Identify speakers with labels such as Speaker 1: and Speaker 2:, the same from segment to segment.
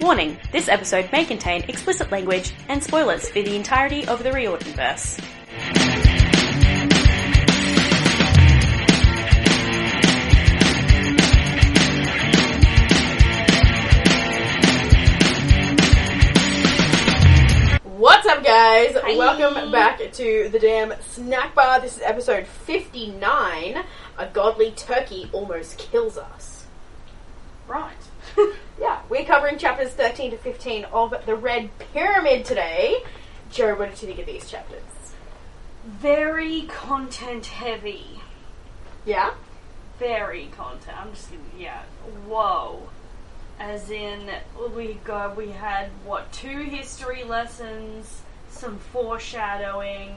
Speaker 1: Warning, this episode may contain explicit language and spoilers for the entirety of the Riordan verse.
Speaker 2: What's up, guys?
Speaker 1: Hi.
Speaker 2: Welcome back to the damn snack bar. This is episode 59. A godly turkey almost kills us.
Speaker 3: Right.
Speaker 2: Yeah, we're covering chapters 13 to 15 of The Red Pyramid today. Joe, what did you think of these chapters?
Speaker 3: Very content heavy.
Speaker 2: Yeah?
Speaker 3: Very content. I'm just gonna, yeah. Whoa. As in, we got, we had, what, two history lessons, some foreshadowing,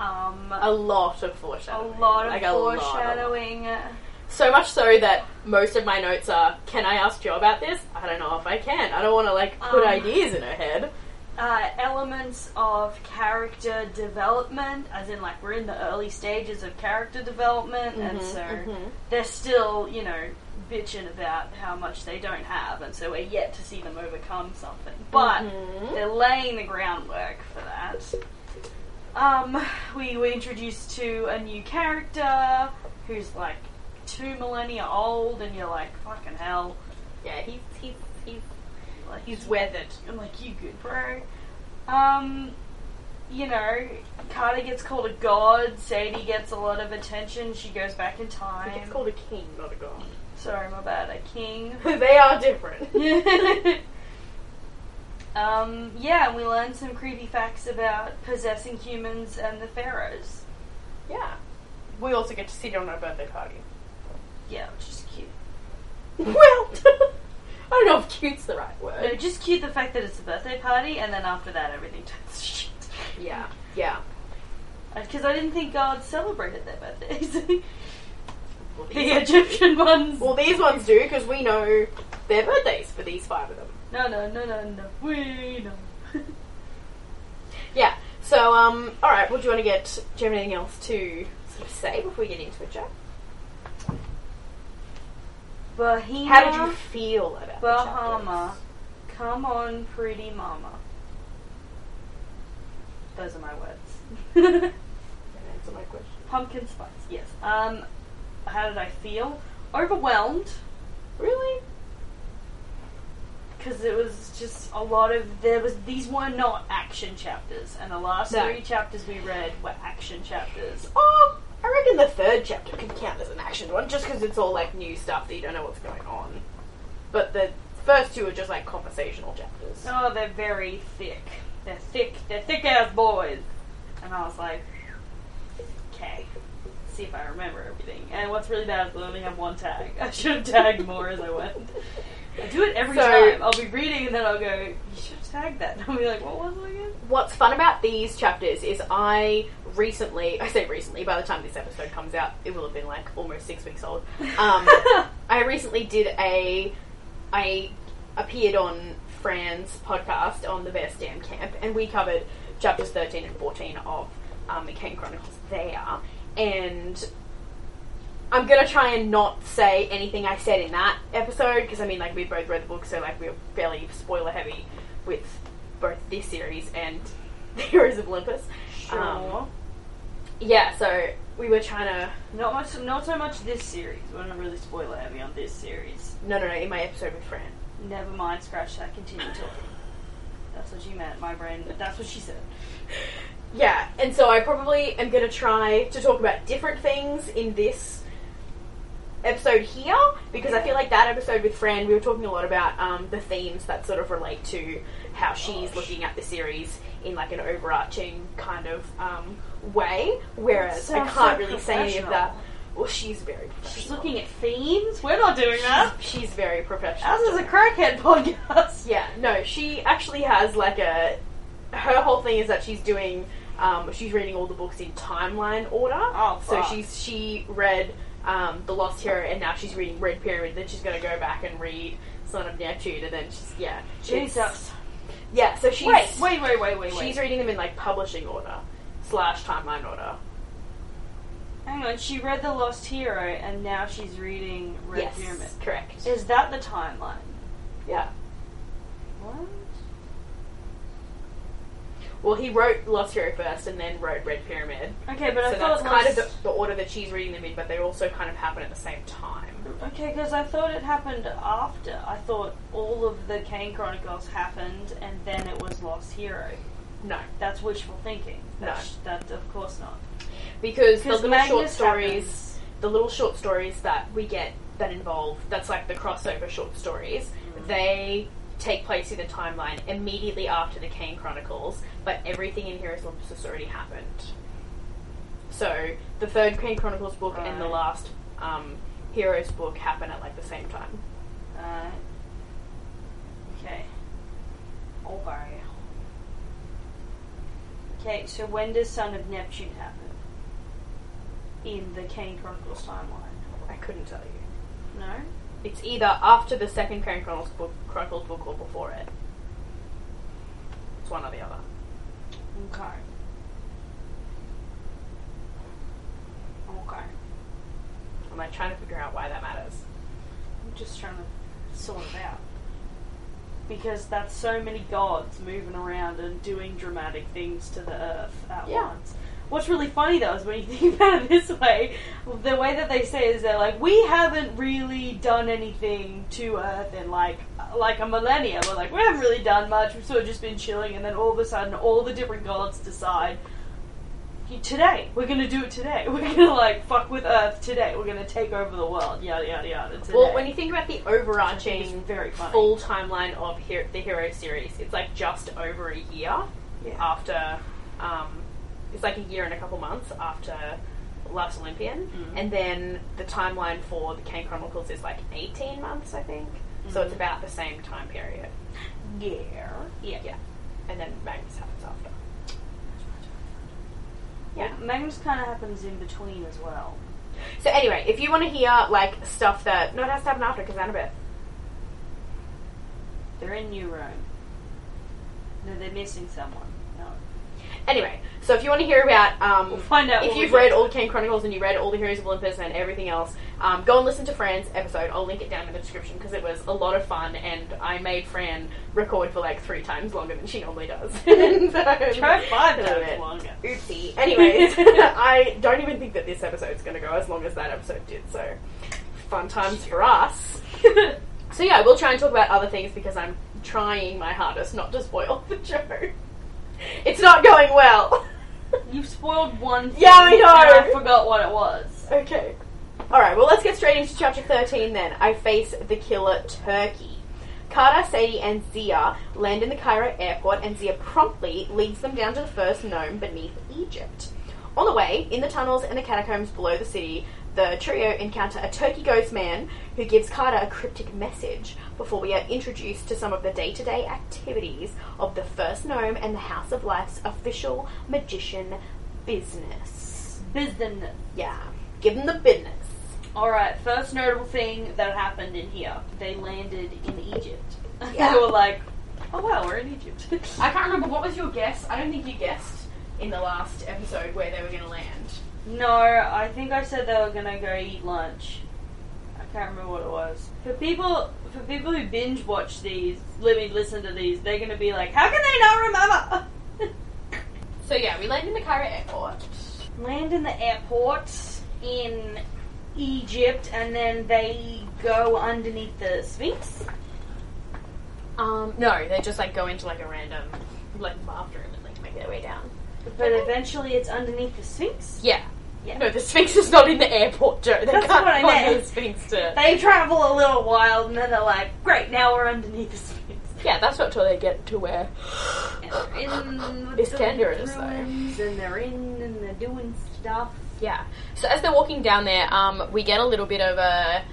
Speaker 3: um,
Speaker 2: A lot of
Speaker 3: a
Speaker 2: foreshadowing.
Speaker 3: lot of
Speaker 2: Like, a lot of-
Speaker 3: foreshadowing.
Speaker 2: So much so that most of my notes are, can I ask Joe about this? I don't know if I can. I don't want to, like, put
Speaker 3: Um.
Speaker 2: ideas in her head.
Speaker 3: uh, elements of character development, as in, like, we're in the early stages of character development, and so they're still, you know, bitching about how much they don't have, and so we're yet to see them overcome something. But they're laying the groundwork for that. Um, we were introduced to a new character who's like two millennia old, and you're like, fucking hell.
Speaker 2: Yeah, he's, he's, he's,
Speaker 3: Like,
Speaker 2: he's weathered.
Speaker 3: I'm like, you good, bro. Um, you know, Carter gets called a god. Sadie gets a lot of attention. She goes back in
Speaker 2: I think
Speaker 3: time.
Speaker 2: it's called a king, not a god.
Speaker 3: Sorry, my bad. A king.
Speaker 2: they are different.
Speaker 3: um, yeah, and we learned some creepy facts about possessing humans and the pharaohs.
Speaker 2: Yeah. We also get to sit on our birthday party.
Speaker 3: Yeah, which is cute.
Speaker 2: well, I don't know if cute's the right
Speaker 3: No,
Speaker 2: word.
Speaker 3: just cute the fact that it's a birthday party, and then after that, everything turns to shit.
Speaker 2: Yeah, yeah.
Speaker 3: Because I didn't think gods celebrated their birthdays. the Egyptian ones.
Speaker 2: Well, these ones do because we know their birthdays for these five of them.
Speaker 3: No, no, no, no, no. We know.
Speaker 2: Yeah. So, um, all right. Well, do you want to get? Do you have anything else to sort of say before we get into it, Jack?
Speaker 3: Bahama,
Speaker 2: How did you feel about the
Speaker 3: Bahama,
Speaker 2: chapters?
Speaker 3: come on, pretty mama. Those are my words.
Speaker 2: Don't Answer my question.
Speaker 3: Pumpkin spice. Yes. Um, how did I feel? Overwhelmed
Speaker 2: Really?
Speaker 3: because it was just a lot of there was these were not action chapters, and the last
Speaker 2: No.
Speaker 3: three chapters we read were action chapters.
Speaker 2: Oh, I reckon the third chapter could count as an action one, just because it's all like new stuff that you don't know what's going on. But the first two are just like conversational chapters.
Speaker 3: Oh, they're very thick. They're thick. They're thick as boys. And I was like, okay, see if I remember everything. And what's really bad is I only have one tag. I should have tagged more as I went. I do it every
Speaker 2: So-
Speaker 3: time. I'll be reading and then I'll go, you should have tagged that. And I'll be like, what was it again?
Speaker 2: What's fun about these chapters is I recently, I say recently, by the time this episode comes out, it will have been like almost six weeks old. Um, I recently did a, I appeared on Fran's podcast on the Best Damn Camp, and we covered chapters 13 and 14 of um, McCain Chronicles there. And I'm gonna try and not say anything I said in that episode because I mean, like, we both read the book, so like, we're fairly spoiler heavy with both this series and the Heroes of Olympus.
Speaker 3: Sure.
Speaker 2: Um, yeah, so we were trying to.
Speaker 3: not much. Not so much this series. We're not really spoiler heavy on this series.
Speaker 2: No, no, no, in my episode with Fran.
Speaker 3: Never mind. Scratch that. Continue talking. That's what you meant. My brain. That's what she said.
Speaker 2: Yeah, and so I probably am going to try to talk about different things in this episode here because I feel like that episode with Fran, we were talking a lot about um, the themes that sort of relate to how she's
Speaker 3: Oh, Gosh.
Speaker 2: looking at the series in like an overarching kind of um, way. Whereas I
Speaker 3: sounds
Speaker 2: can't
Speaker 3: so
Speaker 2: really say any of
Speaker 3: professional.
Speaker 2: that. Well, she's very professional.
Speaker 3: She's looking at themes. We're not doing that.
Speaker 2: She's, she's very professional.
Speaker 3: Ours is a crackhead podcast.
Speaker 2: Yeah, no, she actually has like a. Her whole thing is that she's doing. Um, she's reading all the books in timeline order.
Speaker 3: Oh,
Speaker 2: so
Speaker 3: fuck.
Speaker 2: she's she read um, the Lost Hero, and now she's reading Red Pyramid. Then she's gonna go back and read Son of Neptune, and then she's yeah, she's,
Speaker 3: Jesus.
Speaker 2: yeah. So she's
Speaker 3: Wait, wait, wait, wait, wait, wait.
Speaker 2: she's reading them in like publishing order slash timeline order.
Speaker 3: Hang on, she read The Lost Hero and now she's reading Red
Speaker 2: yes,
Speaker 3: Pyramid.
Speaker 2: correct.
Speaker 3: Is that the timeline?
Speaker 2: Yeah, Well, he wrote Lost Hero first and then wrote Red Pyramid.
Speaker 3: Okay, but I
Speaker 2: so
Speaker 3: thought
Speaker 2: that's kind of
Speaker 3: Lost-
Speaker 2: the, the order that she's reading them in, but they also kind of happen at the same time.
Speaker 3: Okay, because I thought it happened after. I thought all of the Kane Chronicles happened, and then it was Lost Hero.
Speaker 2: No,
Speaker 3: That's wishful thinking.
Speaker 2: No.
Speaker 3: That's, That of course not.
Speaker 2: because the
Speaker 3: Because
Speaker 2: little
Speaker 3: Magnus
Speaker 2: short stories,
Speaker 3: happens.
Speaker 2: the little short stories that we get that involve that's like the crossover short stories. They take place in the timeline immediately after the Kane Chronicles, but everything in Heroes Olympus has already happened. So the third Kane Chronicles book and the
Speaker 3: Right.
Speaker 2: last um, Heroes book happen at like the same time.
Speaker 3: Uh, okay. Okay. Okay, so when does Son of Neptune happen? In the Kane Chronicles timeline?
Speaker 2: I couldn't tell you.
Speaker 3: No?
Speaker 2: It's either after the second Karen Chronicles book, Chronicles book or before it. It's one or the other.
Speaker 3: Okay. Okay.
Speaker 2: I'm like trying to figure out why that matters.
Speaker 3: I'm just trying to sort it out. Because that's so many gods moving around and doing dramatic things to the earth at
Speaker 2: Yeah.
Speaker 3: once. What's really funny though is when you think about it this way, the way that they say is they're like, we haven't really done anything to Earth in like like a millennia. We're like, we haven't really done much. We've sort of just been chilling, and then all of a sudden, all the different gods decide today we're gonna do it today. We're gonna like fuck with Earth today. We're gonna take over the world. Yada yada yada. Today.
Speaker 2: Well, when you think about the
Speaker 3: I think
Speaker 2: overarching
Speaker 3: it's very funny.
Speaker 2: full timeline of Her- the Hero series, it's like just over a year
Speaker 3: yeah.
Speaker 2: after. Um, it's like a year and a couple months after Last Olympian,
Speaker 3: Mhm.
Speaker 2: and then the timeline for the Kane Chronicles is like 18 months, I think. So it's
Speaker 3: Mhm.
Speaker 2: about the same time period.
Speaker 3: yeah. Yeah.
Speaker 2: Yeah, and then Magnus happens after. Yeah.
Speaker 3: Yeah. Magnus kind of happens in between as well.
Speaker 2: So anyway, if you want to hear like stuff that no, it has to happen after because Annabeth.
Speaker 3: They're in New Rome. No, they're missing someone. No.
Speaker 2: Anyway, so if you want to hear about, um,
Speaker 3: We'll find out
Speaker 2: if
Speaker 3: when we
Speaker 2: you've
Speaker 3: get
Speaker 2: read
Speaker 3: to
Speaker 2: all
Speaker 3: it.
Speaker 2: Kane Chronicles and you read all the Heroes of Olympus and everything else, um, go and listen to Fran's episode. I'll link it down in the description because it was a lot of fun, and I made Fran record for like three times longer than she normally does. so,
Speaker 3: Try five
Speaker 2: so
Speaker 3: times
Speaker 2: it-
Speaker 3: longer.
Speaker 2: Oopsie. Anyways, I don't even think that this episode's going to go as long as that episode did. So, fun times for us. So yeah, we'll try and talk about other things because I'm trying my hardest not to spoil the show. It's not going well.
Speaker 3: You've spoiled one. Thing,
Speaker 2: Yeah, I know.
Speaker 3: and I forgot what it was.
Speaker 2: okay. All right. Well, let's get straight into chapter thirteen then. I face the killer Turkey. Carter, Sadie, and Zia land in the Cairo airport, and Zia promptly leads them down to the first gnome beneath Egypt. On the way, in the tunnels and the catacombs below the city, the trio encounter a turkey ghost man who gives Carter a cryptic message before we are introduced to some of the day to day activities of the First Gnome and the House of Life's official magician business.
Speaker 3: Business.
Speaker 2: Yeah, give them the business.
Speaker 3: All right. First notable thing that happened in here: they landed in Egypt.
Speaker 2: Yeah.
Speaker 3: they were like, "Oh wow, we're in Egypt."
Speaker 2: I can't remember what was your guess. I don't think you guessed in the last episode where they were going to land.
Speaker 3: No, I think I said they were gonna go eat lunch. I can't remember what it was. For people, for people who binge watch these, let me listen to these. They're gonna be like, "How can they not remember?"
Speaker 2: So yeah, we land in the Cairo airport.
Speaker 3: Land in the airport in Egypt, and then they go underneath the Sphinx.
Speaker 2: Um, no, they just like go into like a random like bathroom and like make their way down.
Speaker 3: But eventually, it's underneath the Sphinx.
Speaker 2: Yeah.
Speaker 3: Yeah.
Speaker 2: No, the Sphinx is not in the airport, Joe. They
Speaker 3: That's
Speaker 2: can't
Speaker 3: what I
Speaker 2: find
Speaker 3: meant.
Speaker 2: the Sphinx to.
Speaker 3: They travel a little while, and then they're like, "Great, now we're underneath the Sphinx."
Speaker 2: Yeah, that's not till they get to where.
Speaker 3: And they're in
Speaker 2: It's
Speaker 3: the
Speaker 2: tenderness, though.
Speaker 3: ruins, and they're in, and they're doing stuff.
Speaker 2: Yeah. So as they're walking down there, um, we get a little bit of a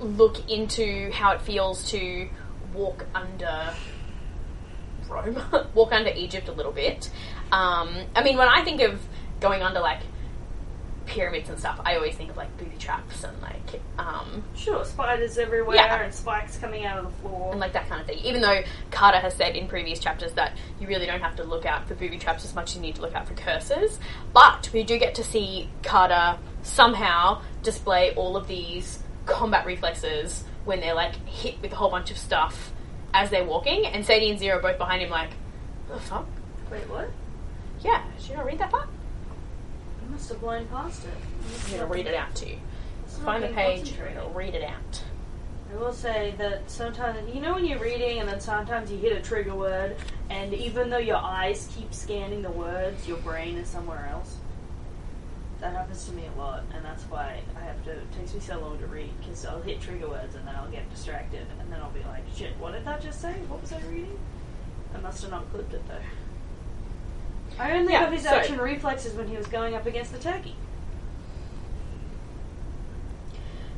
Speaker 2: look into how it feels to walk under Rome, walk under Egypt a little bit. Um, I mean, when I think of going under like pyramids and stuff, I always think of like booby traps and like um,
Speaker 3: Sure, spiders everywhere
Speaker 2: Yeah.
Speaker 3: and spikes coming out of the floor.
Speaker 2: and like that kind of thing. Even though Carter has said in previous chapters that you really don't have to look out for booby traps as much as you need to look out for curses, but we do get to see Carter somehow display all of these combat reflexes when they're like hit with a whole bunch of stuff as they're walking, and Sadie and Zero are both behind him like, "What the fuck?
Speaker 3: Wait, what?
Speaker 2: Yeah, should I read that part?
Speaker 3: I must have blown past it.
Speaker 2: I'm going to read it out to you.
Speaker 3: It's not
Speaker 2: Find the
Speaker 3: being
Speaker 2: page and
Speaker 3: concentrated.
Speaker 2: I'll read it out.
Speaker 3: I will say that sometimes, you know, when you're reading and then sometimes you hit a trigger word, and even though your eyes keep scanning the words, your brain is somewhere else. That happens to me a lot, and that's why I have to. It takes me so long to read because I'll hit trigger words and then I'll get distracted, and then I'll be like, "Shit, what did that just say? What was I reading?" I must have not clipped it though. I only
Speaker 2: Yeah,
Speaker 3: got his
Speaker 2: so-
Speaker 3: action reflexes when he was going up against the turkey.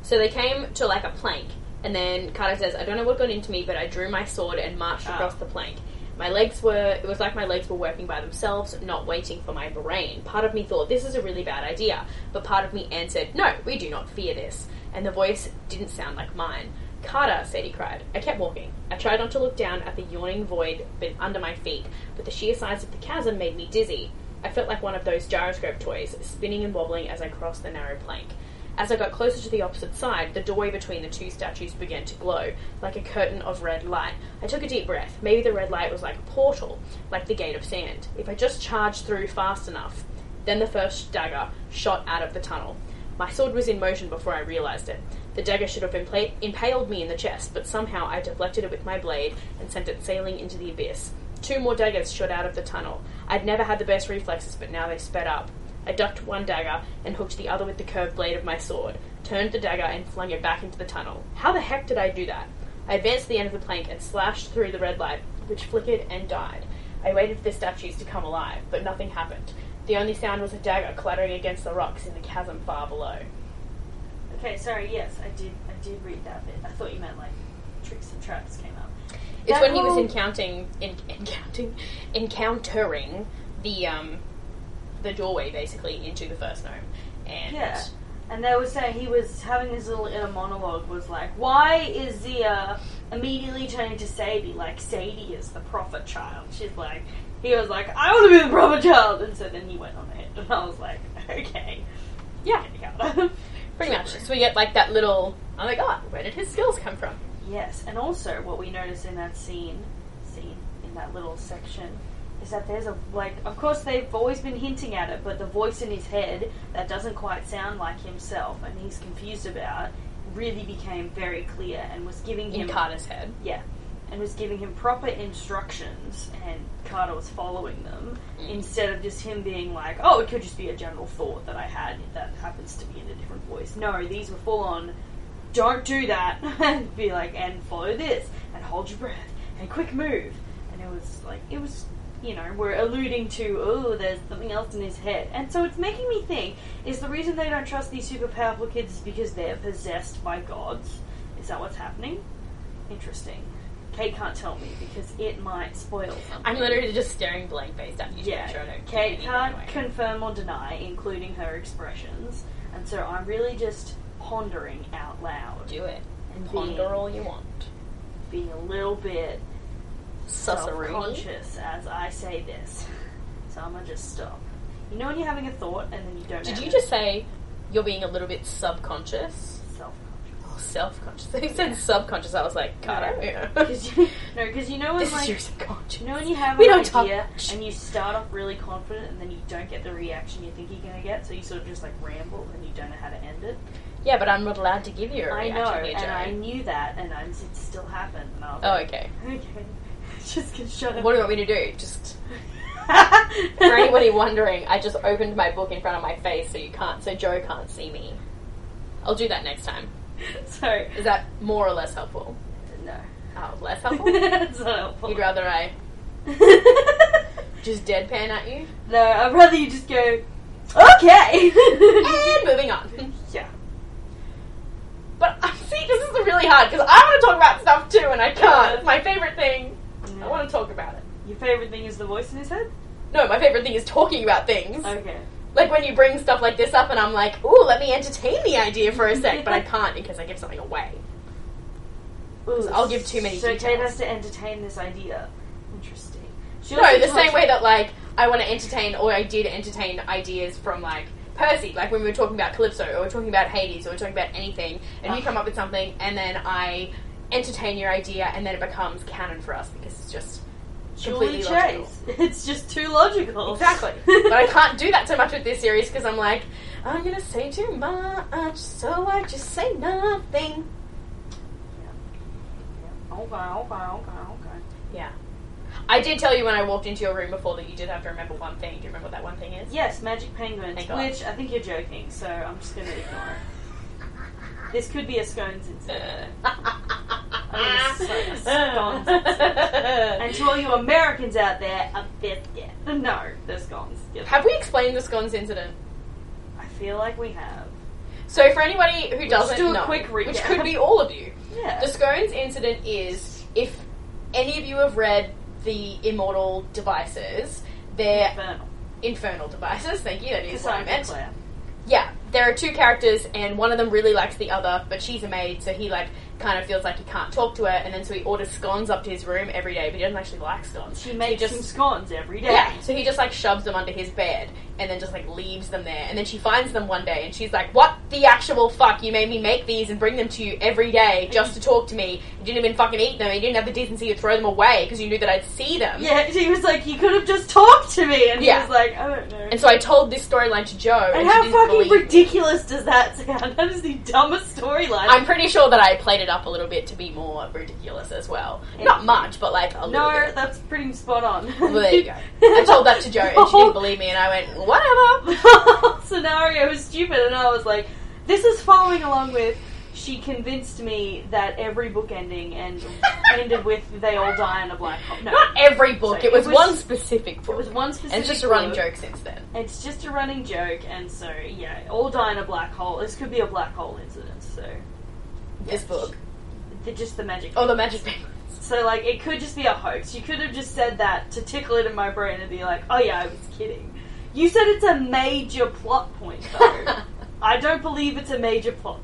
Speaker 2: So they came to like a plank, and then Carter says, "I don't know what got into me, but I drew my sword and marched
Speaker 3: Oh.
Speaker 2: across the plank. My legs were it was like my legs were working by themselves, not waiting for my brain. Part of me thought this is a really bad idea, but part of me answered, "No, we do not fear this." And the voice didn't sound like mine. Carter, Sadie cried. I kept walking. I tried not to look down at the yawning void be- under my feet, but the sheer size of the chasm made me dizzy. I felt like one of those gyroscope toys, spinning and wobbling as I crossed the narrow plank. As I got closer to the opposite side, the doorway between the two statues began to glow, like a curtain of red light. I took a deep breath. Maybe the red light was like a portal, like the gate of sand. If I just charged through fast enough. Then the first dagger shot out of the tunnel. My sword was in motion before I realized it. The dagger should have impla- impaled me in the chest, but somehow I deflected it with my blade and sent it sailing into the abyss. Two more daggers shot out of the tunnel. I'd never had the best reflexes, but now they sped up. I ducked one dagger and hooked the other with the curved blade of my sword, turned the dagger and flung it back into the tunnel. How the heck did I do that? I advanced to the end of the plank and slashed through the red light, which flickered and died. I waited for the statues to come alive, but nothing happened. The only sound was a dagger clattering against the rocks in the chasm far below.
Speaker 3: Okay, sorry. Yes, I did. I did read that bit. I thought you meant like tricks and traps came up.
Speaker 2: It's
Speaker 3: That
Speaker 2: when he was
Speaker 3: whole-
Speaker 2: encountering, in, encountering, encountering the um, the doorway basically into the first gnome, and
Speaker 3: Yeah. And they were saying he was having his little inner monologue was like, why is Zia immediately turning to Sadie like Sadie is the prophet child? She's like, he was like, I want to be the prophet child. And so then he went on it. And I was like, okay.
Speaker 2: yeah,
Speaker 3: Yeah.
Speaker 2: pretty much. So we get like that little. Oh my god, where did his skills come from?
Speaker 3: yes. And also what we notice in that scene, scene, in that little section, is that there's a, like, of course they've always been hinting at it, but the voice in his head that doesn't quite sound like himself and he's confused about really became very clear and was giving
Speaker 2: In
Speaker 3: him
Speaker 2: Carter's head.
Speaker 3: Yeah. And was giving him proper instructions, and Carter was following them
Speaker 2: Mm.
Speaker 3: instead of just him being like, oh, it could just be a general thought that I had that happens to be in a different voice. No, these were full on, don't do that, and be like, and follow this, and hold your breath, and quick move. And it was like, it was, you know, we're alluding to, oh, there's something else in his head. And so it's making me think is the reason they don't trust these super powerful kids is because they're possessed by gods? Is that what's happening? Interesting. Kate can't tell me because it might spoil something.
Speaker 2: I'm literally just staring blank faced at you. to
Speaker 3: yeah.
Speaker 2: make sure I don't get
Speaker 3: Kate
Speaker 2: anything
Speaker 3: can't
Speaker 2: away.
Speaker 3: confirm or deny, including her expressions, and so I'm really just pondering out loud
Speaker 2: do it.
Speaker 3: and
Speaker 2: Ponder all you want.
Speaker 3: being, being a little bit
Speaker 2: Susserini.
Speaker 3: self-conscious as I say this. So I'm gonna just stop. You know when you're having a thought and then you don't.
Speaker 2: Did
Speaker 3: have
Speaker 2: you
Speaker 3: it?
Speaker 2: just say you're being a little bit subconscious?
Speaker 3: self-conscious?
Speaker 2: Oh, self-conscious. They said subconscious. I was like, Carter.
Speaker 3: No.
Speaker 2: yeah.
Speaker 3: 'Cause you- no, because you know when
Speaker 2: this
Speaker 3: like
Speaker 2: is your subconscious.
Speaker 3: You know when you have
Speaker 2: We
Speaker 3: an
Speaker 2: don't talk
Speaker 3: idea
Speaker 2: much.
Speaker 3: and you start off really confident and then you don't get the reaction you think you're going to get, so you sort of just like ramble and you don't know how to end it.
Speaker 2: Yeah, but I'm not allowed to give you a
Speaker 3: I
Speaker 2: reaction.
Speaker 3: know,
Speaker 2: here,
Speaker 3: and I
Speaker 2: Joey.
Speaker 3: knew that, and I, it still happened. And I was
Speaker 2: Oh,
Speaker 3: like,
Speaker 2: okay.
Speaker 3: okay, just gonna shut up.
Speaker 2: What do you want me to do? Just for
Speaker 3: For
Speaker 2: anybody wondering, I just opened my book in front of my face so you can't, so Joe can't see me. I'll do that next time.
Speaker 3: Sorry,
Speaker 2: Is that more or less helpful?
Speaker 3: no,
Speaker 2: Oh, less helpful.
Speaker 3: it's not helpful.
Speaker 2: You'd rather I just deadpan at you?
Speaker 3: no, I'd rather you just go. Okay.
Speaker 2: And moving on.
Speaker 3: yeah.
Speaker 2: But I see this is really hard because I want to talk about stuff too, and I can't. It's my favorite thing. I want to talk about it.
Speaker 3: Your favorite thing is the voice in his head.
Speaker 2: No, my favorite thing is talking about things.
Speaker 3: Okay.
Speaker 2: Like when you bring stuff like this up, and I'm like, "Ooh, let me entertain the idea for a sec," but I can't because I give something away.
Speaker 3: Ooh,
Speaker 2: I'll give too many
Speaker 3: So Kate
Speaker 2: details.
Speaker 3: has to entertain this idea. Interesting. She
Speaker 2: No,
Speaker 3: also
Speaker 2: the
Speaker 3: talks-
Speaker 2: same way that like I want to entertain or I did entertain ideas from like Percy, like when we were talking about Calypso or we are talking about Hades or we are talking about anything, and you
Speaker 3: Ah.
Speaker 2: come up with something, and then I entertain your idea, and then it becomes canon for us because it's just
Speaker 3: Julie
Speaker 2: Completely
Speaker 3: Chase. It's just too logical.
Speaker 2: Exactly. but I can't do that so much with this series because I'm like, I'm gonna say too much, so I just say nothing.
Speaker 3: Okay, okay, okay, okay.
Speaker 2: Yeah. I did tell you when I walked into your room before that you did have to remember one thing. Do you remember what that one thing is?
Speaker 3: Yes, magic penguins,
Speaker 2: Thank God.
Speaker 3: which I think you're joking, so I'm just going to ignore it. This could be a scones
Speaker 2: Uh,
Speaker 3: incident. so scones. And to all you Americans out there, a biscuit. No, they're scones. Get them.
Speaker 2: Have we explained the scones incident?
Speaker 3: I feel like we have.
Speaker 2: So for anybody who doesn't
Speaker 3: do a
Speaker 2: know,
Speaker 3: quick recap.
Speaker 2: which could be all of you,
Speaker 3: Yeah.
Speaker 2: the scones incident is if any of you have read the Immortal Devices, they're
Speaker 3: Infernal.
Speaker 2: infernal devices. Thank you. That is what I
Speaker 3: Cassandra
Speaker 2: meant.
Speaker 3: Clare.
Speaker 2: Yeah, there are two characters, and one of them really likes the other, but she's a maid, so he like kind of feels like he can't talk to her, and then so he orders scones up to his room every day, but he doesn't actually like scones.
Speaker 3: She
Speaker 2: So he
Speaker 3: makes
Speaker 2: just
Speaker 3: him scones every day.
Speaker 2: yeah, so he just like shoves them under his bed and then just like leaves them there. And then she finds them one day and she's like, What the actual fuck? You made me make these and bring them to you every day just to talk to me. You didn't even fucking eat them. You didn't have the decency to throw them away because you knew that I'd see them.
Speaker 3: Yeah, he was like, you could have just talked to me, and
Speaker 2: Yeah.
Speaker 3: he was like, I don't know.
Speaker 2: And so I told this storyline to Joe. And,
Speaker 3: and
Speaker 2: she
Speaker 3: how
Speaker 2: didn't
Speaker 3: fucking
Speaker 2: believe me.
Speaker 3: ridiculous does that sound? That is the dumbest storyline.
Speaker 2: I'm pretty sure that I played it up a little bit to be more ridiculous as well. Not much, but like a little
Speaker 3: No,
Speaker 2: bit.
Speaker 3: that's pretty spot on.
Speaker 2: Well, there you go. I told that to Joe and she didn't believe me and I went, Whatever.
Speaker 3: The whole scenario was stupid, and I was like, this is following along with. She convinced me that every book ending and ended with they all die in a black hole. No,
Speaker 2: Not every book,
Speaker 3: So
Speaker 2: it was,
Speaker 3: it was-
Speaker 2: one specific book.
Speaker 3: it was one specific.
Speaker 2: and it's just a running
Speaker 3: book.
Speaker 2: joke since then.
Speaker 3: It's just a running joke, and so yeah, all die in a black hole. This could be a black hole incident. So
Speaker 2: This book.
Speaker 3: the, just the magic.
Speaker 2: Oh, the magic penguin.
Speaker 3: So like, it could just be a hoax. You could have just said that to tickle it in my brain and be like, oh yeah, I was kidding. You said it's a major plot point though. I don't believe it's a major plot.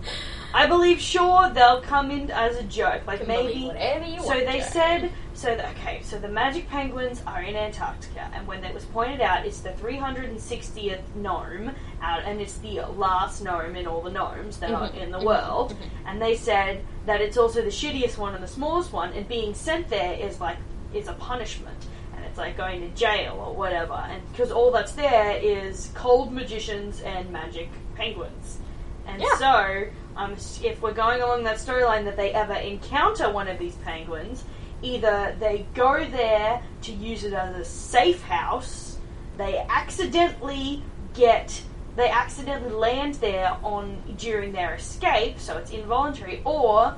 Speaker 3: I believe sure they'll come in as a joke, like maybe.
Speaker 2: Whatever you
Speaker 3: So
Speaker 2: want,
Speaker 3: they
Speaker 2: Joe.
Speaker 3: said so. The, okay, so the magic penguins are in Antarctica, and when that was pointed out, it's the 360th gnome out, and it's the last gnome in all the gnomes that
Speaker 2: Mhm,
Speaker 3: are in the
Speaker 2: mhm,
Speaker 3: world. And they said that it's also the shittiest one and the smallest one, and being sent there is like is a punishment. and It's like going to jail or whatever, and because all that's there is cold magicians and magic penguins. And
Speaker 2: Yeah.
Speaker 3: so, um, s- if we're going along that storyline that they ever encounter one of these penguins, either they go there to use it as a safe house, they accidentally get. They accidentally land there on during their escape, so it's involuntary, or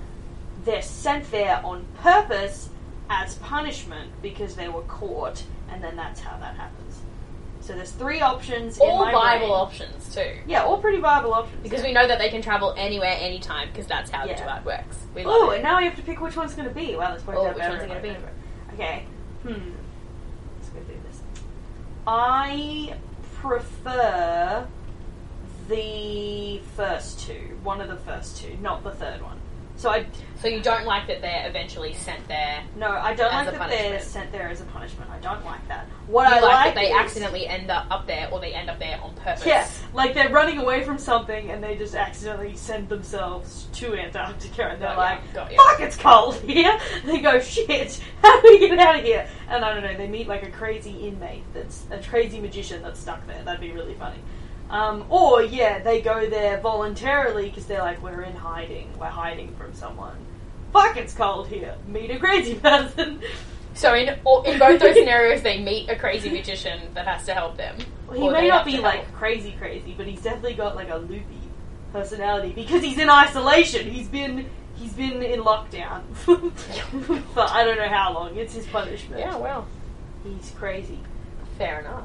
Speaker 3: they're sent there on purpose as punishment because they were caught, and then that's how that happens. So there's three options. in
Speaker 2: all
Speaker 3: my
Speaker 2: Bible
Speaker 3: brain.
Speaker 2: options too,
Speaker 3: Yeah, all pretty viable options.
Speaker 2: because we know that they can travel anywhere, anytime, because that's how
Speaker 3: Yeah.
Speaker 2: the Duat works. We love
Speaker 3: Oh,
Speaker 2: it.
Speaker 3: and now we have to pick which one's going to be. Wow, this worked
Speaker 2: Oh,
Speaker 3: out
Speaker 2: which
Speaker 3: better
Speaker 2: one's
Speaker 3: than
Speaker 2: it gonna
Speaker 3: I remember. Okay. Hmm. Let's go do this. I prefer the first two. One of the first two, not the third one. So I
Speaker 2: so you don't like that they're eventually sent there.
Speaker 3: no, I don't
Speaker 2: As
Speaker 3: like
Speaker 2: a
Speaker 3: that they're
Speaker 2: punishment.
Speaker 3: sent there as a punishment. I don't like that. What
Speaker 2: you
Speaker 3: I like,
Speaker 2: that they
Speaker 3: is,
Speaker 2: accidentally end up up there, or they end up there on purpose.
Speaker 3: Yeah, like they're running away from something and they just accidentally send themselves to Antarctica and
Speaker 2: Got
Speaker 3: they're
Speaker 2: ya,
Speaker 3: like,
Speaker 2: got ya.
Speaker 3: fuck, it's cold here. They go, shit, how do we get out of here? And I don't know, they meet like a crazy inmate that's a crazy magician that's stuck there. That'd be really funny. Um, or, yeah, they go there voluntarily because they're like, we're in hiding, we're hiding from someone. Fuck, it's cold here. Meet a crazy person.
Speaker 2: So in all, in both those scenarios, they meet a crazy magician that has to help them.
Speaker 3: He
Speaker 2: or
Speaker 3: may
Speaker 2: they
Speaker 3: not
Speaker 2: have
Speaker 3: be
Speaker 2: to
Speaker 3: like
Speaker 2: help.
Speaker 3: crazy, crazy, but he's definitely got like a loopy personality because he's in isolation. He's been he's been in lockdown for I don't know how long. It's his punishment.
Speaker 2: Yeah, well,
Speaker 3: he's crazy,
Speaker 2: fair enough.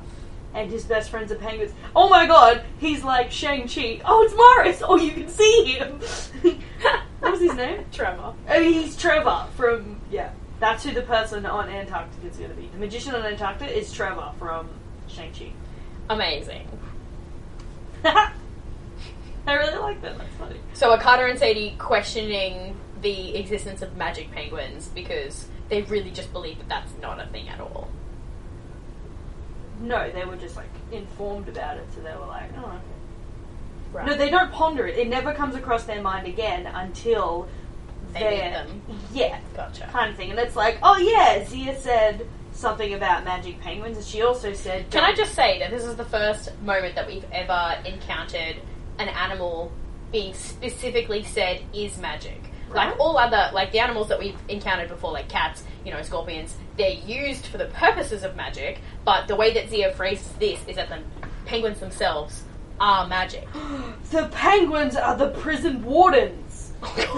Speaker 3: and his best friends are penguins. Oh my god, he's like Shang Chi. Oh, it's Morris. Oh, you can see him. what was his name?
Speaker 2: Trevor.
Speaker 3: I mean, he's Trevor from yeah. That's who the person on Antarctica is going to be. The magician on Antarctica is Trevor from Shang Chi.
Speaker 2: Amazing.
Speaker 3: I really like that. That's funny.
Speaker 2: So are Carter and Sadie questioning the existence of magic penguins because they really just believe that that's not a thing at all?
Speaker 3: No, they were just like informed about it, so they were like, oh, okay.
Speaker 2: Right.
Speaker 3: No, they don't ponder it. It never comes across their mind again until
Speaker 2: They
Speaker 3: they're-
Speaker 2: meet them.
Speaker 3: Yeah,
Speaker 2: Gotcha.
Speaker 3: kind of thing. And it's like, oh yeah, Zia said something about magic penguins, and she also said,
Speaker 2: Can I just say that this is the first moment that we've ever encountered an animal being specifically said is magic.
Speaker 3: Right.
Speaker 2: Like all other, like the animals that we've encountered before, like cats, you know, scorpions, they're used for the purposes of magic, but the way that Zia phrases this is that the penguins themselves are magic.
Speaker 3: the penguins are the prison wardens.
Speaker 2: they're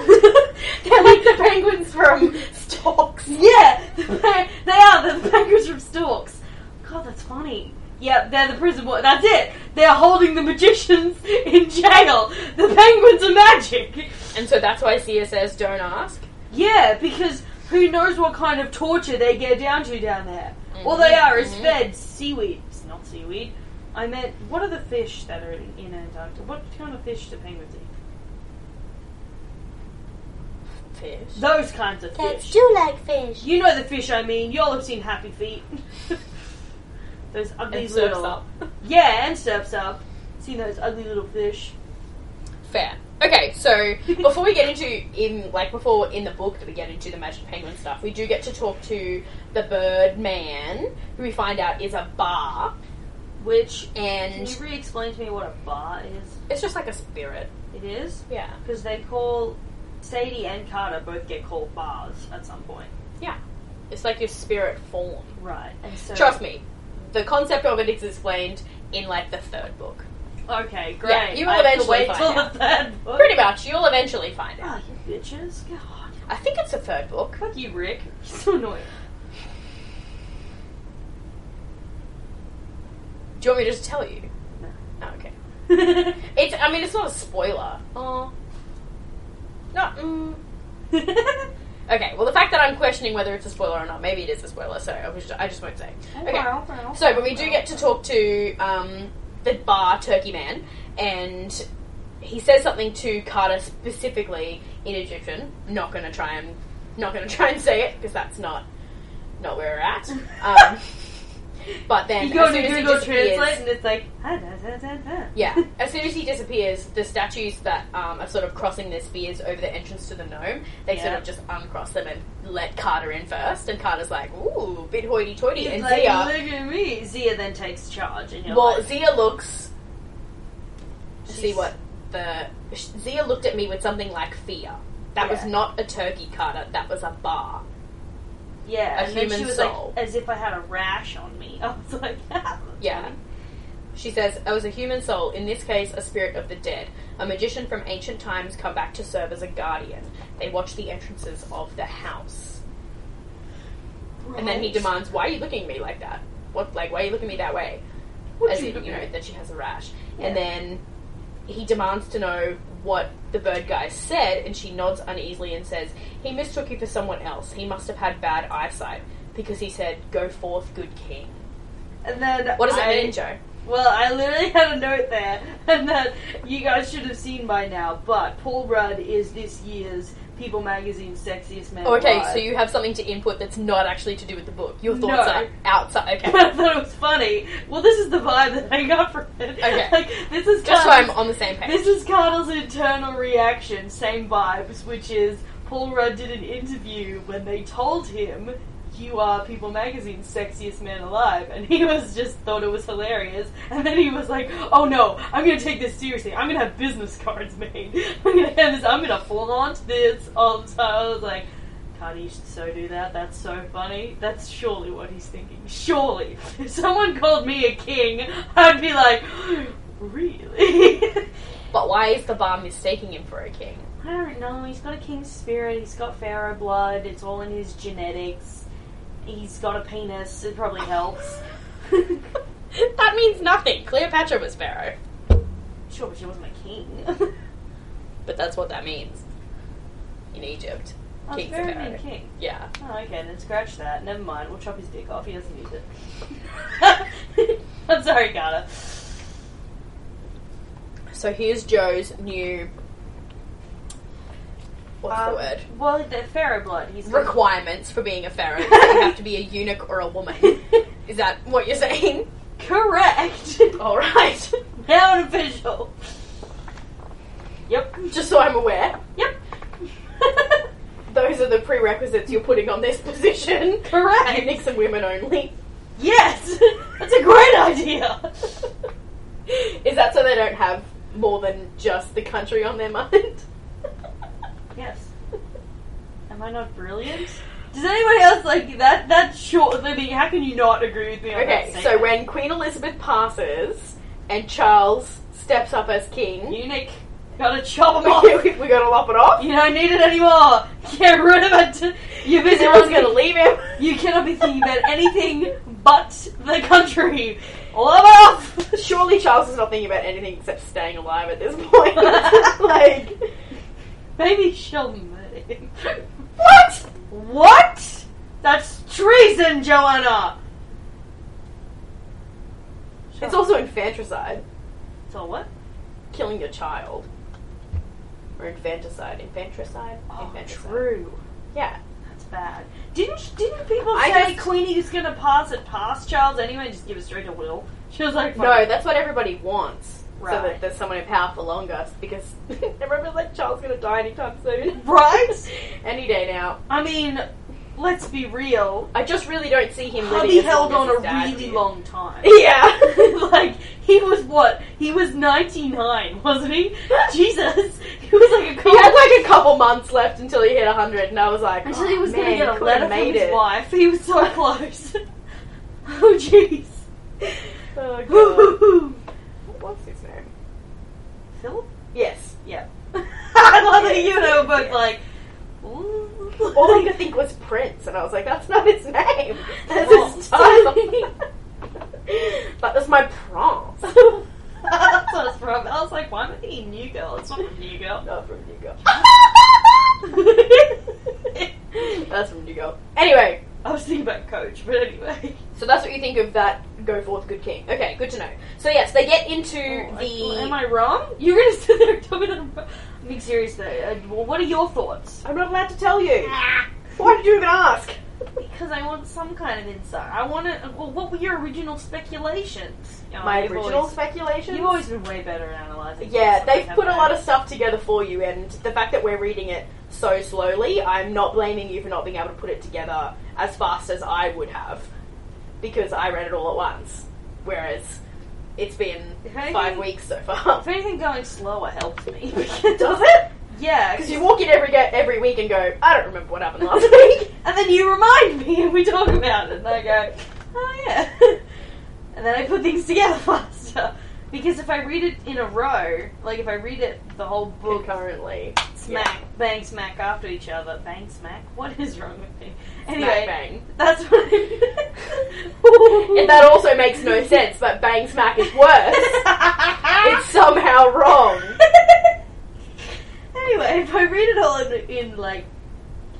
Speaker 2: like the penguins from Storks.
Speaker 3: Yeah, the pe- they are the penguins from Storks. God, that's funny. Yep, they're the prison ward. That's it. They're holding the magicians in jail. The penguins are magic.
Speaker 2: And so that's why Zia says, don't ask.
Speaker 3: Yeah, because who knows what kind of torture they get down to down there. All they are is
Speaker 2: Mhm.
Speaker 3: fed seaweed. It's not seaweed. I meant, what are the fish that are in in Antarctica? What kind of fish do penguins eat?
Speaker 2: Fish.
Speaker 3: Those kinds of
Speaker 4: Cats
Speaker 3: fish.
Speaker 4: do like fish.
Speaker 3: You know the fish I mean. Y'all have seen Happy Feet. those ugly
Speaker 2: And surfs
Speaker 3: little.
Speaker 2: up.
Speaker 3: Yeah, and surfs up. Seen those ugly little fish.
Speaker 2: Fair. Okay, so before we get into in like before in the book that we get into the magic penguin stuff, we do get to talk to the bird man, who we find out is a bar,
Speaker 3: Which can
Speaker 2: and
Speaker 3: you re-explain to me what a bar is?
Speaker 2: it's just like a spirit.
Speaker 3: It is
Speaker 2: Yeah.
Speaker 3: because they call Sadie and Carter both get called bars at some point.
Speaker 2: It's like your spirit form.
Speaker 3: Right. And so
Speaker 2: Trust me, the concept of it is explained in like the third book.
Speaker 3: Okay, great.
Speaker 2: Yeah, you will
Speaker 3: I have to
Speaker 2: eventually
Speaker 3: wait
Speaker 2: find
Speaker 3: till
Speaker 2: out.
Speaker 3: the third book.
Speaker 2: Pretty much, you'll eventually find out.
Speaker 3: Oh, you bitches. God.
Speaker 2: I think it's the third book.
Speaker 3: Fuck you, Rick. You're so annoying.
Speaker 2: Do you want me to just tell you?
Speaker 3: No.
Speaker 2: Oh, okay. It's. I mean, it's not a spoiler.
Speaker 3: Aw.
Speaker 2: Not. Mm, Okay, well, the fact that I'm questioning whether it's a spoiler or not, maybe it is a spoiler, so I, was, I just won't say.
Speaker 3: Oh,
Speaker 2: Okay, so, but we do get to talk to um, the bar turkey man, and he says something to Carter specifically in Egyptian. Not gonna try and not gonna try and say it because that's not not where we're at. Um, but then
Speaker 3: you go
Speaker 2: as
Speaker 3: to
Speaker 2: soon as he
Speaker 3: Google
Speaker 2: disappears-
Speaker 3: Translate and it's like. "Ah, da, da, da, da."
Speaker 2: yeah. As soon as he disappears, the statues that um, are sort of crossing their spears over the entrance to the gnome, they sort
Speaker 3: Yeah.
Speaker 2: of just uncross them and let Carter in first. And Carter's like, ooh, bit hoity toity.
Speaker 3: He's
Speaker 2: And
Speaker 3: like,
Speaker 2: Zia.
Speaker 3: look at me. Zia then takes charge, and you're
Speaker 2: Well,
Speaker 3: like,
Speaker 2: Zia looks. to
Speaker 3: She's-
Speaker 2: See what the. sh- Zia looked at me with something like fear. That was
Speaker 3: Yeah.
Speaker 2: not a turkey, Carter. That was a bar.
Speaker 3: yeah.
Speaker 2: a
Speaker 3: and then
Speaker 2: human
Speaker 3: she was
Speaker 2: soul.
Speaker 3: like, as if I had a rash on me. I was like,
Speaker 2: Yeah. She says, I was a human soul, in this case, a spirit of the dead. A magician from ancient times come back to serve as a guardian. They watch the entrances of the house. And then he
Speaker 3: Right.
Speaker 2: demands, Why are you looking at me like that? What, like, why are you looking at me that way?
Speaker 3: What
Speaker 2: As
Speaker 3: you
Speaker 2: in,
Speaker 3: looking
Speaker 2: you know,
Speaker 3: at?
Speaker 2: that she has a rash.
Speaker 3: Yeah.
Speaker 2: And then he demands to know what the bird guy said, and she nods uneasily and says, He mistook you for someone else. He must have had bad eyesight because he said, Go forth, good king.
Speaker 3: And then
Speaker 2: What does that
Speaker 3: I-
Speaker 2: mean, Joe?
Speaker 3: Well, I literally had a note there, and that you guys should have seen by now. But Paul Rudd is this year's People Magazine's sexiest man.
Speaker 2: Oh, Okay,
Speaker 3: alive.
Speaker 2: so you have something to input that's not actually to do with the book. Your
Speaker 3: No.
Speaker 2: thoughts are outside. Okay,
Speaker 3: But I thought it was funny. Well, this is the vibe that I got from it.
Speaker 2: Okay.
Speaker 3: like this is
Speaker 2: just so I'm
Speaker 3: Carter's-
Speaker 2: on the same page.
Speaker 3: this is Carter's internal reaction, same vibes, which is Paul Rudd did an interview when they told him you are People Magazine's sexiest man alive, and he was just thought it was hilarious, and then he was like, "Oh no, I'm gonna take this seriously. I'm gonna have business cards made. I'm gonna have this. I'm gonna flaunt this all the time." I was like. Cardi, you should so do that. That's so funny. That's surely what he's thinking. Surely. If someone called me a king, I'd be like, really?
Speaker 2: but why is the bar mistaking him for a king?
Speaker 3: I don't know. He's got a king's spirit. He's got pharaoh blood. It's all in his genetics. He's got a penis. It probably helps.
Speaker 2: that means nothing. Cleopatra was pharaoh,
Speaker 3: sure, but she wasn't a king.
Speaker 2: but that's what that means in Egypt.
Speaker 3: I was
Speaker 2: King's a
Speaker 3: very
Speaker 2: pharaoh.
Speaker 3: mean king.
Speaker 2: Yeah.
Speaker 3: Oh, okay. Then scratch that. Never mind. We'll chop his dick off. He doesn't need it. I'm sorry, Carter.
Speaker 2: So here's Joe's new. What's
Speaker 3: Um,
Speaker 2: the word?
Speaker 3: Well, the pharaoh blood. He's got-
Speaker 2: Requirements for being a pharaoh. you have to be a eunuch or a woman. Is that what you're saying?
Speaker 3: Correct.
Speaker 2: All right.
Speaker 3: Now an official. Yep.
Speaker 2: Just so I'm aware.
Speaker 3: Yep.
Speaker 2: Those those are the prerequisites you're putting on this position.
Speaker 3: Correct.
Speaker 2: You nix and women only.
Speaker 3: Yes, that's a great idea.
Speaker 2: Is that so they don't have more than just the country on their mind?
Speaker 3: Yes. Am I not brilliant? Does anyone else like that? That short. I mean, how can you not agree with me on that?
Speaker 2: okay, so
Speaker 3: statement?
Speaker 2: when Queen Elizabeth passes and Charles steps up as king,
Speaker 3: Eunuch, gotta chop
Speaker 2: we,
Speaker 3: them off.
Speaker 2: we, we gotta lop it off.
Speaker 3: You don't need it anymore. Get rid of it. You
Speaker 2: Because
Speaker 3: busy
Speaker 2: everyone's gonna leave him.
Speaker 3: You cannot be thinking about anything but the country. Love off.
Speaker 2: Surely Charles is not thinking about anything except staying alive at this point. like,
Speaker 3: Maybe she'll murder him.
Speaker 2: what?
Speaker 3: What? That's treason, Joanna.
Speaker 2: It's also infanticide.
Speaker 3: It's all what?
Speaker 2: killing your child or infanticide. Infanticide.
Speaker 3: Oh,
Speaker 2: infanticide.
Speaker 3: true.
Speaker 2: Yeah.
Speaker 3: That's bad. Didn't didn't people
Speaker 2: I
Speaker 3: say
Speaker 2: just-
Speaker 3: Queenie was gonna pass it past Charles anyway? Just give it straight to Will. She was like,
Speaker 2: No, that's what everybody wants. So
Speaker 3: Right.
Speaker 2: that there's someone in power for longer because everyone's like, Charles gonna die anytime soon.
Speaker 3: right?
Speaker 2: Any day now.
Speaker 3: I mean, let's be real.
Speaker 2: I just really don't see him living.
Speaker 3: Hubby
Speaker 2: as long
Speaker 3: held
Speaker 2: as
Speaker 3: on
Speaker 2: his
Speaker 3: a
Speaker 2: dad
Speaker 3: really
Speaker 2: did.
Speaker 3: long time.
Speaker 2: Yeah.
Speaker 3: like he was what? He was ninety nine, wasn't he? Jesus, he was like a
Speaker 2: He
Speaker 3: couple.
Speaker 2: had like a couple months left until he hit 100, and I was like,
Speaker 3: Until he
Speaker 2: "Oh,
Speaker 3: was
Speaker 2: man,
Speaker 3: gonna
Speaker 2: he
Speaker 3: get a
Speaker 2: could've
Speaker 3: letter from
Speaker 2: made
Speaker 3: his
Speaker 2: it."
Speaker 3: wife. He was so close. oh jeez.
Speaker 2: Oh, God. What's his name?
Speaker 3: Philip?
Speaker 2: Yes.
Speaker 3: Yeah. I love that you know,
Speaker 2: Yeah.
Speaker 3: but like. ooh.
Speaker 2: All I could think was Prince, and I was like, that's not his name. That's
Speaker 3: Oh.
Speaker 2: his title. that was my prompt.
Speaker 3: That's what it's from. I was like, why am I thinking New Girl? It's not from New Girl.
Speaker 2: not from New Girl. that's from New Girl. Anyway,
Speaker 3: I was thinking about Coach, but anyway.
Speaker 2: so that's what you think of that go forth good king. Okay, good to know. So yes, they get into
Speaker 3: Well, am
Speaker 2: the
Speaker 3: Oh, I wrong? You're gonna sit there and tell me that I'm wrong. I'm being serious though. Uh, well, what are your thoughts?
Speaker 2: I'm not allowed to tell you.
Speaker 3: Ah.
Speaker 2: Why did you even ask?
Speaker 3: Because I want some kind of insight. I want to. Well, what were your original speculations? Oh,
Speaker 2: My
Speaker 3: you've
Speaker 2: original
Speaker 3: always-
Speaker 2: speculations.
Speaker 3: You've always been way better at analysing.
Speaker 2: Yeah,
Speaker 3: things than
Speaker 2: they've
Speaker 3: I
Speaker 2: put a
Speaker 3: have.
Speaker 2: lot of stuff together for you, and the fact that we're reading it so slowly, I'm not blaming you for not being able to put it together as fast as I would have, because I read it all at once. Whereas it's been
Speaker 3: If anything-
Speaker 2: five weeks so
Speaker 3: If
Speaker 2: far.
Speaker 3: anything, going slower helps me.
Speaker 2: Does it?
Speaker 3: yeah,
Speaker 2: Because you walk in every ga- every week and go, I don't remember what happened last week.
Speaker 3: And then you remind me and we talk about it. And I go, oh yeah. and then I put things together faster. Because if I read it in a row, like if I read it the whole book,
Speaker 2: Concurrently,
Speaker 3: smack, bang, smack after each other, bang, smack, what is wrong with me? Anyway,
Speaker 2: smack bang.
Speaker 3: that's what I
Speaker 2: And that also makes no sense, but bang smack is worse. it's somehow wrong.
Speaker 3: anyway, if I read it all in, in like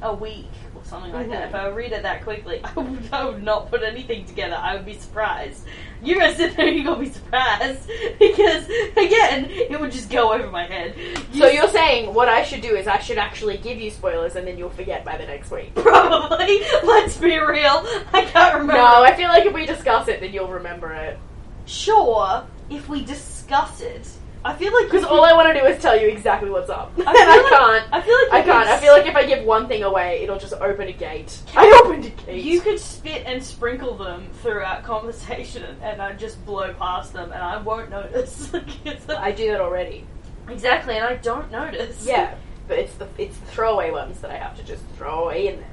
Speaker 3: a week or something like that,
Speaker 2: Mhm.
Speaker 3: if I read it that quickly, I would, I would not put anything together. I would be surprised. You're gonna sit there and you're gonna be surprised because again, it would just go over my head.
Speaker 2: So you're saying what I should do is I should actually give you spoilers and then you'll forget by the next week.
Speaker 3: probably. Let's be real. I can't remember.
Speaker 2: No, I feel like if we discuss it, then you'll remember it.
Speaker 3: sure, if we discuss it, I feel like
Speaker 2: Because all I want to do is tell you exactly what's up, and
Speaker 3: I
Speaker 2: I
Speaker 3: feel like-
Speaker 2: can't.
Speaker 3: I feel like
Speaker 2: I
Speaker 3: you
Speaker 2: can't.
Speaker 3: could
Speaker 2: I feel like if I give one thing away, it'll just open a gate. I opened a gate.
Speaker 3: You could spit and sprinkle them throughout conversation, and I just blow past them, and I won't notice.
Speaker 2: I do that already.
Speaker 3: exactly, and I don't notice.
Speaker 2: Yeah, but it's the it's the throwaway ones that I have to just throw away in there.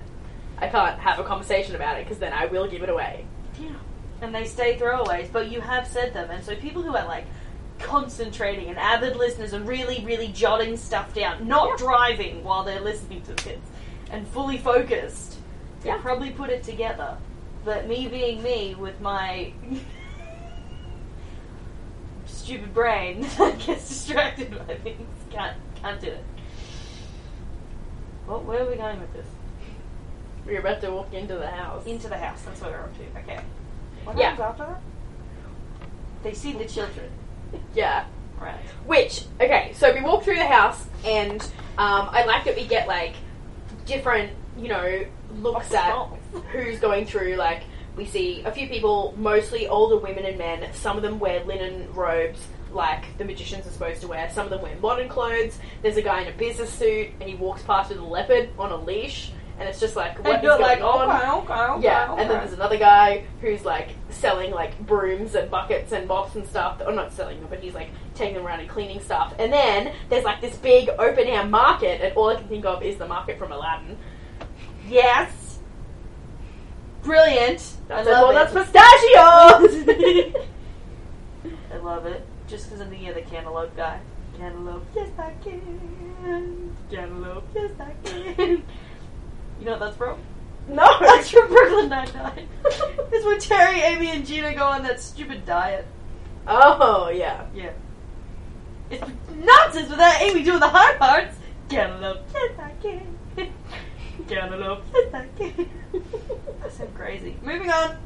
Speaker 2: I can't have a conversation about it because then I will give it away.
Speaker 3: Yeah. And they stay throwaways, but you have said them, and so people who are like concentrating and avid listeners and really, really jotting stuff down, not driving while they're listening to this, and fully focused,
Speaker 2: Yeah.
Speaker 3: can probably put it together. But me being me with my stupid brain that gets distracted by things, can't can't do it. What? Where are we going with this?
Speaker 2: We're about to walk into the house.
Speaker 3: Into the house. That's what we're up to. Okay. What
Speaker 2: Yeah.
Speaker 3: happens after that? They see the children.
Speaker 2: Yeah.
Speaker 3: Right.
Speaker 2: Which, okay, so we walk through the house, and um, I like that we get like different, you know, looks at who's going through. Like, we see a few people, mostly older women and men. Some of them wear linen robes. like the magicians are supposed to wear. Some of them wear modern clothes. There's a guy in a business suit, and he walks past with a leopard on a leash, and it's just like what
Speaker 3: And
Speaker 2: is
Speaker 3: you're
Speaker 2: going
Speaker 3: like, "Oh,
Speaker 2: on?
Speaker 3: okay, okay, okay.
Speaker 2: Yeah,
Speaker 3: okay.
Speaker 2: and then there's another guy who's like selling like brooms and buckets and mops and stuff. Or not selling them, but he's like taking them around and cleaning stuff. And then there's like this big open air market, and all I can think of is the market from Aladdin.
Speaker 3: yes. Brilliant.
Speaker 2: That's
Speaker 3: I
Speaker 2: it.
Speaker 3: love
Speaker 2: well, that's
Speaker 3: it.
Speaker 2: pistachios.
Speaker 3: I love it. Just because I'm thinking of the cantaloupe guy. Cantaloupe, yes I can. Cantaloupe, yes I can. You know what that's from?
Speaker 2: no,
Speaker 3: That's from Brooklyn Nine-Nine. it's when Terry, Amy, and Gina go on that stupid diet.
Speaker 2: oh yeah.
Speaker 3: Yeah. It's nonsense without Amy doing the hard parts. Cantaloupe, yes I can. Cantaloupe, yes I can. That's so crazy. Moving on.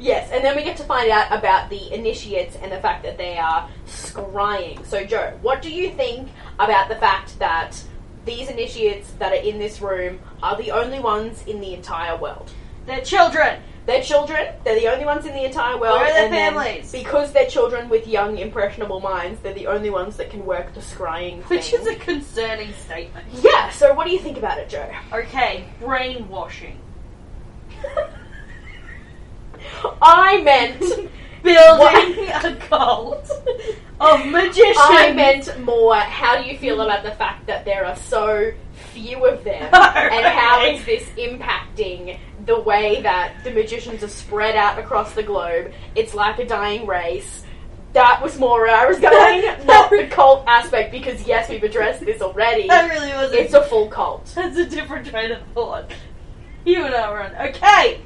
Speaker 2: Yes, and then we get to find out about the initiates and the fact that they are scrying. So, Joe, what do you think about the fact that these initiates that are in this room are the only ones in the entire world?
Speaker 3: They're children.
Speaker 2: They're children, they're the only ones in the entire world.
Speaker 3: Where are their
Speaker 2: and then
Speaker 3: families?
Speaker 2: Because they're children with young, impressionable minds, they're the only ones that can work the scrying thing.
Speaker 3: Which is a concerning statement.
Speaker 2: yeah, so what do you think about it, Joe?
Speaker 3: Okay, brainwashing.
Speaker 2: I meant.
Speaker 3: Building
Speaker 2: What?
Speaker 3: a cult of magicians.
Speaker 2: I meant more. How do you feel about the fact that there are so few of them, and how is this impacting the way that the magicians are spread out across the globe? It's like a dying race. That was more where I was going, not the cult aspect, because yes, we've addressed this already.
Speaker 3: That really was
Speaker 2: It's a full cult.
Speaker 3: That's a different train of thought. You and I were on. Okay.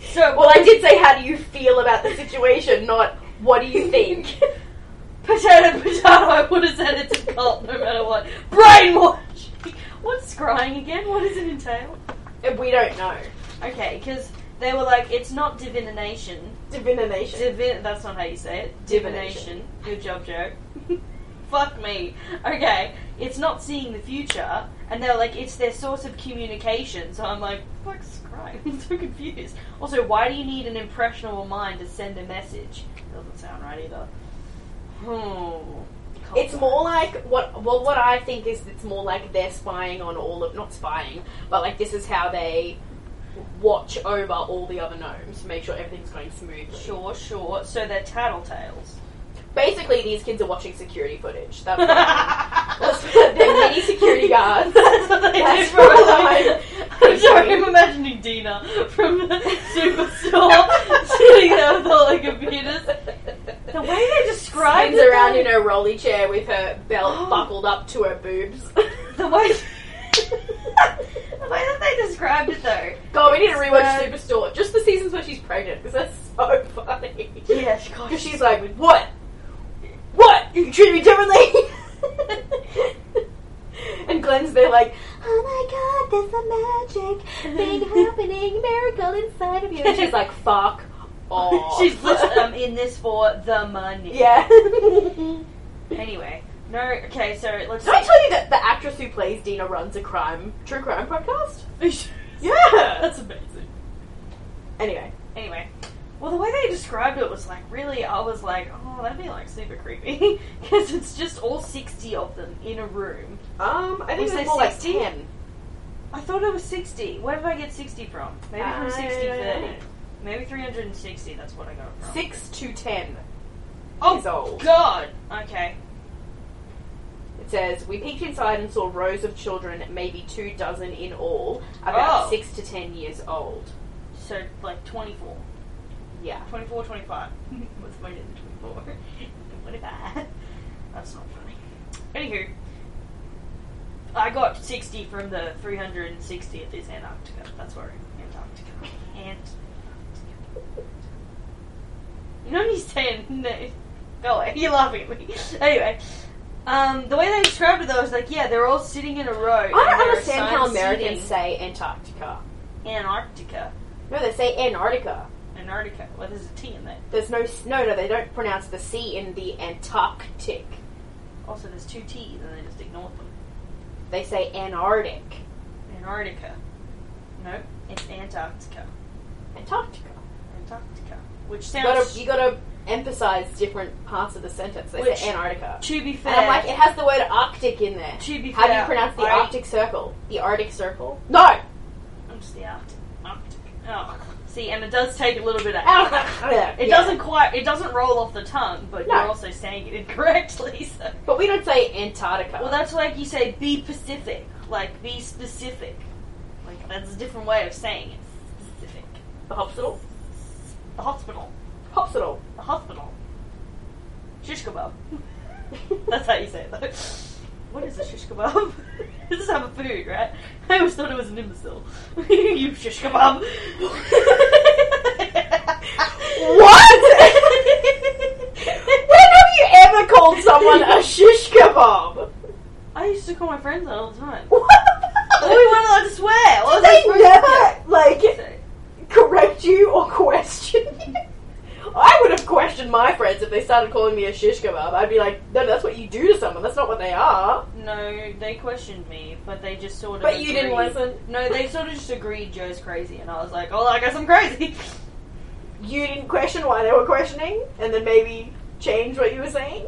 Speaker 3: so,
Speaker 2: Well, I did say, how do you feel about the situation, not what do you think?
Speaker 3: potato, potato. I would have said it's a cult, no matter what. Brainwashing. What's scrying again? What does it entail?
Speaker 2: we don't know.
Speaker 3: Okay, because they were like, it's not divination.
Speaker 2: Divination.
Speaker 3: Divin. That's not how you say it.
Speaker 2: Divination.
Speaker 3: Divination. Good job, Joe. Fuck me. Okay, it's not seeing the future, and they're like, it's their source of communication. So I'm like, fuck, Scribe. I'm so confused. Also, why do you need an impressionable mind to send a message? Doesn't sound right either. Hmm.
Speaker 2: It's more like what well what I think is it's more like they're spying on all of not spying, but like this is how they watch over all the other gnomes to make sure everything's going smoothly.
Speaker 3: Sure, sure. So they're tattletales.
Speaker 2: Basically these kids are watching security footage. That's what I mean. they're mini security guards.
Speaker 3: That's what they do
Speaker 2: That's
Speaker 3: for a
Speaker 2: what
Speaker 3: living.
Speaker 2: I'm
Speaker 3: I'm sorry, I'm imagining Dina from the superstore sitting there with all her computers. The way they describe
Speaker 2: Spins
Speaker 3: it,
Speaker 2: around
Speaker 3: though-
Speaker 2: in her rolly chair with her belt buckled up to her boobs.
Speaker 3: the way the way that they described it though.
Speaker 2: God, we need to rewatch
Speaker 3: Uh,
Speaker 2: Superstore. Just the seasons where she's pregnant, because that's so funny.
Speaker 3: Yes,
Speaker 2: Because she's like, what? What? You treat me differently? and Glenn's there like, oh my god, there's a magic thing happening, miracle inside of you. And she's like, fuck off.
Speaker 3: she's um, listen, I'm in this for the money.
Speaker 2: yeah. Did
Speaker 3: Anyway, no. Okay, so let's.
Speaker 2: I tell you that the actress who plays Dina runs a crime, true crime podcast? Yeah.
Speaker 3: That's amazing.
Speaker 2: Anyway.
Speaker 3: Anyway, well, the way they described it was like really, I was like, oh, that'd be like super creepy because it's just all sixty of them in a room.
Speaker 2: Um, I think
Speaker 3: Was
Speaker 2: it
Speaker 3: there
Speaker 2: was more like
Speaker 3: 16?
Speaker 2: 10.
Speaker 3: I thought it was sixty. Where did I get sixty from? Maybe
Speaker 2: I
Speaker 3: from sixty
Speaker 2: don't
Speaker 3: thirty.
Speaker 2: know.
Speaker 3: Maybe three hundred and sixty. That's what I got it from.
Speaker 2: 6 to 10
Speaker 3: Oh,
Speaker 2: years old.
Speaker 3: God. Okay.
Speaker 2: It says, We peeked inside and saw rows of children, maybe two dozen in all, about
Speaker 3: Oh.
Speaker 2: six to ten years old.
Speaker 3: So like 24,
Speaker 2: Yeah.
Speaker 3: 24, 25. What's my name? 24. 25. That's not funny. Anywho, I got 60 from the 360 at this Antarctica. That's where Antarctica. Antarctica. You know what he's saying? No. Go away. You're laughing at me. Anyway. Um, the way they described it though is like, yeah, they're all sitting in a row.
Speaker 2: I don't understand how Americans say Antarctica.
Speaker 3: Antarctica.
Speaker 2: No, they say Antarctica.
Speaker 3: Antarctica. Well, there's a T in there.
Speaker 2: There's no s- no no. They don't pronounce the C in the Antarctic.
Speaker 3: Also, there's two T's and they just ignored them.
Speaker 2: They say Antarctic.
Speaker 3: Antarctica. No, it's Antarctica.
Speaker 2: Antarctica.
Speaker 3: Antarctica, which
Speaker 2: You
Speaker 3: sounds.
Speaker 2: gotta, you gotta emphasize different parts of the sentence. They
Speaker 3: Which-
Speaker 2: say Antarctica.
Speaker 3: to be
Speaker 2: And I'm
Speaker 3: fair,
Speaker 2: like, it has the word Arctic in there.
Speaker 3: To be
Speaker 2: How do you
Speaker 3: fair,
Speaker 2: pronounce the
Speaker 3: I-
Speaker 2: Arctic Circle? The Arctic Circle? No!
Speaker 3: I'm just the Arctic. Arctic. Oh, see, and it does take a little bit of.
Speaker 2: It
Speaker 3: It doesn't quite. It doesn't roll off the tongue, but
Speaker 2: Oh. No.
Speaker 3: you're also saying it incorrectly. So.
Speaker 2: But we don't say Antarctica.
Speaker 3: Well, that's like you say, be Pacific. Like, be specific. Like, that's a different way of saying it. Specific.
Speaker 2: the hospital.
Speaker 3: The hospital.
Speaker 2: Hospital.
Speaker 3: The hospital. Shish kebab. That's how you say it, though. What is a shish kebab? this is have a food, right? I always thought it was an imbecile. you shish kebab.
Speaker 2: when have you ever called someone a shish kebab?
Speaker 3: I used to call my friends that all the time.
Speaker 2: What
Speaker 3: we weren't allowed to swear. What was I
Speaker 2: They
Speaker 3: supposed to
Speaker 2: never, like,
Speaker 3: do? So-
Speaker 2: correct you or question you. I would have questioned my friends if they started calling me a shish kebab. I'd be like, no, that's what you do to someone. That's not what they are.
Speaker 3: No, they questioned me, but they just sort of.
Speaker 2: But you didn't
Speaker 3: agreed.
Speaker 2: listen.
Speaker 3: No, they sort of just agreed Joe's crazy, and I was like, oh, I guess I'm crazy.
Speaker 2: You didn't question why they were questioning, and then maybe change what you were saying.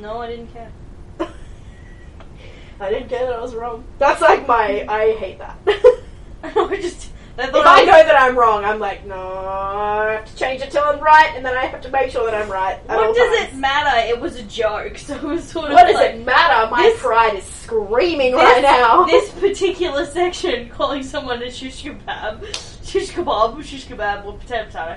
Speaker 3: No, I didn't care.
Speaker 2: I didn't get it. I was wrong. That's like my. I hate that. if
Speaker 3: I just. They thought
Speaker 2: I
Speaker 3: was-
Speaker 2: know that I'm wrong, I'm like, no, I have to change it till I'm right, and then I have to make sure that I'm right. At all
Speaker 3: What does
Speaker 2: times.
Speaker 3: it matter? It was a joke, so it was sort of.
Speaker 2: What does
Speaker 3: like,
Speaker 2: it matter? My
Speaker 3: this-
Speaker 2: pride is screaming
Speaker 3: This,
Speaker 2: right now.
Speaker 3: this particular section, calling someone a shish kebab, shish kebab, shish kebab, or potato potato.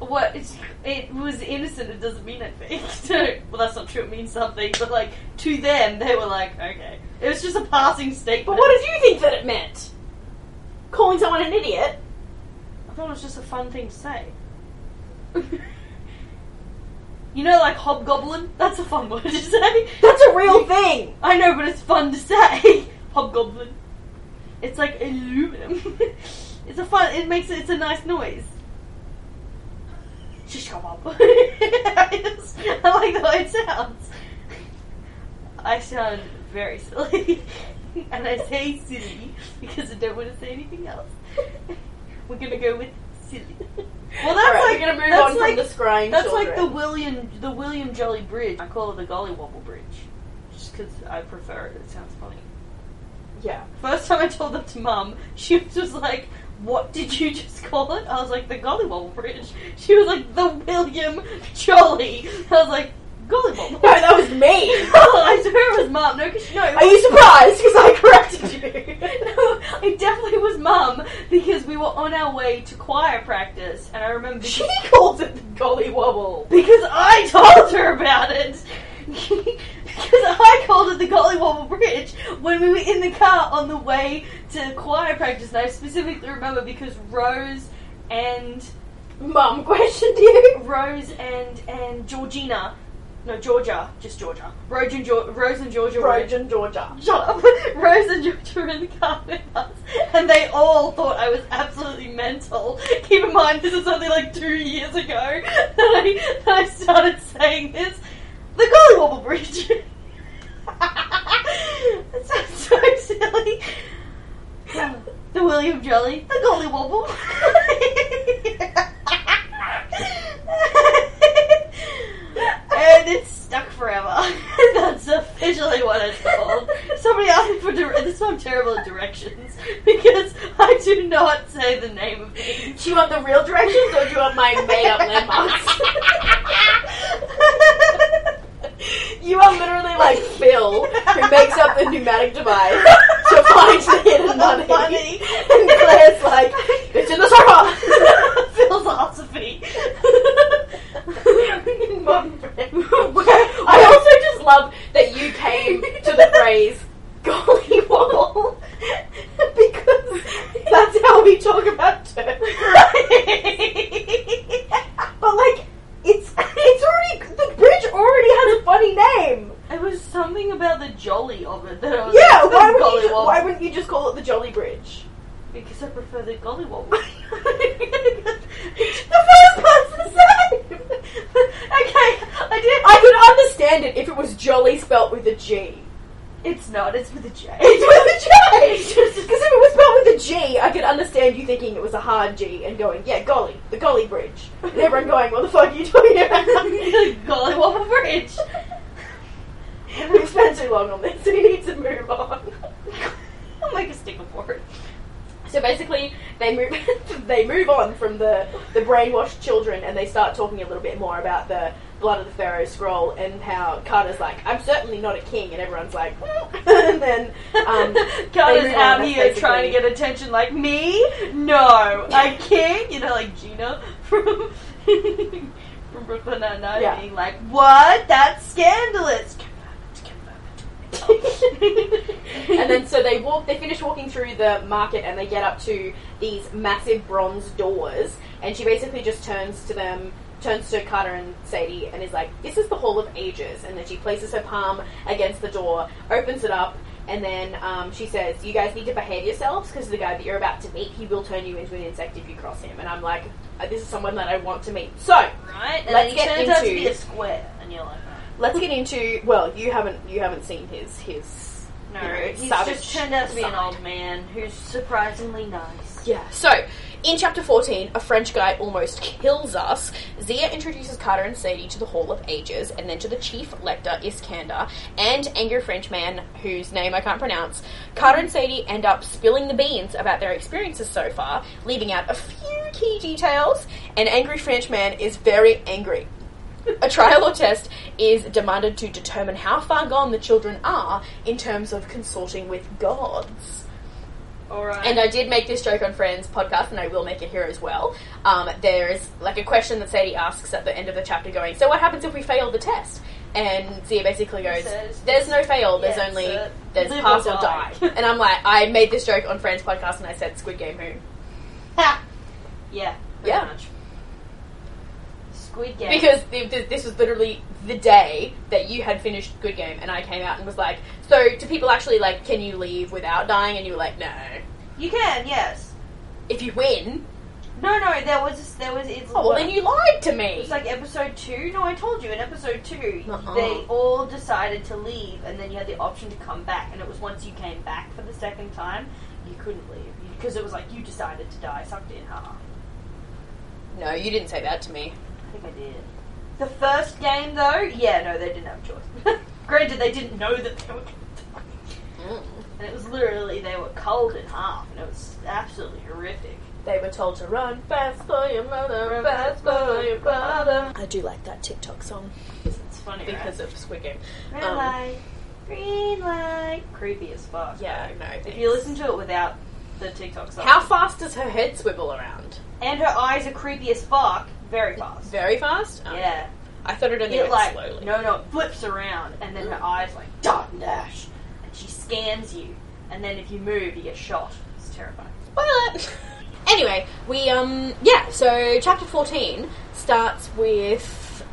Speaker 3: What it's, it was innocent. It doesn't mean anything. So, well, that's not true. It means something. But like to them, they were like, okay, it was just a passing statement.
Speaker 2: But what did you think that it meant? Calling someone an idiot?
Speaker 3: I thought it was just a fun thing to say. you know, like hobgoblin. That's a fun word to say.
Speaker 2: That's a real thing.
Speaker 3: I know, but it's fun to say. Hobgoblin. It's like aluminum. it's a fun. It makes it. It's a nice noise. Shish kebab. I, just- I like the way it sounds. I sound very silly, and I say silly because I don't want to say anything else. We're gonna go with silly. Well, that's
Speaker 2: Alright,
Speaker 3: like
Speaker 2: we're gonna move
Speaker 3: that's
Speaker 2: on
Speaker 3: like
Speaker 2: from the scrying
Speaker 3: that's
Speaker 2: children.
Speaker 3: like the William the William Jolly Bridge. I call it the Golly Wobble Bridge, just because I prefer it. It sounds funny.
Speaker 2: yeah.
Speaker 3: First time I told that to Mum, she was just like, "What did you just call it?" I was like, "The Golly Wobble Bridge." She was like, "The William Jolly." I was like, "Golly Wobble."
Speaker 2: No, that was me.
Speaker 3: I swear it was Mum. No, 'cause- no. it
Speaker 2: Are you surprised? Because I corrected you.
Speaker 3: no, it definitely was mum because we were on our way to choir practice, and I remember
Speaker 2: she called it the golly wobble.
Speaker 3: because I told her about it. because I called it the Golly Wobble Bridge when we were in the car on the way to choir practice, and I specifically remember because Rose and
Speaker 2: Mum questioned you.
Speaker 3: Rose and and Georgina, no Georgia, just Georgia, Rose and, Geor- Rose and Georgia were
Speaker 2: Roj and Georgia.
Speaker 3: Shut up. Rose and George were in the car with us, and they all thought I was absolutely mental. Keep in mind, this is only like two years ago that I, that I started saying this. The Golly Wobble Bridge. that sounds so silly. The William Jolly, the Golly Wobble. and it's stuck forever. That's officially what it's called. Somebody asked me for dire- this. is why I'm terrible at directions because I do not say the name of things.
Speaker 2: Do you want the real directions or do you want my made-up landmarks? you are literally like Phil, who makes up the pneumatic device to find the hidden money.
Speaker 3: Funny.
Speaker 2: And Claire's like, it's in the circle.
Speaker 3: philosophy.
Speaker 2: I also just love that you came to the phrase golly wobble because that's how we talk about turkeys. but like, it's it's already the bridge already has a funny name.
Speaker 3: It was something about the jolly of it that I was
Speaker 2: Yeah, why
Speaker 3: like,
Speaker 2: wouldn't,
Speaker 3: the
Speaker 2: you,
Speaker 3: Golly Wobble.
Speaker 2: why wouldn't you just call it the Jolly Bridge?
Speaker 3: Because I prefer the golly wobble.
Speaker 2: the first part's the same.
Speaker 3: okay, I did.
Speaker 2: I could understand it if it was jolly spelt with a G.
Speaker 3: It's not. It's with a J.
Speaker 2: It's with a J! Because if it was spelled with a G, I could understand you thinking it was a hard G and going, yeah, golly, the golly bridge. And everyone going, what the fuck are you talking about?
Speaker 3: Golly Waffle Bridge.
Speaker 2: We've spent too long on this. We need to move on.
Speaker 3: I'll make a sticker for it.
Speaker 2: So basically, they move they move on from the the brainwashed children, and they start talking a little bit more about the blood of the Pharaoh scroll and how Carter's like, "I'm certainly not a king," and everyone's like, "Mm." and then um,
Speaker 3: Carter's
Speaker 2: move on,
Speaker 3: out
Speaker 2: that's
Speaker 3: here trying to
Speaker 2: basically-
Speaker 3: get attention like me? No. A king? You know, like Gina from from Brooklyn Nine-Nine
Speaker 2: Yeah.
Speaker 3: being like, what? That's scandalous.
Speaker 2: and then so they walk. They finish walking through the market, and they get up to these massive bronze doors. And she basically just turns to them, turns to Carter and Sadie, and is like, "This is the Hall of Ages." And then she places her palm against the door, opens it up, and then um, she says, "You guys need to behave yourselves because the guy that you're about to meet, he will turn you into an insect if you cross him." And I'm like, "Uh, "This is someone that I want to meet." So
Speaker 3: Right?
Speaker 2: Let's
Speaker 3: And then he
Speaker 2: get
Speaker 3: turns out to
Speaker 2: into-
Speaker 3: be a square. And you're like,
Speaker 2: let's get into. Well, you haven't you haven't seen his his.
Speaker 3: no.
Speaker 2: You know,
Speaker 3: he's
Speaker 2: savage
Speaker 3: just turned out to be an
Speaker 2: side.
Speaker 3: old man who's surprisingly nice.
Speaker 2: Yeah. So, in chapter 14, a French guy almost kills us. Zia introduces Carter and Sadie to the Hall of Ages and then to the chief lector, Iskander, and angry French man whose name I can't pronounce. Carter and Sadie end up spilling the beans about their experiences so far, leaving out a few key details, and angry French man is very angry. A trial or test is demanded to determine how far gone the children are in terms of consorting with gods.
Speaker 3: Alright.
Speaker 2: And I did make this joke on Friends podcast, and I will make it here as well. Um, there is like a question that Sadie asks at the end of the chapter, going, "So what happens if we fail the test?" And Zia basically goes,
Speaker 3: Says-
Speaker 2: "There's no fail. There's
Speaker 3: Yeah,
Speaker 2: only
Speaker 3: it's a
Speaker 2: there's
Speaker 3: live or
Speaker 2: pass or die."
Speaker 3: die."
Speaker 2: and I'm like, I made this joke on Friends podcast, and I said Squid Game Who
Speaker 3: yeah. pretty
Speaker 2: Yeah.
Speaker 3: Much. Squid Game.
Speaker 2: because th- th- this was literally the day that you had finished Squid Game, and I came out and was like, "So do people actually like can you leave without dying?" And you were like, "No,
Speaker 3: you can, yes.
Speaker 2: if you win,
Speaker 3: No, no, there was there was it's
Speaker 2: oh well, then you lied to me."
Speaker 3: It's like episode two. No, I told you in episode 2
Speaker 2: Uh-uh.
Speaker 3: they all decided to leave, and then you had the option to come back. And it was once you came back for the second time, you couldn't leave because it was like you decided to die, sucked in. Ha!
Speaker 2: no, you didn't say that to me.
Speaker 3: I think I did. The first game, though, yeah, no, they didn't have a choice. Granted, they didn't know that they were. And it was literally they were culled in half, and it was absolutely horrific.
Speaker 2: They were told to run fast for your mother,
Speaker 3: Run fast for your father.
Speaker 2: I do like that TikTok song
Speaker 3: It's funny
Speaker 2: because of Squid Game.
Speaker 3: right? red
Speaker 2: um,
Speaker 3: light, green light, creepy as fuck.
Speaker 2: Yeah, no.
Speaker 3: If
Speaker 2: thanks.
Speaker 3: you listen to it without the TikTok song,
Speaker 2: How fast does her head swivel around?
Speaker 3: and her eyes are creepy as fuck, very fast.
Speaker 2: Very fast. Oh.
Speaker 3: yeah,
Speaker 2: I thought it only
Speaker 3: it
Speaker 2: went
Speaker 3: like
Speaker 2: slowly. Mm.
Speaker 3: no, no, it flips around, and then her eyes like dot and dash, and she scans you, and then if you move, you get shot. It's terrifying.
Speaker 2: Spoiler. anyway, we um yeah. So chapter fourteen starts with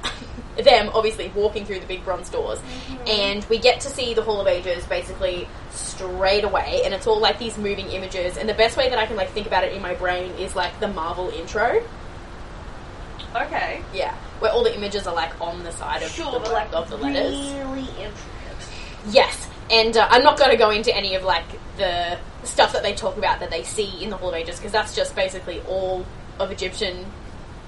Speaker 2: them obviously walking through the big bronze doors,
Speaker 3: Mm-hmm.
Speaker 2: and we get to see the Hall of Ages basically straight away, and it's all like these moving images. And the best way that I can like think about it in my brain is like the Marvel intro.
Speaker 3: Okay,
Speaker 2: Yeah, where all the images are like on the side of the,
Speaker 3: but like
Speaker 2: of the letters.
Speaker 3: really intricate.
Speaker 2: Yes, and uh, I'm not going to go into any of like the stuff that they talk about that they see in the Hall of Ages because that's just basically all of Egyptian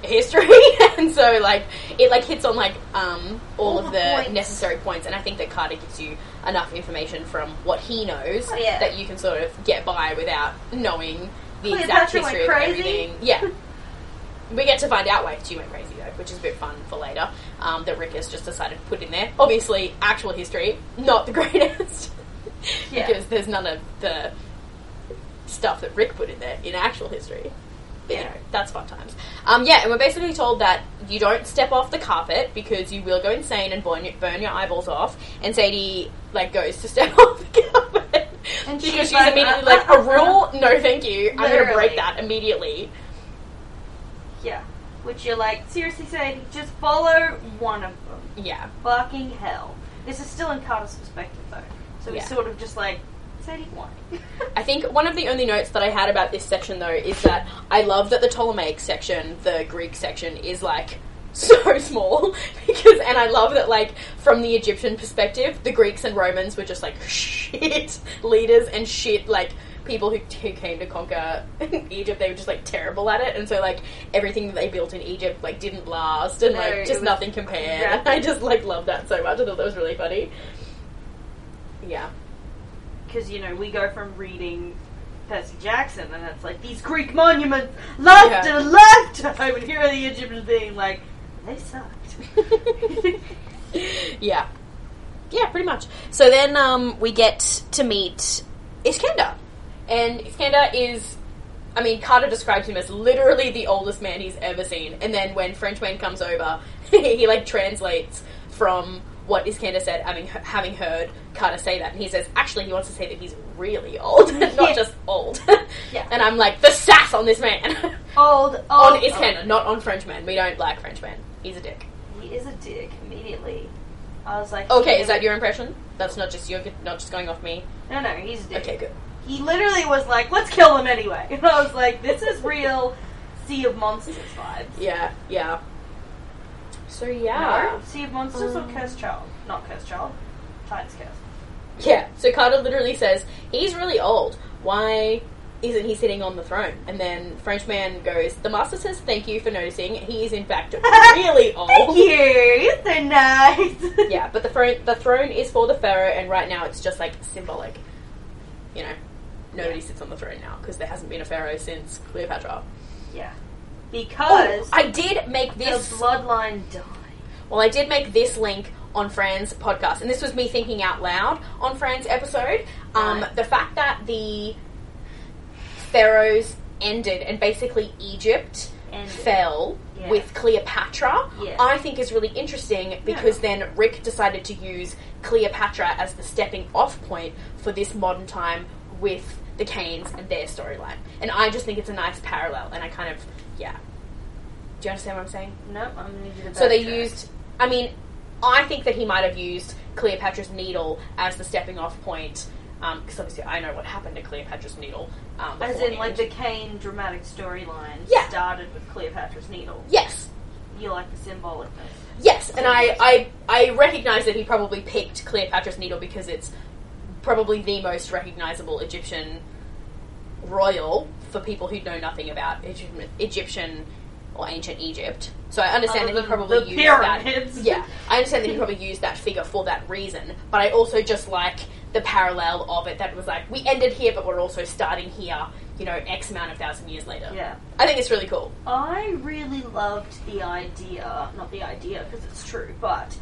Speaker 2: history, and so like it like hits on like um, all, of
Speaker 3: All the
Speaker 2: the
Speaker 3: points.
Speaker 2: necessary points, and I think that Carter gives you enough information from what he knows
Speaker 3: Oh, yeah.
Speaker 2: that you can sort of get by without knowing the exact
Speaker 3: Cleopatra
Speaker 2: history of
Speaker 3: went crazy.
Speaker 2: everything. Yeah. We get to find out why she went crazy though, which is a bit fun for later. Um, that Rick has just decided to put in there. Obviously, actual history, not the greatest,
Speaker 3: Yeah.
Speaker 2: because there's none of the stuff that Rick put in there in actual history. But, you know, that's fun times. Um, yeah, and we're basically told that you don't step off the carpet because you will go insane and burn your, burn your eyeballs off. And Sadie like goes to step off the carpet
Speaker 3: And she's
Speaker 2: because she's
Speaker 3: like,
Speaker 2: immediately
Speaker 3: uh,
Speaker 2: like
Speaker 3: uh,
Speaker 2: a rule. No, thank you. I'm going to break
Speaker 3: Literally.
Speaker 2: that immediately.
Speaker 3: Yeah, which you're like seriously saying, just follow one of them.
Speaker 2: Yeah.
Speaker 3: Fucking hell. This is still in Carter's perspective, though. So
Speaker 2: Yeah.
Speaker 3: he's sort of just like, Sadie, why?
Speaker 2: I think one of the only notes that I had about this section, though, is that I love that the Ptolemaic section, the Greek section, is like so small because, and I love that, like, from the Egyptian perspective, the Greeks and Romans were just like shit leaders and shit, like, people who, who came to conquer Egypt. They were just like terrible at it, and so like everything that they built in Egypt like didn't last, and
Speaker 3: No,
Speaker 2: like
Speaker 3: it
Speaker 2: just
Speaker 3: was-
Speaker 2: nothing compared.
Speaker 3: Yeah.
Speaker 2: I just like loved that so much. I thought that was really funny. Yeah.
Speaker 3: Because, you know, we go from reading Percy Jackson and it's like these Greek monuments left
Speaker 2: Yeah.
Speaker 3: and left! I would hear the Egyptians being like, they sucked.
Speaker 2: yeah. Yeah, pretty much. So then um, we get to meet Iskender. And Iskender is, I mean, Carter describes him as literally the oldest man he's ever seen. And then when Frenchman comes over, he like translates from what Iskender said, having, having heard Carter say that. And he says, actually, he wants to say that he's really old,
Speaker 3: Yeah.
Speaker 2: not just old.
Speaker 3: Yeah.
Speaker 2: And I'm like, the sass on this man.
Speaker 3: Old, old.
Speaker 2: on
Speaker 3: old.
Speaker 2: Iskender, not on Frenchman. We don't like Frenchman. He's a dick.
Speaker 3: He is a dick immediately. I was like,
Speaker 2: Okay,
Speaker 3: he-
Speaker 2: is that your impression? That's not just you're not just going off me.
Speaker 3: No, no, he's a dick.
Speaker 2: Okay, good.
Speaker 3: He literally was like, let's kill them anyway. And I was like, this is real Sea of Monsters vibes.
Speaker 2: Yeah, yeah. So
Speaker 3: No?
Speaker 2: yeah,
Speaker 3: Sea of Monsters
Speaker 2: Um.
Speaker 3: or Cursed Child? Not Cursed Child. Titan's Curse.
Speaker 2: yeah. So Carter literally says he's really old. Why isn't he sitting on the throne? And then Frenchman goes, "The master says thank you for noticing. He is in fact really old."
Speaker 3: Thank you. You're so nice.
Speaker 2: Oh. Yeah, but the throne the throne is for the pharaoh, and right now it's just like symbolic. You know, nobody sits on the throne now because there hasn't been a pharaoh since Cleopatra.
Speaker 3: Yeah.
Speaker 2: Oh,
Speaker 3: Because
Speaker 2: I did make this
Speaker 3: the bloodline died.
Speaker 2: Well, I did make this link on Fran's podcast, and this was me thinking out loud on Fran's episode. Um,
Speaker 3: Right.
Speaker 2: The fact that the pharaohs ended and basically Egypt
Speaker 3: Ended.
Speaker 2: fell
Speaker 3: Yeah.
Speaker 2: with Cleopatra,
Speaker 3: Yeah.
Speaker 2: I think is really interesting because then Rick decided to use Cleopatra as the stepping off point for this modern time with the Canes and their storyline. And I just think it's a nice parallel, and I kind of, yeah. Do you understand what I'm saying?
Speaker 3: No, I'm gonna need you to
Speaker 2: So they
Speaker 3: backtrack.
Speaker 2: used. I mean, I think that he might have used Cleopatra's needle as the stepping off point, because obviously I know what happened to Cleopatra's needle. Um,
Speaker 3: as in
Speaker 2: beforehand.
Speaker 3: like the Kane dramatic storyline
Speaker 2: Yeah.
Speaker 3: started with Cleopatra's needle.
Speaker 2: yes,
Speaker 3: You like the symbolicness.
Speaker 2: yes, and I, I, I recognize that he probably picked Cleopatra's needle because it's probably the most recognizable Egyptian royal for people who know nothing about Egyptian, Egyptian or ancient Egypt. So I understand
Speaker 3: Other
Speaker 2: that
Speaker 3: than
Speaker 2: he probably
Speaker 3: the
Speaker 2: used
Speaker 3: pyramids.
Speaker 2: that. Yeah, I understand that he probably used that figure for that reason. But I also just like the parallel of it that was like we ended here, but we're also starting here. You know, X amount of thousand years later.
Speaker 3: Yeah.
Speaker 2: I think it's really cool.
Speaker 3: I really loved the idea, not the idea because it's true, but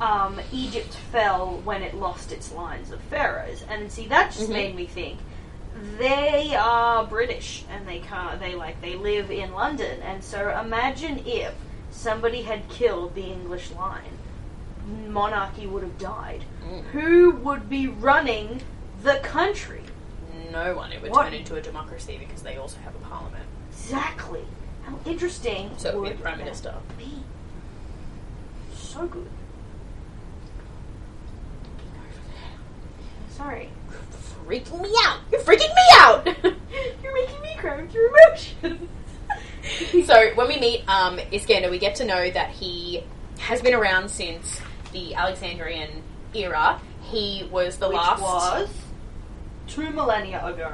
Speaker 3: um, Egypt fell when it lost its lines of pharaohs, and see that just
Speaker 2: Mhm.
Speaker 3: made me think they are British and they can't they like they live in London, and so imagine if somebody had killed the English line, monarchy would have died.
Speaker 2: Mm.
Speaker 3: Who would be running the country?
Speaker 2: No one it would
Speaker 3: What?
Speaker 2: turn into a democracy because they also have a parliament,
Speaker 3: Exactly. How interesting
Speaker 2: so it would
Speaker 3: would
Speaker 2: be the prime
Speaker 3: that
Speaker 2: minister.
Speaker 3: be? So good. Sorry.
Speaker 2: Freaking me out! You're freaking me out!
Speaker 3: You're making me cry with your emotions.
Speaker 2: so when we meet um, Iskander, we get to know that he has been around since the Alexandrian era. He was the
Speaker 3: Which
Speaker 2: last.
Speaker 3: was two millennia ago.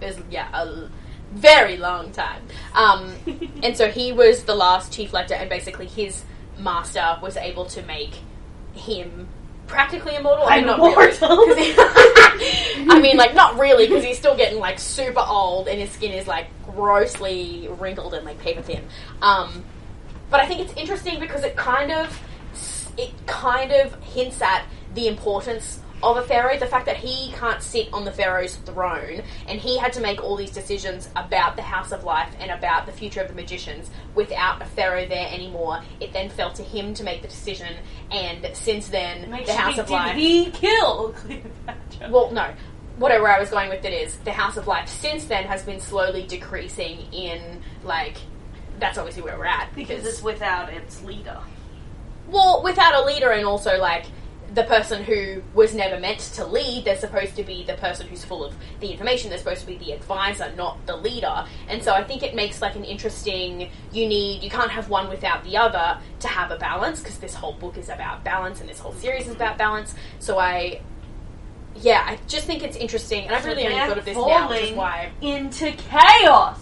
Speaker 2: is- yeah, a l- very long time. Um, and so he was the last chief lector, and basically his master was able to make him practically immortal. I mean, not really.
Speaker 3: Immortal.
Speaker 2: 'Cause he- I mean, like not really, because he's still getting like super old, and his skin is like grossly wrinkled and like paper thin. Um, but I think it's interesting because it kind of it kind of hints at the importance of a pharaoh, the fact that he can't sit on the pharaoh's throne, and he had to make all these decisions about the house of life and about the future of the magicians without a pharaoh there anymore. It then fell to him to make the decision, and since then, the house of life.
Speaker 3: he kill Cleopatra?
Speaker 2: Well, no. Whatever I was going with it is, the House of Life since then has been slowly decreasing in, like, that's obviously where we're at.
Speaker 3: because it's without its leader.
Speaker 2: well, without a leader and also, like, the person who was never meant to lead. They're supposed to be the person who's full of the information. They're supposed to be the advisor, not the leader. And so I think it makes like an interesting. You need you can't have one without the other to have a balance because this whole book is about balance and this whole series is about balance. So I. Yeah, I just think it's interesting, and I've really only
Speaker 3: They're
Speaker 2: thought of this now, which
Speaker 3: falling
Speaker 2: is why.
Speaker 3: into chaos.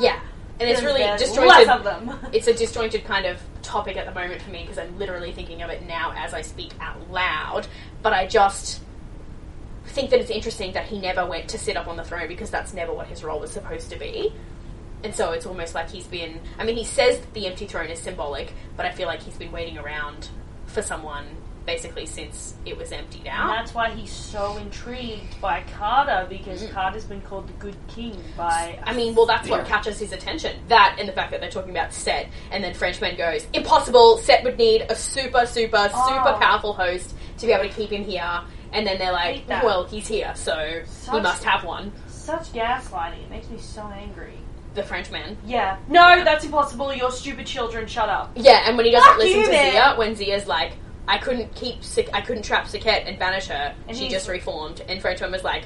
Speaker 2: Yeah, and it's really
Speaker 3: There's
Speaker 2: disjointed.
Speaker 3: Less of them.
Speaker 2: it's a disjointed kind of topic at the moment for me because I'm literally thinking of it now as I speak out loud. But I just think that it's interesting that he never went to sit up on the throne because that's never what his role was supposed to be. And so it's almost like he's been. I mean, he says that the empty throne is symbolic, but I feel like he's been waiting around for someone basically since it was emptied
Speaker 3: And
Speaker 2: out.
Speaker 3: that's why he's so intrigued by Carter because Carter's been called the good king by.
Speaker 2: I mean, well, that's what catches his attention. That and the fact that they're talking about Set, and then Frenchman goes, "Impossible! Set would need a super, super,
Speaker 3: Oh.
Speaker 2: super powerful host to be able to keep him here." And then they're like,
Speaker 3: Hate that.
Speaker 2: "Well, he's here, so we
Speaker 3: Such-
Speaker 2: must have one."
Speaker 3: Such gaslighting. It makes me so angry.
Speaker 2: The Frenchman.
Speaker 3: Yeah. No, that's impossible. Your stupid children, shut up.
Speaker 2: Yeah, and when he doesn't
Speaker 3: Fuck
Speaker 2: listen
Speaker 3: you,
Speaker 2: to
Speaker 3: man.
Speaker 2: Zia, when Zia's like, "I couldn't keep, Sik- I couldn't trap Saket and banish her,"
Speaker 3: And
Speaker 2: she
Speaker 3: he's-
Speaker 2: just reformed, and Frenchman was like.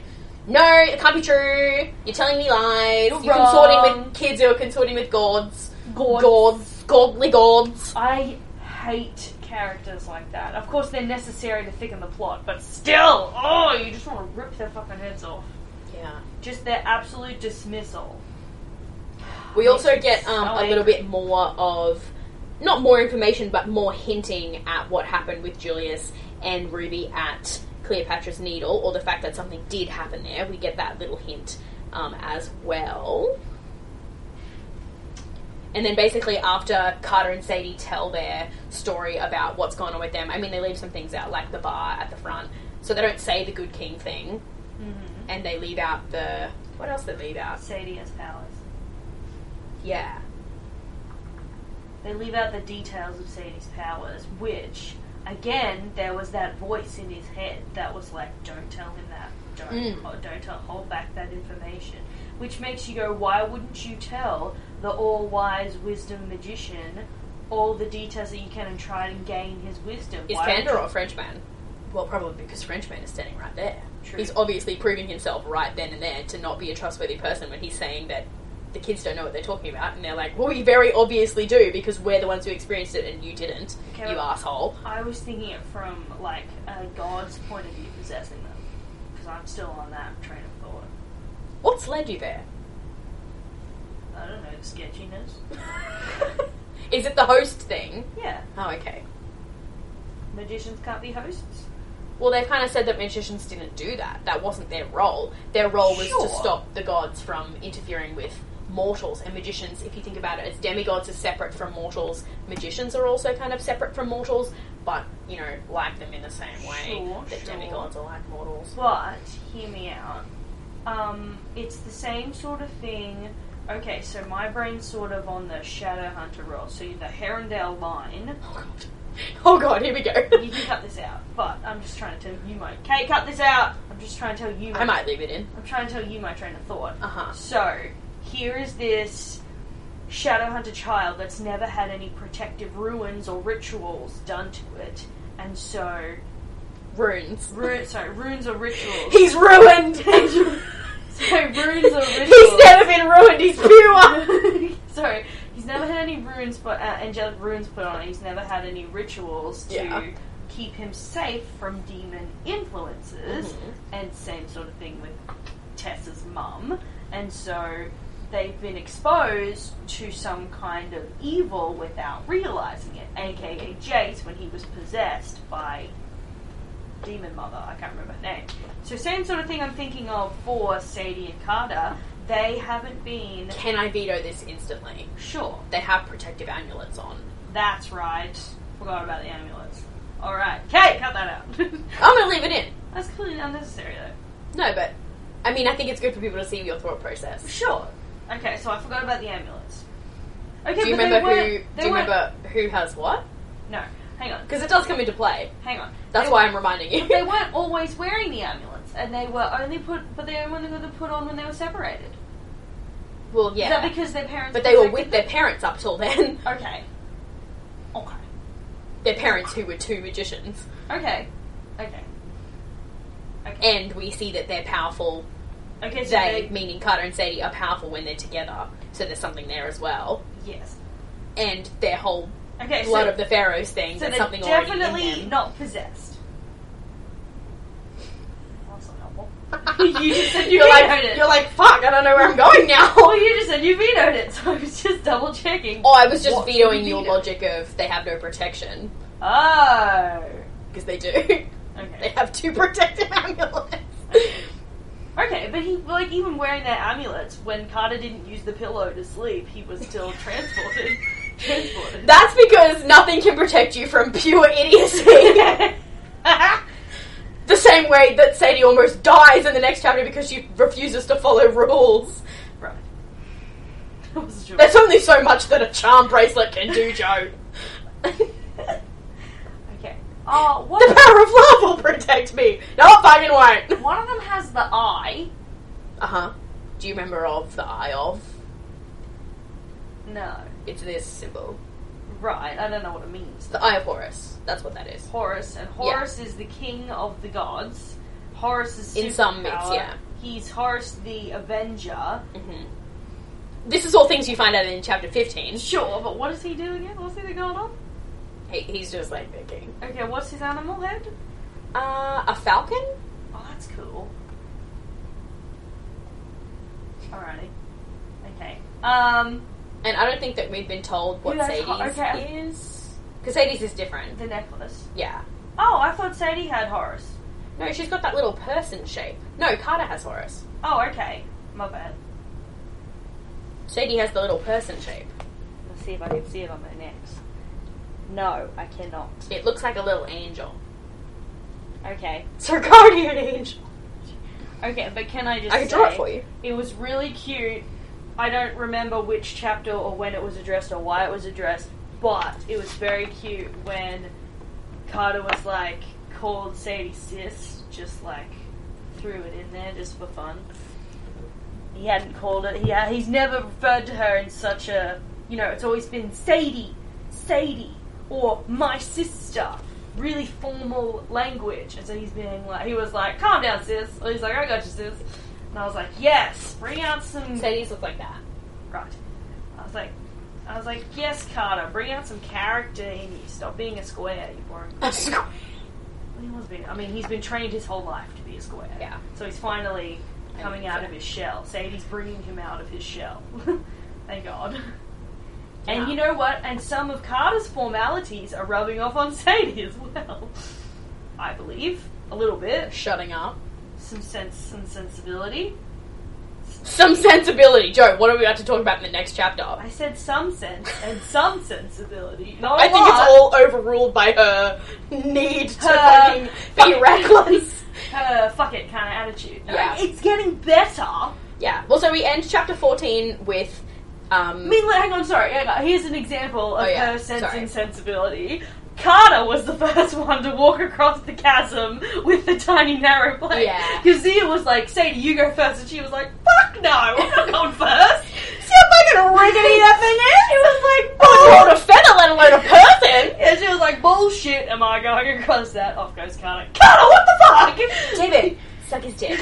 Speaker 2: No, it can't be true. You're telling me lies. You're,
Speaker 3: Wrong.
Speaker 2: consorting with kids who are consorting with gods.
Speaker 3: Gorge.
Speaker 2: Gods. Godly gods.
Speaker 3: I hate characters like that. Of course, they're necessary to thicken the plot, but still, oh, you just want to rip their fucking heads off.
Speaker 2: Yeah.
Speaker 3: Just their absolute dismissal.
Speaker 2: We also get um, a
Speaker 3: Selling.
Speaker 2: little bit more of, not more information, but more hinting at what happened with Julius and Ruby at Cleopatra's Needle, or the fact that something did happen there. We get that little hint um, as well. And then basically, after Carter and Sadie tell their story about what's gone on with them, I mean, they leave some things out, like the bar at the front. So they don't say the Good King thing,
Speaker 3: Mm-hmm.
Speaker 2: and they leave out the. What else did they leave out?
Speaker 3: Sadie has powers.
Speaker 2: Yeah.
Speaker 3: They leave out the details of Sadie's powers, which, again, there was that voice in his head that was like, "Don't tell him that. Don't,
Speaker 2: Mm.
Speaker 3: ho- don't tell, hold back that information." Which makes you go, "Why wouldn't you tell the all-wise wisdom magician all the details that you can and try and gain his wisdom?"
Speaker 2: Is
Speaker 3: Why would
Speaker 2: Panda
Speaker 3: you-
Speaker 2: or Frenchman? Well, probably because Frenchman is standing right there.
Speaker 3: True.
Speaker 2: He's obviously proving himself right then and there to not be a trustworthy person when he's saying that the kids don't know what they're talking about, and they're like, "Well, we very obviously do because we're the ones who experienced it and you didn't,
Speaker 3: Okay,
Speaker 2: you
Speaker 3: well-
Speaker 2: asshole."
Speaker 3: I was thinking it from like a god's point of view possessing them, because I'm still on that train of thought.
Speaker 2: What's led you there?
Speaker 3: I don't know the sketchiness.
Speaker 2: is it the host thing?
Speaker 3: Yeah,
Speaker 2: Oh, okay.
Speaker 3: magicians can't be hosts.
Speaker 2: Well, they've kind of said that magicians didn't do that. That wasn't their role. Their role was
Speaker 3: Sure.
Speaker 2: to stop the gods from interfering with mortals and magicians. If you think about it, as demigods are separate from mortals, magicians are also kind of separate from mortals, but you know, like them in the same way
Speaker 3: Sure,
Speaker 2: that
Speaker 3: sure.
Speaker 2: demigods are like mortals.
Speaker 3: But hear me out. Um, it's the same sort of thing. Okay, so my brain's sort of on the Shadowhunter role, so the Herondale line.
Speaker 2: Oh god! Oh god! Here we
Speaker 3: You
Speaker 2: go.
Speaker 3: can cut this out, but I'm just trying to tell you my. Kate, cut this out. I'm just trying to tell you. My,
Speaker 2: I might leave it in.
Speaker 3: I'm trying to tell you my train of thought.
Speaker 2: Uh huh.
Speaker 3: So here is this Shadowhunter child that's never had any protective ruins or rituals done to it, and so
Speaker 2: Runes.
Speaker 3: ru- sorry, runes or rituals.
Speaker 2: He's ruined.
Speaker 3: So runes are
Speaker 2: He's
Speaker 3: rituals.
Speaker 2: never been ruined. He's pure.
Speaker 3: Sorry, he's never had any runes, but uh, angelic runes put on. it. He's never had any rituals to
Speaker 2: Yeah.
Speaker 3: keep him safe from demon influences,
Speaker 2: Mhm.
Speaker 3: and same sort of thing with Tessa's mum. And so they've been exposed to some kind of evil without realizing it. AKA Jace when he was possessed by demon mother. I can't remember her name. So same sort of thing I'm thinking of for Sadie and Carter. They haven't been
Speaker 2: Can I veto this instantly?
Speaker 3: sure.
Speaker 2: They have protective amulets on.
Speaker 3: That's right. Forgot about the amulets. Alright. Okay, cut that out.
Speaker 2: I'm gonna leave it in.
Speaker 3: That's completely unnecessary though.
Speaker 2: No, but I mean, I think it's good for people to see your thought process.
Speaker 3: Sure. Okay, so I forgot about the amulets. Okay,
Speaker 2: do you
Speaker 3: but
Speaker 2: remember
Speaker 3: they
Speaker 2: who?
Speaker 3: weren't- they
Speaker 2: Do you
Speaker 3: weren't-
Speaker 2: remember who has what?
Speaker 3: No, hang on.
Speaker 2: Because it does come into play.
Speaker 3: Hang on.
Speaker 2: That's
Speaker 3: They
Speaker 2: why I'm reminding you.
Speaker 3: weren't- They weren't always wearing the amulets, and they were only put, but they only were put on when they were separated.
Speaker 2: well,
Speaker 3: Is
Speaker 2: yeah,
Speaker 3: that because their parents?
Speaker 2: but they were
Speaker 3: protected
Speaker 2: with their parents up till then.
Speaker 3: them? Okay. Okay.
Speaker 2: their parents who were two magicians,
Speaker 3: Okay. Okay. Okay.
Speaker 2: and we see that they're powerful.
Speaker 3: okay. So
Speaker 2: They,
Speaker 3: they,
Speaker 2: meaning Carter and Sadie, are powerful when they're together. So there's something there as well,
Speaker 3: yes.
Speaker 2: and their whole
Speaker 3: Okay.
Speaker 2: blood
Speaker 3: so,
Speaker 2: of the pharaohs thing.
Speaker 3: so
Speaker 2: that's
Speaker 3: they're
Speaker 2: something already
Speaker 3: definitely
Speaker 2: in them.
Speaker 3: not possessed. That's not helpful.
Speaker 2: you
Speaker 3: just said
Speaker 2: you're
Speaker 3: you
Speaker 2: like
Speaker 3: heard it.
Speaker 2: you're like fuck. I don't know where I'm going now.
Speaker 3: Well, Oh, you just said you vetoed it, so I was just double checking.
Speaker 2: Or Oh, I was just
Speaker 3: What
Speaker 2: vetoing
Speaker 3: do you
Speaker 2: your
Speaker 3: veto?
Speaker 2: logic of they have no protection
Speaker 3: Oh.
Speaker 2: because they do. they
Speaker 3: Okay.
Speaker 2: have two protective amulets.
Speaker 3: Okay, but he like even wearing their amulets when Carter didn't use the pillow to sleep, he was still transported. transported.
Speaker 2: That's because nothing can protect you from pure idiocy. the same way that Sadie almost dies in the next chapter because she refuses to follow rules.
Speaker 3: right. That was a joke.
Speaker 2: There's only so much that a charm bracelet can do, Joe.
Speaker 3: Okay. Oh, one,
Speaker 2: the power of love will protect me. No, it fucking won't.
Speaker 3: one of them has the eye.
Speaker 2: Uh huh. Do you remember of the Eye of?
Speaker 3: No.
Speaker 2: It's this symbol.
Speaker 3: Right. I don't know what it means.
Speaker 2: It's the Eye of Horus. That's what that is.
Speaker 3: Horus, and Horus is the king of the gods. Horus is
Speaker 2: In some myths,
Speaker 3: superpower.
Speaker 2: yeah.
Speaker 3: He's Horus the Avenger.
Speaker 2: hmm This is all things you find out in chapter 15.
Speaker 3: Sure, but what does he do again? What's he the god of?
Speaker 2: He, he's just like thinking.
Speaker 3: Okay, what's his animal head?
Speaker 2: Uh, a falcon?
Speaker 3: Oh, that's cool. Alrighty. Okay. Um,
Speaker 2: And I don't think that we've been told what
Speaker 3: Yeah, that's
Speaker 2: Sadie's
Speaker 3: hot. Okay.
Speaker 2: is. Because Sadie's is different.
Speaker 3: the necklace.
Speaker 2: Yeah.
Speaker 3: Oh, I thought Sadie had Horus.
Speaker 2: No, she's got that little person shape. No, Carter has Horus.
Speaker 3: Oh, okay. My bad.
Speaker 2: Sadie has the little person shape.
Speaker 3: Let's see if I can see it on my next. No, I cannot.
Speaker 2: It looks like a little angel.
Speaker 3: Okay.
Speaker 2: It's her guardian angel.
Speaker 3: Okay, but can I just
Speaker 2: I can draw it
Speaker 3: say-
Speaker 2: for you.
Speaker 3: It was really cute. I don't remember which chapter or when it was addressed or why it was addressed, but it was very cute when Carter was like called Sadie sis, just like threw it in there just for fun. He hadn't called it. He ha- he's never referred to her in such a you know. It's always been Sadie, Sadie, or my sister. Really formal language, and so he's being like, he was like, "Calm down, sis." Or he's like, "I got you, sis." And I was like, yes, bring out some.
Speaker 2: Sadie's look like that.
Speaker 3: Right. I was like, I was like, yes, Carter, bring out some character in you. Stop being a square, you boring. He was being. I mean, he's been trained his whole life to be a square.
Speaker 2: Yeah.
Speaker 3: So he's finally coming
Speaker 2: think
Speaker 3: out
Speaker 2: so.
Speaker 3: of his shell. Sadie's bringing him out of his shell. Thank God.
Speaker 2: Yeah.
Speaker 3: And you know what? And some of Carter's formalities are rubbing off on Sadie as well. I believe a little bit.
Speaker 2: Shutting up.
Speaker 3: Some sense, some sensibility.
Speaker 2: Some sensibility. Joe, what are we about to talk about in the next chapter?
Speaker 3: I said some sense and some sensibility. Not a
Speaker 2: I think it's
Speaker 3: lot.
Speaker 2: all overruled by her need to
Speaker 3: Her-
Speaker 2: fucking be reckless.
Speaker 3: her fuck it kind of attitude.
Speaker 2: Yeah.
Speaker 3: Like, it's getting better. I
Speaker 2: Yeah. Well, so we end chapter 14 with. Um,
Speaker 3: mean, like, hang on, sorry. Hang on. Here's an example of
Speaker 2: Oh, yeah.
Speaker 3: her sense
Speaker 2: Sorry.
Speaker 3: and sensibility. Carter was the first one to walk across the chasm with the tiny narrow blade.
Speaker 2: Yeah.
Speaker 3: Because Zia was like, Sadie, you go first. And she was like, fuck no, I'm not going first.
Speaker 2: See how am I gonna riggedy that thing in?
Speaker 3: She was like,
Speaker 2: Oh,
Speaker 3: bull.
Speaker 2: a feather, let alone a person.
Speaker 3: Yeah, she was like, bullshit, am I going across that? Off goes Carter. Carter, what the fuck?
Speaker 2: David, suck his dick.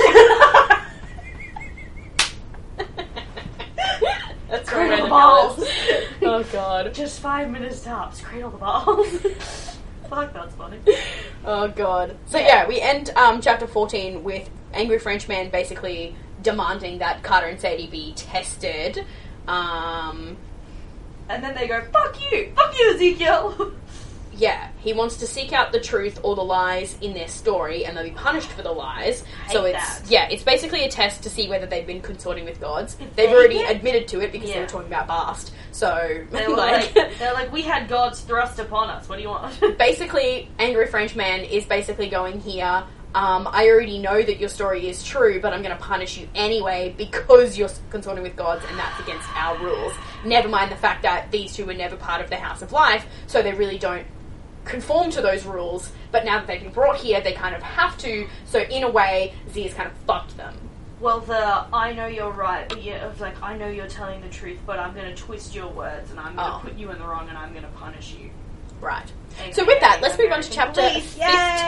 Speaker 2: That's
Speaker 3: Cradle
Speaker 2: random
Speaker 3: balls.
Speaker 2: noise. Oh god.
Speaker 3: Just five minutes tops. Cradle the balls. Fuck, that's funny.
Speaker 2: Oh god. So yeah, we end um, chapter fourteen with angry Frenchman basically demanding that Carter and Sadie be tested. Um,
Speaker 3: And then they go, "Fuck you, fuck you, Ezekiel."
Speaker 2: yeah, he wants to seek out the truth or the lies in their story, and they'll be punished for the lies.
Speaker 3: hate
Speaker 2: So it's
Speaker 3: that.
Speaker 2: yeah, it's basically a test to see whether they've been consorting with gods.
Speaker 3: Did
Speaker 2: They've
Speaker 3: they
Speaker 2: already
Speaker 3: get-
Speaker 2: admitted to it because they
Speaker 3: Yeah.
Speaker 2: were talking about Bast. So
Speaker 3: They were like,
Speaker 2: like,
Speaker 3: "They're like, we had gods thrust upon us. What do you want?"
Speaker 2: basically, angry Frenchman is basically going here. Um, I already know that your story is true, but I'm going to punish you anyway because you're consorting with gods, and that's against our rules. Never mind the fact that these two were never part of the House of Life, so they really don't conform to those rules. But now that they've been brought here, they kind of have to. So in a way, Zia's kind of fucked them.
Speaker 3: well, the I know you're right, but yeah, of like I know you're telling the truth, but I'm gonna twist your words and I'm gonna
Speaker 2: Oh.
Speaker 3: put you in the wrong and I'm gonna punish you.
Speaker 2: Right. So with that, let's move on to chapter
Speaker 3: Police,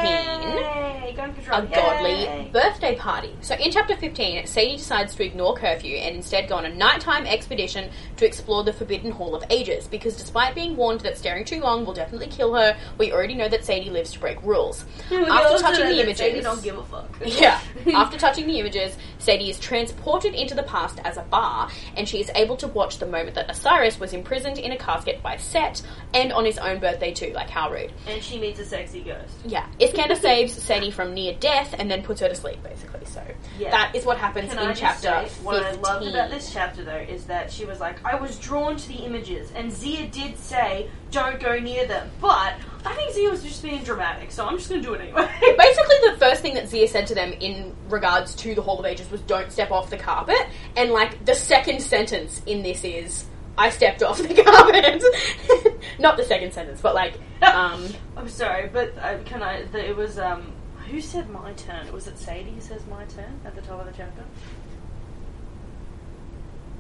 Speaker 2: 15.
Speaker 3: Yay! Gun control.
Speaker 2: A godly
Speaker 3: yay.
Speaker 2: birthday party. So in chapter 15, Sadie decides to ignore curfew and instead go on a nighttime expedition to explore the Forbidden Hall of Ages because despite being warned that staring too long will definitely kill her, we already know that Sadie lives to break rules.
Speaker 3: We
Speaker 2: After
Speaker 3: also
Speaker 2: touching
Speaker 3: know
Speaker 2: the
Speaker 3: that Sadie
Speaker 2: images.
Speaker 3: don't give a fuck.
Speaker 2: Yeah. After touching the images, Sadie is transported into the past as a bar, and she is able to watch the moment that Osiris was imprisoned in a casket by Set, and on his own birthday too, like how rude.
Speaker 3: and she meets a sexy ghost.
Speaker 2: Yeah. Iskander saves Sadie from near death and then puts her to sleep, basically. So
Speaker 3: Yeah.
Speaker 2: that is what happens
Speaker 3: Can
Speaker 2: in
Speaker 3: I just
Speaker 2: chapter
Speaker 3: say,
Speaker 2: 15.
Speaker 3: what I loved about this chapter though is that she was like, I was drawn to the images, and Zia did say, don't go near them. But I think Zia was just being dramatic, so I'm just gonna do it anyway.
Speaker 2: Basically, the first thing that Zia said to them in regards to the Hall of Ages was don't step off the carpet, and like the second sentence in this is I stepped off the carpet. Not the second sentence, but like, um,
Speaker 3: I'm sorry, but uh, can I? The, it was um, who said my turn? Was it Sadie who says my turn at the top of the chapter?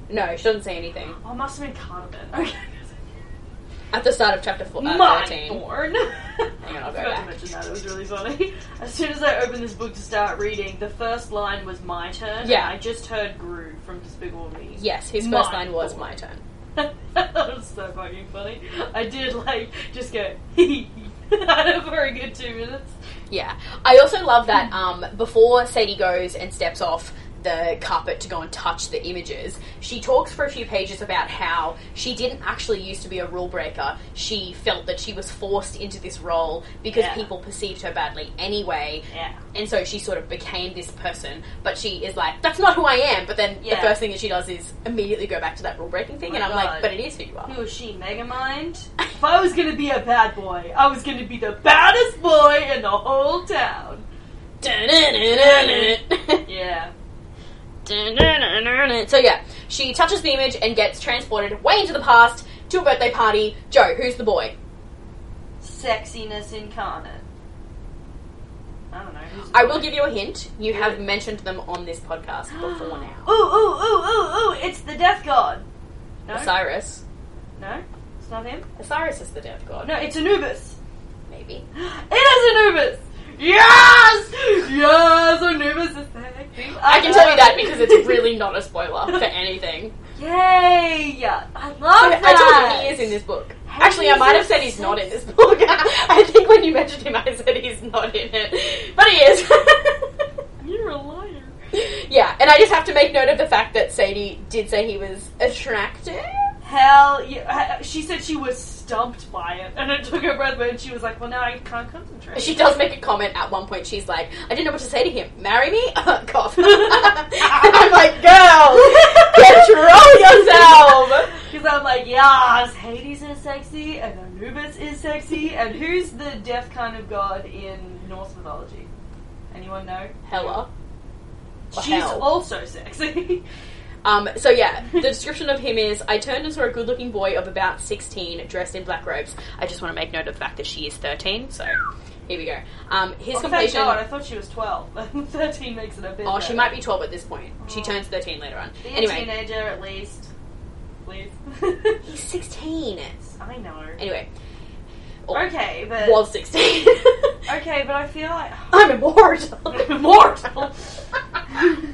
Speaker 2: no, she doesn't say anything.
Speaker 3: Oh, it must have been Cardigan. Okay.
Speaker 2: At the start of chapter four, uh,
Speaker 3: my
Speaker 2: 13. on,
Speaker 3: born.
Speaker 2: I'll
Speaker 3: I
Speaker 2: go
Speaker 3: forgot
Speaker 2: back.
Speaker 3: to mention that. It was really funny. As soon as I opened this book to start reading, the first line was my turn.
Speaker 2: Yeah.
Speaker 3: and I just heard Gru from Despicable Me.
Speaker 2: Yes, his
Speaker 3: My
Speaker 2: first line was
Speaker 3: Lord.
Speaker 2: my turn.
Speaker 3: that was so fucking funny. I did like just go hee hee for a good two minutes.
Speaker 2: Yeah. I also love
Speaker 3: Hmm.
Speaker 2: that um, before Sadie goes and steps off the carpet to go and touch the images, she talks for a few pages about how she didn't actually used to be a rule breaker. She felt that she was forced into this role because
Speaker 3: Yeah.
Speaker 2: people perceived her badly anyway.
Speaker 3: Yeah.
Speaker 2: And so she sort of became this person, but she is like, that's not who I am. But then
Speaker 3: Yeah. Oh
Speaker 2: the first thing that she does is immediately go back to that rule breaking thing,
Speaker 3: My
Speaker 2: and I'm
Speaker 3: God.
Speaker 2: like, but it is who you are.
Speaker 3: Who is she, Megamind? if I was gonna be a bad boy, I was gonna be the baddest boy in the whole town. Yeah.
Speaker 2: So yeah, she touches the image and gets transported way into the past to a birthday party. Joe, who's the boy?
Speaker 3: Sexiness incarnate. I don't know. who's the
Speaker 2: I
Speaker 3: boy?
Speaker 2: will give you a hint. You have mentioned them on this podcast before now.
Speaker 3: Ooh, ooh, ooh, ooh, ooh, it's the death god. No?
Speaker 2: Oh, Osiris.
Speaker 3: no? It's not him? Oh,
Speaker 2: Osiris is the death god.
Speaker 3: No, it's Anubis.
Speaker 2: Maybe.
Speaker 3: It is Anubis! Yes! Yes, Anubis is sexy.
Speaker 2: I can tell you that because it's really not a spoiler for anything.
Speaker 3: Yay! I love
Speaker 2: I, I
Speaker 3: that!
Speaker 2: told you he is in this book.
Speaker 3: How
Speaker 2: Actually, I
Speaker 3: is
Speaker 2: might
Speaker 3: it
Speaker 2: have said he's
Speaker 3: so
Speaker 2: not in this book. I think when you mentioned him, I said he's not in it, but he is.
Speaker 3: You're a liar.
Speaker 2: Yeah, and I just have to make note of the fact that Sadie did say he was attractive.
Speaker 3: Hell yeah. uh, She said she was stumped by it and it took her breath away and she was like, well, now I can't concentrate.
Speaker 2: She does make a comment at one point. She's like, I didn't know what to say to him. Marry me? Cough. I'm like, girl, control yourself.
Speaker 3: Because I'm like, yes, Hades is sexy and Anubis is sexy. And who's the death kind of god in Norse mythology? Anyone know?
Speaker 2: Hella. Or
Speaker 3: She's
Speaker 2: hell.
Speaker 3: also sexy.
Speaker 2: Um, so yeah, the description of him is: I turned and saw a good-looking boy of about sixteen, dressed in black robes. I just want to make note of the fact that she is thirteen. So here we go. Um, his
Speaker 3: oh,
Speaker 2: completion.
Speaker 3: Thank God, I thought she was 12. 13 makes it a bit
Speaker 2: Oh, she
Speaker 3: better.
Speaker 2: might be twelve at this point. She
Speaker 3: Oh.
Speaker 2: turns thirteen later on.
Speaker 3: Be a
Speaker 2: Anyway,
Speaker 3: teenager at least. Please.
Speaker 2: he's sixteen.
Speaker 3: I know.
Speaker 2: Anyway, or
Speaker 3: Okay, but.
Speaker 2: was 16.
Speaker 3: Okay, but I feel like.
Speaker 2: I'm immortal.
Speaker 3: I'm immortal.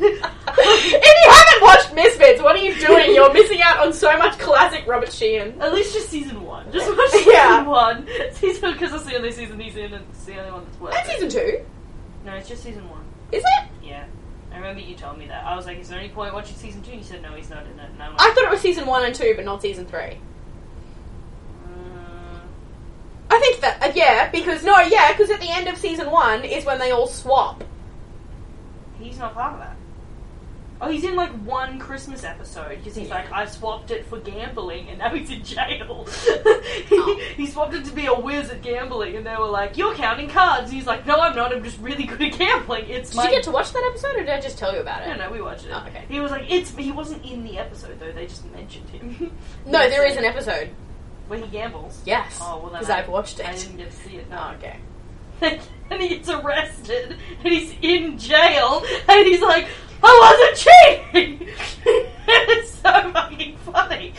Speaker 2: if you haven't watched Misfits, what are you doing? You're missing out on so much classic Robert Sheehan.
Speaker 3: At least just season one. Just watch season
Speaker 2: Yeah.
Speaker 3: one. Season because that's the only season he's in, and it's the only one that's worth.
Speaker 2: That's
Speaker 3: it.
Speaker 2: season two,
Speaker 3: No, it's just season one.
Speaker 2: is it?
Speaker 3: Yeah, I remember you told me that. I was like, "Is there any point watching season two? And you said, "No, he's not in it." And I'm
Speaker 2: I
Speaker 3: like,
Speaker 2: thought it was season one and two, but not season three.
Speaker 3: mm,
Speaker 2: I think that, uh, yeah, because, no, yeah, because at the end of season one is when they all swap.
Speaker 3: "He's not part of that." Oh, he's in like one Christmas episode because he's
Speaker 2: Yeah.
Speaker 3: like, "I swapped it for gambling, and now he's in jail."
Speaker 2: Oh.
Speaker 3: he, he swapped it to be a whiz at gambling, and they were like, "You're counting cards." And he's like, "No, I'm not. I'm just really good at gambling. It's
Speaker 2: Did
Speaker 3: my
Speaker 2: you get to watch that episode, or did I just tell you about
Speaker 3: No,
Speaker 2: it?
Speaker 3: no, we watched it.
Speaker 2: Oh, okay.
Speaker 3: He was like, it's. He wasn't in the episode though. They just mentioned him.
Speaker 2: No, there is an episode.
Speaker 3: where he gambles.
Speaker 2: Yes.
Speaker 3: Oh well, then
Speaker 2: Because
Speaker 3: I-
Speaker 2: I've watched
Speaker 3: I
Speaker 2: it.
Speaker 3: didn't get to see it.
Speaker 2: Oh,
Speaker 3: No.
Speaker 2: okay.
Speaker 3: and he gets arrested, and he's in jail, and he's like, I wasn't cheating. it's so fucking funny.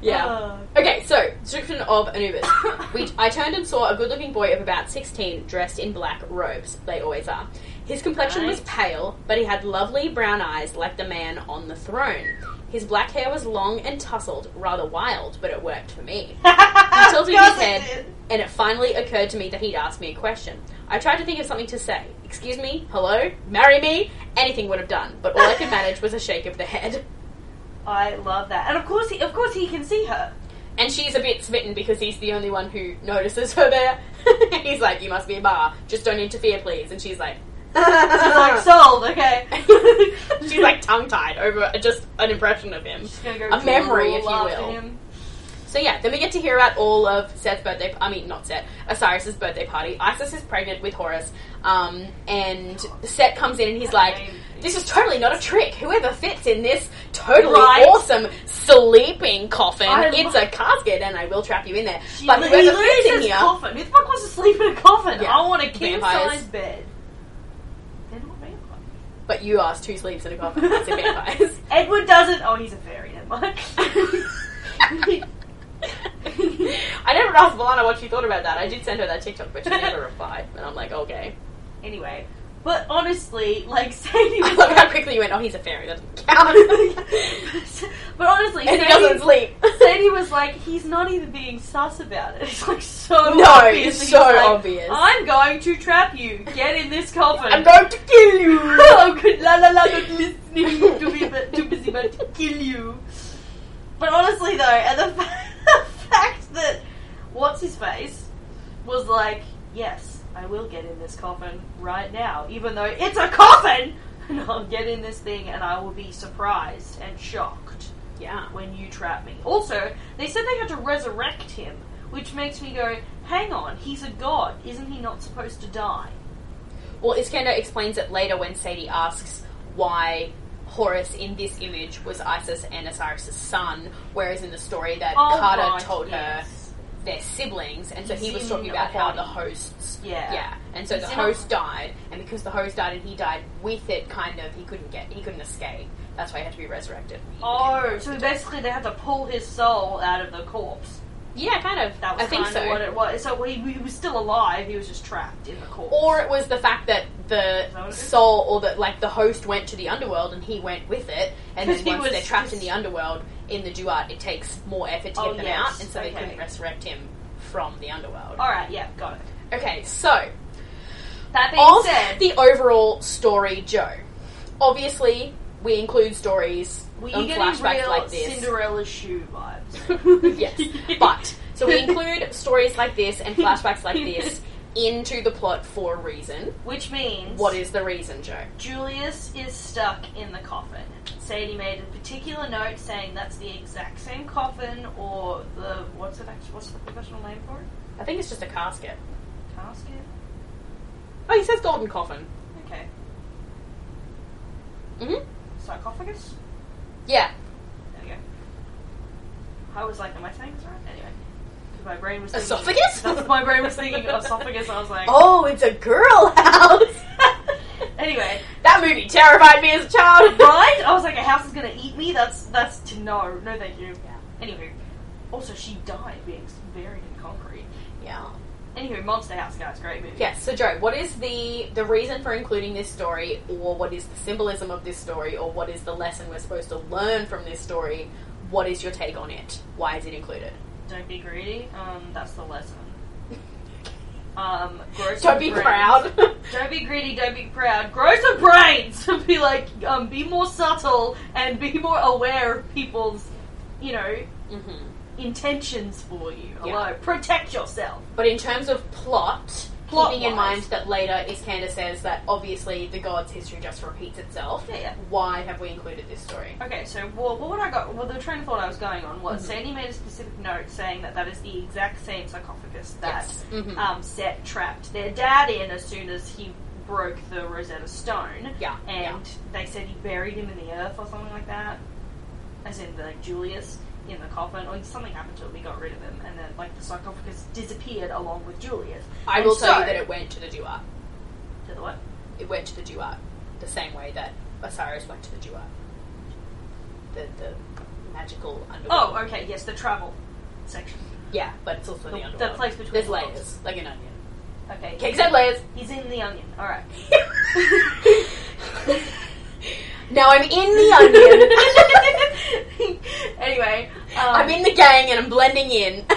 Speaker 2: Yeah.
Speaker 3: Uh,
Speaker 2: Okay, so description of Anubis. We, I turned and saw a good-looking boy of about sixteen, dressed in black robes. They always are. His complexion was pale, but he had lovely brown eyes, like the man on the throne. His black hair was long and tousled, rather wild, but it worked for me. I tilted his
Speaker 3: Yes, Ah, it
Speaker 2: head,
Speaker 3: did.
Speaker 2: and it finally occurred to me that he'd asked me a question. I tried to think of something to say. Excuse me, hello, marry me, anything would have done, but all I could manage was a shake of the head.
Speaker 3: I love that, and of course, he, of course, he can see her.
Speaker 2: And she's a bit smitten because he's the only one who notices her there. he's like, You must be a bar, just don't interfere, please. And she's like,
Speaker 3: She's
Speaker 2: Uh-huh.
Speaker 3: like sold. Okay,
Speaker 2: She's like tongue tied over just an impression of him.
Speaker 3: she's gonna go
Speaker 2: A memory,
Speaker 3: drool
Speaker 2: if you
Speaker 3: after
Speaker 2: will.
Speaker 3: Him.
Speaker 2: So yeah, then we get to hear about all of Seth's birthday. I mean, not Seth. Osiris's birthday party. Isis is pregnant with Horus, um, and Set comes in and he's like, "This is totally not a trick. Whoever fits in this totally
Speaker 3: Right.
Speaker 2: awesome sleeping coffin,
Speaker 3: I
Speaker 2: it's
Speaker 3: lo-
Speaker 2: a casket, and I will trap you in there.
Speaker 3: She
Speaker 2: but
Speaker 3: li-
Speaker 2: whoever
Speaker 3: he
Speaker 2: fits in
Speaker 3: loses his
Speaker 2: here,
Speaker 3: coffin. Who the fuck wants to sleep in a coffin?
Speaker 2: Yeah,
Speaker 3: I want a king
Speaker 2: vampires.
Speaker 3: size bed. They're not vampires.
Speaker 2: but you asked who sleeps in a coffin. It's a vampires.
Speaker 3: Edward doesn't. Oh, he's a fairy. Never mind.
Speaker 2: I never asked Milana what she thought about that. I did send her that TikTok, but she never replied. And I'm like, okay.
Speaker 3: anyway, but honestly, like Sadie
Speaker 2: I
Speaker 3: was
Speaker 2: love how
Speaker 3: like,
Speaker 2: quickly you went, oh, he's a fairy. That doesn't count.
Speaker 3: but honestly,
Speaker 2: and he
Speaker 3: Sadie,
Speaker 2: doesn't sleep.
Speaker 3: Sadie was like, he's not even being sus about it. It's like so
Speaker 2: No,
Speaker 3: obvious.
Speaker 2: it's
Speaker 3: that he's
Speaker 2: so
Speaker 3: like,
Speaker 2: obvious.
Speaker 3: I'm going to trap you. Get in this coffin.
Speaker 2: I'm going to kill you.
Speaker 3: oh, good. La la la. Not listening. Too busy, but too busy, but to kill you. But honestly, though, and the, fa- the fact that what's his face was like, yes, I will get in this coffin right now, even though it's a coffin, and I'll get in this thing, and I will be surprised and shocked
Speaker 2: yeah.
Speaker 3: when you trap me. Also, they said they had to resurrect him, which makes me go, hang on, he's a god, isn't he not supposed to die?
Speaker 2: Well, Iskander explains it later when Sadie asks why Horus in this image was Isis and Osiris' son, whereas in the story that
Speaker 3: Oh,
Speaker 2: Carter
Speaker 3: right,
Speaker 2: told her
Speaker 3: yes.
Speaker 2: their siblings, and so
Speaker 3: He's
Speaker 2: he was
Speaker 3: in
Speaker 2: talking
Speaker 3: a
Speaker 2: about how
Speaker 3: body.
Speaker 2: the hosts,
Speaker 3: Yeah.
Speaker 2: and so
Speaker 3: He's
Speaker 2: the
Speaker 3: in a-
Speaker 2: host died, and because the host died and he died with it, kind of he couldn't get, he couldn't escape. That's why he had to be resurrected. He
Speaker 3: Oh,
Speaker 2: became-
Speaker 3: so basically they had to pull his soul out of the corpse.
Speaker 2: yeah, kind of.
Speaker 3: That was
Speaker 2: I think
Speaker 3: kind of
Speaker 2: so.
Speaker 3: what it was. So he, he was still alive. He was just trapped in the corpse.
Speaker 2: or it was the fact that the
Speaker 3: Is that what it is?
Speaker 2: soul, or that like the host went to the underworld and he went with it, and
Speaker 3: 'Cause
Speaker 2: then
Speaker 3: he
Speaker 2: once
Speaker 3: was
Speaker 2: they're trapped in
Speaker 3: just-
Speaker 2: the underworld in the Duat, it takes more effort to
Speaker 3: Oh,
Speaker 2: get them
Speaker 3: yes,
Speaker 2: out, and so they
Speaker 3: okay.
Speaker 2: couldn't resurrect him from the underworld.
Speaker 3: all right, yeah, got it.
Speaker 2: Okay, so
Speaker 3: That being
Speaker 2: of
Speaker 3: said,
Speaker 2: the overall story, Joe. Obviously, we include stories
Speaker 3: we
Speaker 2: and
Speaker 3: get
Speaker 2: flashbacks
Speaker 3: real
Speaker 2: like this.
Speaker 3: Cinderella shoe vibes.
Speaker 2: yes, but so we include stories like this and flashbacks like this into the plot for a reason.
Speaker 3: which means
Speaker 2: What is the reason, Joe?
Speaker 3: Julius is stuck in the coffin. Sadie made a particular note saying that's the exact same coffin or the what's it actually? What's the professional name for it?
Speaker 2: I think it's just a casket.
Speaker 3: Casket.
Speaker 2: Oh, he says golden coffin.
Speaker 3: Okay,
Speaker 2: hmm
Speaker 3: sarcophagus.
Speaker 2: Yeah.
Speaker 3: There you go. I was like, am I saying this right? Anyway. 'Cause My brain was thinking,
Speaker 2: Esophagus?
Speaker 3: That's- My brain was thinking of esophagus. I was like,
Speaker 2: Oh, it's a girl house.
Speaker 3: anyway,
Speaker 2: that movie terrified me as a child.
Speaker 3: right? I was like, a house is gonna eat me. That's that's to no, no, thank you.
Speaker 2: Yeah.
Speaker 3: Anywho, also she died being buried in concrete.
Speaker 2: Yeah.
Speaker 3: Anywho, Monster House, guys, great movie.
Speaker 2: Yes. So, Joe, what is the the reason for including this story, or what is the symbolism of this story, or what is the lesson we're supposed to learn from this story? What is your take on it? Why is it included?
Speaker 3: Don't be greedy. Um, that's the lesson. Um, grow
Speaker 2: Don't
Speaker 3: some
Speaker 2: be
Speaker 3: brains.
Speaker 2: proud.
Speaker 3: Don't be greedy, don't be proud. Grow some brains! be like, um, be more subtle and be more aware of people's, you know,
Speaker 2: hmm
Speaker 3: intentions for you. Hello.
Speaker 2: Yeah.
Speaker 3: Protect yourself.
Speaker 2: But in terms of plot, keeping in mind
Speaker 3: Plot-wise.
Speaker 2: that later Iskander says that obviously the god's history just repeats itself.
Speaker 3: Yeah, yeah.
Speaker 2: Why have we included this story?
Speaker 3: Okay, so well, what would I got? Well, the train of thought I was going on was
Speaker 2: Mhm.
Speaker 3: Sandy made a specific note saying that that is the exact same sarcophagus that
Speaker 2: Mhm.
Speaker 3: um, Set trapped their dad in as soon as he broke the Rosetta Stone.
Speaker 2: Yeah,
Speaker 3: And they said he buried him in the earth or something like that. As in, like, Julius in the coffin, or something happened to him, we got rid of him, and then, like, the sarcophagus disappeared along with Julius.
Speaker 2: I
Speaker 3: And
Speaker 2: will tell
Speaker 3: so-
Speaker 2: you that it went to the Duat.
Speaker 3: To the what?
Speaker 2: It went to the Duat the same way that Osiris went to the Duat. The, the magical underworld. Oh,
Speaker 3: Oh, okay, yes, the travel section.
Speaker 2: Yeah, but it's also in the,
Speaker 3: The-
Speaker 2: underworld.
Speaker 3: the place between
Speaker 2: There's
Speaker 3: the worlds.
Speaker 2: layers, like an onion.
Speaker 3: Okay.
Speaker 2: Cakes and layers.
Speaker 3: He's in the onion. All right.
Speaker 2: now I'm in the onion.
Speaker 3: anyway, um,
Speaker 2: I'm in the gang and I'm blending in.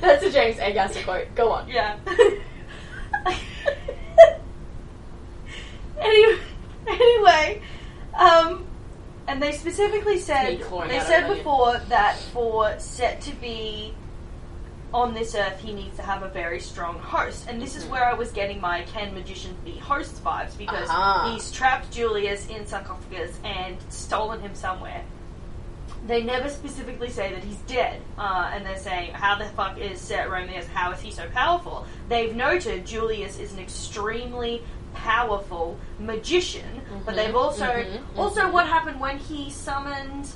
Speaker 2: That's a James Acaster quote. Go on.
Speaker 3: yeah. anyway, anyway, um, and they specifically said
Speaker 2: Me clawing
Speaker 3: they
Speaker 2: out of an
Speaker 3: said
Speaker 2: onion.
Speaker 3: before that for Set to be on this earth, he needs to have a very strong host, and this is where I was getting my can magician be host vibes because
Speaker 2: Ah.
Speaker 3: he's trapped Julius in sarcophagus and stolen him somewhere. They never specifically say that he's dead, uh, and they're saying, "How the fuck is Set Romeo's? How is he so powerful?" They've noted Julius is an extremely powerful magician, but they've also
Speaker 2: mhm,
Speaker 3: also what happened when he summoned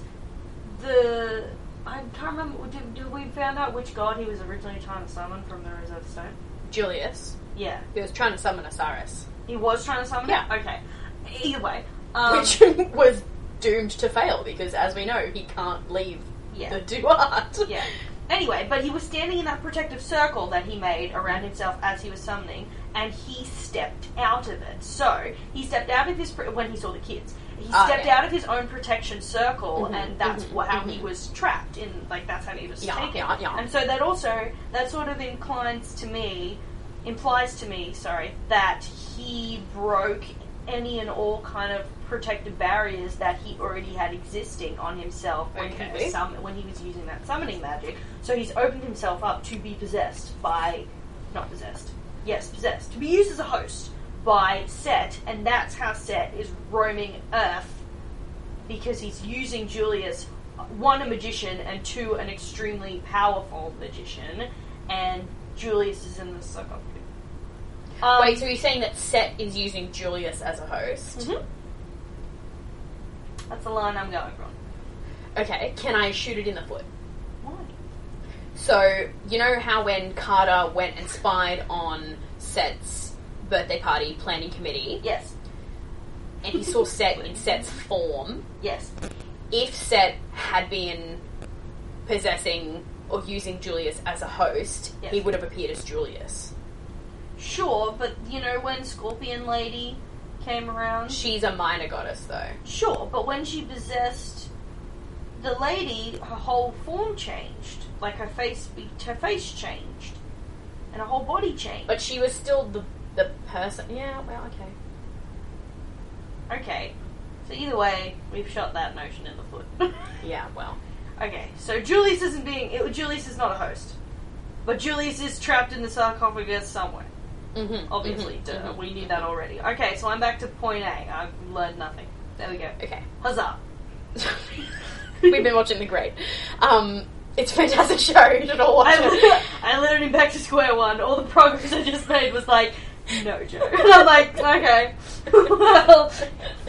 Speaker 3: the I can't remember. Did, did we found out which god he was originally trying to summon from the Reserve Stone?
Speaker 2: Julius.
Speaker 3: Yeah,
Speaker 2: He was trying to summon Osiris,
Speaker 3: he was trying to summon.
Speaker 2: Yeah.
Speaker 3: It? Okay. Either way, um,
Speaker 2: which was doomed to fail because, as we know, he can't leave
Speaker 3: um, yeah.
Speaker 2: the Duat.
Speaker 3: Yeah. Anyway, but he was standing in that protective circle that he made around himself as he was summoning, and he stepped out of it. So he stepped out of his pr- when he saw the kids. He
Speaker 2: Ah,
Speaker 3: stepped
Speaker 2: yeah.
Speaker 3: out of his own protection circle,
Speaker 2: Mhm,
Speaker 3: and that's
Speaker 2: mhm,
Speaker 3: wha- how he
Speaker 2: mhm.
Speaker 3: was trapped in. Like that's how he was
Speaker 2: Yeah,
Speaker 3: taken.
Speaker 2: yeah, yeah.
Speaker 3: And so that also that sort of inclines to me, implies to me, sorry, that he broke any and all kind of protective barriers that he already had existing on himself when he
Speaker 2: Okay.
Speaker 3: was sum- when he was using that summoning magic. So he's opened himself up to be possessed by, not possessed, yes, possessed to be used as a host by Set, and that's how Set is roaming Earth because he's using Julius, one a magician and two an extremely powerful magician, and Julius is in the sarcophagus. Um,
Speaker 2: Wait, so you're saying that Set is using Julius as a host?
Speaker 3: mhm. That's the line I'm going from. Mm-hmm.
Speaker 2: Okay, can I shoot it in the foot?
Speaker 3: Why?
Speaker 2: So, you know how when Carter went and spied on Set's birthday party planning committee
Speaker 3: Yes,
Speaker 2: and he saw Set in Set's form,
Speaker 3: yes.
Speaker 2: if Set had been possessing or using Julius as a host,
Speaker 3: Yes.
Speaker 2: he would have appeared as Julius.
Speaker 3: Sure, but you know when Scorpion Lady came around?
Speaker 2: She's a minor goddess though.
Speaker 3: Sure, but when she possessed the lady, her whole form changed. Like her face, be- her face changed, and her whole body changed.
Speaker 2: But she was still the the person Yeah, well, okay.
Speaker 3: Okay. So either way, we've shot that notion in the foot.
Speaker 2: Yeah, well.
Speaker 3: okay. So Julius isn't being. It, Julius is not a host, but Julius is trapped in the sarcophagus somewhere.
Speaker 2: Mm-hmm.
Speaker 3: Obviously, duh, we knew that already. Okay, so I'm back to point A. I've learned nothing. There we go.
Speaker 2: Okay.
Speaker 3: Huzzah!
Speaker 2: We've been watching The Great. Um, it's a fantastic show. You should all watch
Speaker 3: I,
Speaker 2: it.
Speaker 3: I literally back to square one. All the progress I just made was like, no joke. And I'm like, okay. well,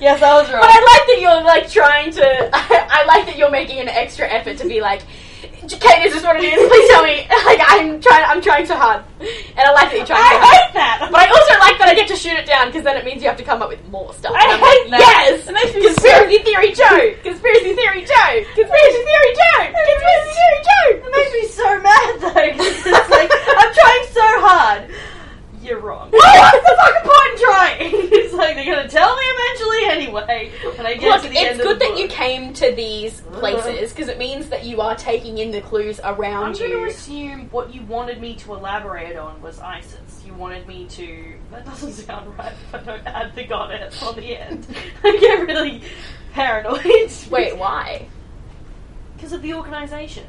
Speaker 3: yes, I was
Speaker 2: But I like that you're like trying to. I, like that you're making an extra effort to be like, Kate, this is what it is. Please tell me. Like I'm trying. I'm trying so hard, and I like that you're trying.
Speaker 3: I
Speaker 2: so hard.
Speaker 3: hate that.
Speaker 2: But I also like that I get to shoot it down because then it means you have to come up with more stuff.
Speaker 3: I
Speaker 2: And I'm
Speaker 3: hate
Speaker 2: like, Yes,
Speaker 3: that.
Speaker 2: conspiracy theory Joe. Conspiracy theory Joe. Conspiracy theory Joe. Conspiracy theory Joe.
Speaker 3: It makes me so mad though. 'cause It's like I'm trying so hard. You're wrong. What's the fucking point in trying? It's like they're gonna tell me eventually anyway. When I get
Speaker 2: Look,
Speaker 3: to the
Speaker 2: it's
Speaker 3: end of
Speaker 2: good
Speaker 3: the
Speaker 2: that you
Speaker 3: book. Uh-huh.
Speaker 2: came to these places because it means that you are taking in the clues
Speaker 3: I'm
Speaker 2: around
Speaker 3: going to
Speaker 2: you.
Speaker 3: assume what you wanted me to elaborate on was ISIS. You wanted me to. That doesn't sound right. If I don't add the goddess on the end, I get really paranoid.
Speaker 2: Wait, why?
Speaker 3: because of the organisation.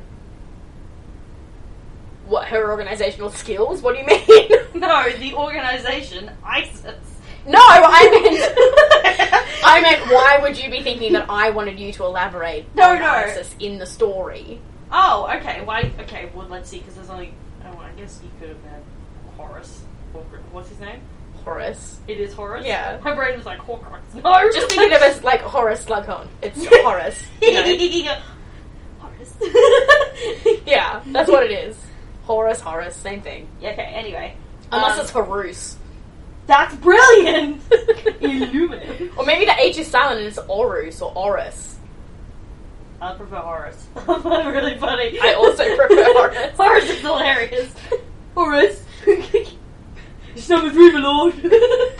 Speaker 2: What her organizational skills? What do you mean?
Speaker 3: No, the organisation ISIS.
Speaker 2: no, I meant I meant why would you be thinking that I wanted you to elaborate
Speaker 3: No,
Speaker 2: on
Speaker 3: no.
Speaker 2: ISIS in the story?
Speaker 3: Oh, okay. Why? Okay. Well, let's see. Because there's only. Oh, I guess you could have had Horace. Horcrux. What's his name?
Speaker 2: Horace.
Speaker 3: It is Horace.
Speaker 2: Yeah.
Speaker 3: My brain was like Horcrux. No.
Speaker 2: Just thinking of it as like Horace Slughorn. It's Horace. you know?
Speaker 3: Horace.
Speaker 2: Yeah, that's what it is. Horace, Horace, same thing.
Speaker 3: Yeah, okay. Anyway,
Speaker 2: Unless
Speaker 3: Um,
Speaker 2: it's Horus.
Speaker 3: that's brilliant. Illuminate.
Speaker 2: Or maybe the H is silent and it's Orus or Horus.
Speaker 3: I prefer Horace. I'm really funny.
Speaker 2: I also prefer Horace.
Speaker 3: Horace is hilarious.
Speaker 2: Horace.
Speaker 3: It's number three, my lord.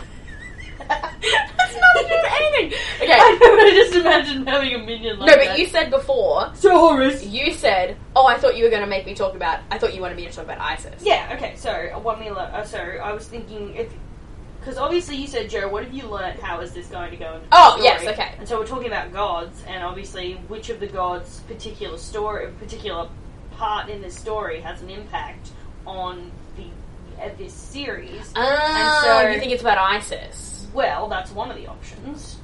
Speaker 2: That's not to do with anything. Okay.
Speaker 3: I know, but I just imagined having a minion like
Speaker 2: no,
Speaker 3: that.
Speaker 2: but you said before.
Speaker 3: So Horus.
Speaker 2: You said, "Oh, I thought you were going to make me talk about. I thought you wanted me to talk about ISIS."
Speaker 3: Yeah. Okay. So uh, what me? Le- uh, so I was thinking if. Because obviously you said, Joe, what have you learnt? How is this going to go into the
Speaker 2: Oh,
Speaker 3: story?
Speaker 2: yes, okay.
Speaker 3: And so we're talking about gods, and obviously which of the gods' particular story, particular part in this story has an impact on the uh, this series.
Speaker 2: Ah,
Speaker 3: And so-
Speaker 2: you think it's about ISIS?
Speaker 3: Well, that's one of the options.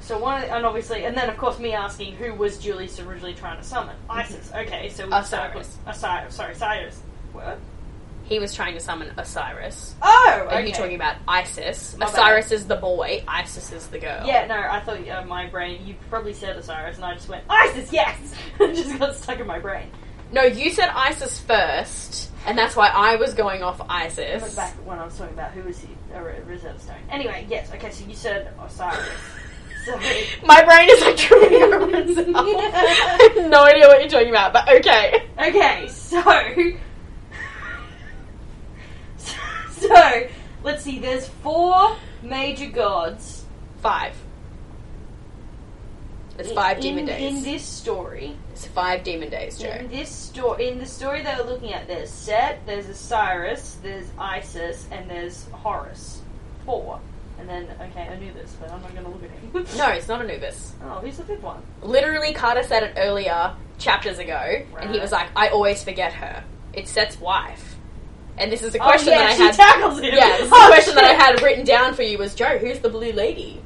Speaker 3: So one, of the, and obviously, and then of course, me asking who was Julius originally trying to summon
Speaker 2: Mm-hmm.
Speaker 3: ISIS. Okay, so we
Speaker 2: Oh,
Speaker 3: start with Osiris. Sorry, Cyrus. What?
Speaker 2: He was trying to summon Osiris.
Speaker 3: Oh, okay.
Speaker 2: Are you talking about ISIS?
Speaker 3: My bad.
Speaker 2: Osiris is the boy. ISIS is the girl.
Speaker 3: Yeah, no, I thought uh, my brain. You probably said Osiris, and I just went ISIS. Yes, it just got stuck in my brain.
Speaker 2: No, you said ISIS first, and that's why I was going off
Speaker 3: I
Speaker 2: ISIS.
Speaker 3: went back when I was talking about who was he, a re- reserve stone. Anyway, yes. Okay, so you said Osiris. Sorry.
Speaker 2: My brain is like tripping over itself. I have no idea what you're talking about, but okay.
Speaker 3: Okay, so. so, let's see, there's four major gods.
Speaker 2: Five. It's
Speaker 3: i-
Speaker 2: five
Speaker 3: in,
Speaker 2: demon days.
Speaker 3: In this story.
Speaker 2: it's five demon days, Joe.
Speaker 3: In this story, in the story that we're looking at, there's Set, there's Osiris, there's Isis, and there's Horus. Four. And then, okay, I knew this, but I'm not gonna look at him.
Speaker 2: No, it's not Anubis.
Speaker 3: Oh, who's the fifth one?
Speaker 2: Literally, Carter said it earlier, chapters ago, and he was like, I always forget her. It's Set's wife. And this is the question
Speaker 3: oh, yeah,
Speaker 2: that I
Speaker 3: she
Speaker 2: had.
Speaker 3: tackles
Speaker 2: yeah,
Speaker 3: him.
Speaker 2: this is the
Speaker 3: Oh,
Speaker 2: question that I
Speaker 3: shit.
Speaker 2: had written down for you was Joe, who's the blue lady?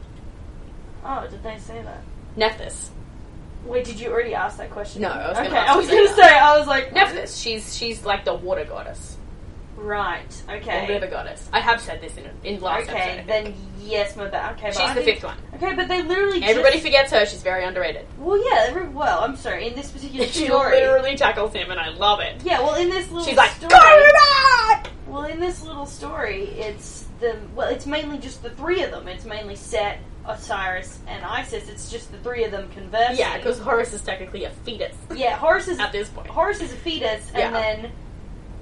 Speaker 3: Oh, did they say that?
Speaker 2: Nephthys.
Speaker 3: Wait, did you already ask that question?
Speaker 2: No, I was gonna
Speaker 3: okay.
Speaker 2: ask
Speaker 3: I
Speaker 2: you
Speaker 3: was gonna
Speaker 2: later.
Speaker 3: say, I was like,
Speaker 2: Nephthys. She's she's like the water goddess.
Speaker 3: Right.
Speaker 2: Or
Speaker 3: Okay.
Speaker 2: river goddess. I have said this in, in last
Speaker 3: okay.
Speaker 2: episode.
Speaker 3: Then yes, my bad. Okay. but
Speaker 2: she's
Speaker 3: I
Speaker 2: the
Speaker 3: think-
Speaker 2: fifth one.
Speaker 3: Okay, but they literally.
Speaker 2: Everybody
Speaker 3: Just,
Speaker 2: forgets her. She's very underrated.
Speaker 3: well, yeah. Every, well, I'm sorry. In this particular
Speaker 2: She
Speaker 3: story.
Speaker 2: literally tackles him, and I love it.
Speaker 3: Yeah. Well, in this little.
Speaker 2: She's like,
Speaker 3: Story,
Speaker 2: "Go back!"
Speaker 3: well, in this little story, it's the well, it's mainly just the three of them. It's mainly Set, Osiris, and Isis. It's just the three of them conversing.
Speaker 2: Yeah, because Horus is technically a fetus
Speaker 3: yeah, Horus is
Speaker 2: at this point.
Speaker 3: Horus is a fetus,
Speaker 2: Yeah.
Speaker 3: and then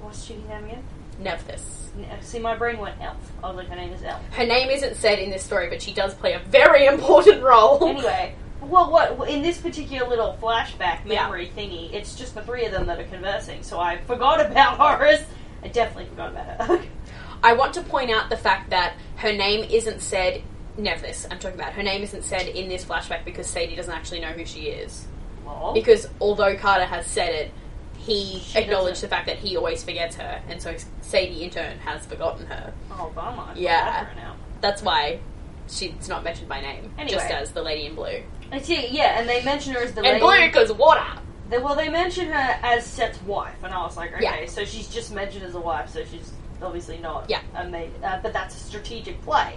Speaker 3: what's she name again?
Speaker 2: Nephthys.
Speaker 3: N- See, my brain went elf. I was like, her name is elf.
Speaker 2: Her name isn't said in this story, but she does play a very important role.
Speaker 3: anyway, well, what in this particular little flashback
Speaker 2: Yeah.
Speaker 3: memory thingy, it's just the three of them that are conversing. So I forgot about Horace. I definitely forgot about her.
Speaker 2: I want to point out the fact that her name isn't said. Nephthys, I'm talking about. Her name isn't said in this flashback because Sadie doesn't actually know who she is.
Speaker 3: Lol.
Speaker 2: Because although Carter has said it, he
Speaker 3: Oh. She
Speaker 2: acknowledged
Speaker 3: doesn't.
Speaker 2: the fact that he always forgets her, and so Sadie in turn has forgotten her.
Speaker 3: oh, bummer. I forgot
Speaker 2: Yeah.
Speaker 3: her now.
Speaker 2: That's why she's not mentioned by name, just
Speaker 3: Anyway.
Speaker 2: as the lady in blue.
Speaker 3: I see. Yeah, and they mention her as the
Speaker 2: And
Speaker 3: lady.
Speaker 2: blue because water.
Speaker 3: They, well, they mention her as Seth's wife, and I was like,
Speaker 2: Yeah.
Speaker 3: okay, so she's just mentioned as a wife, so she's obviously not
Speaker 2: Yeah.
Speaker 3: a maid. Uh, but that's a strategic play.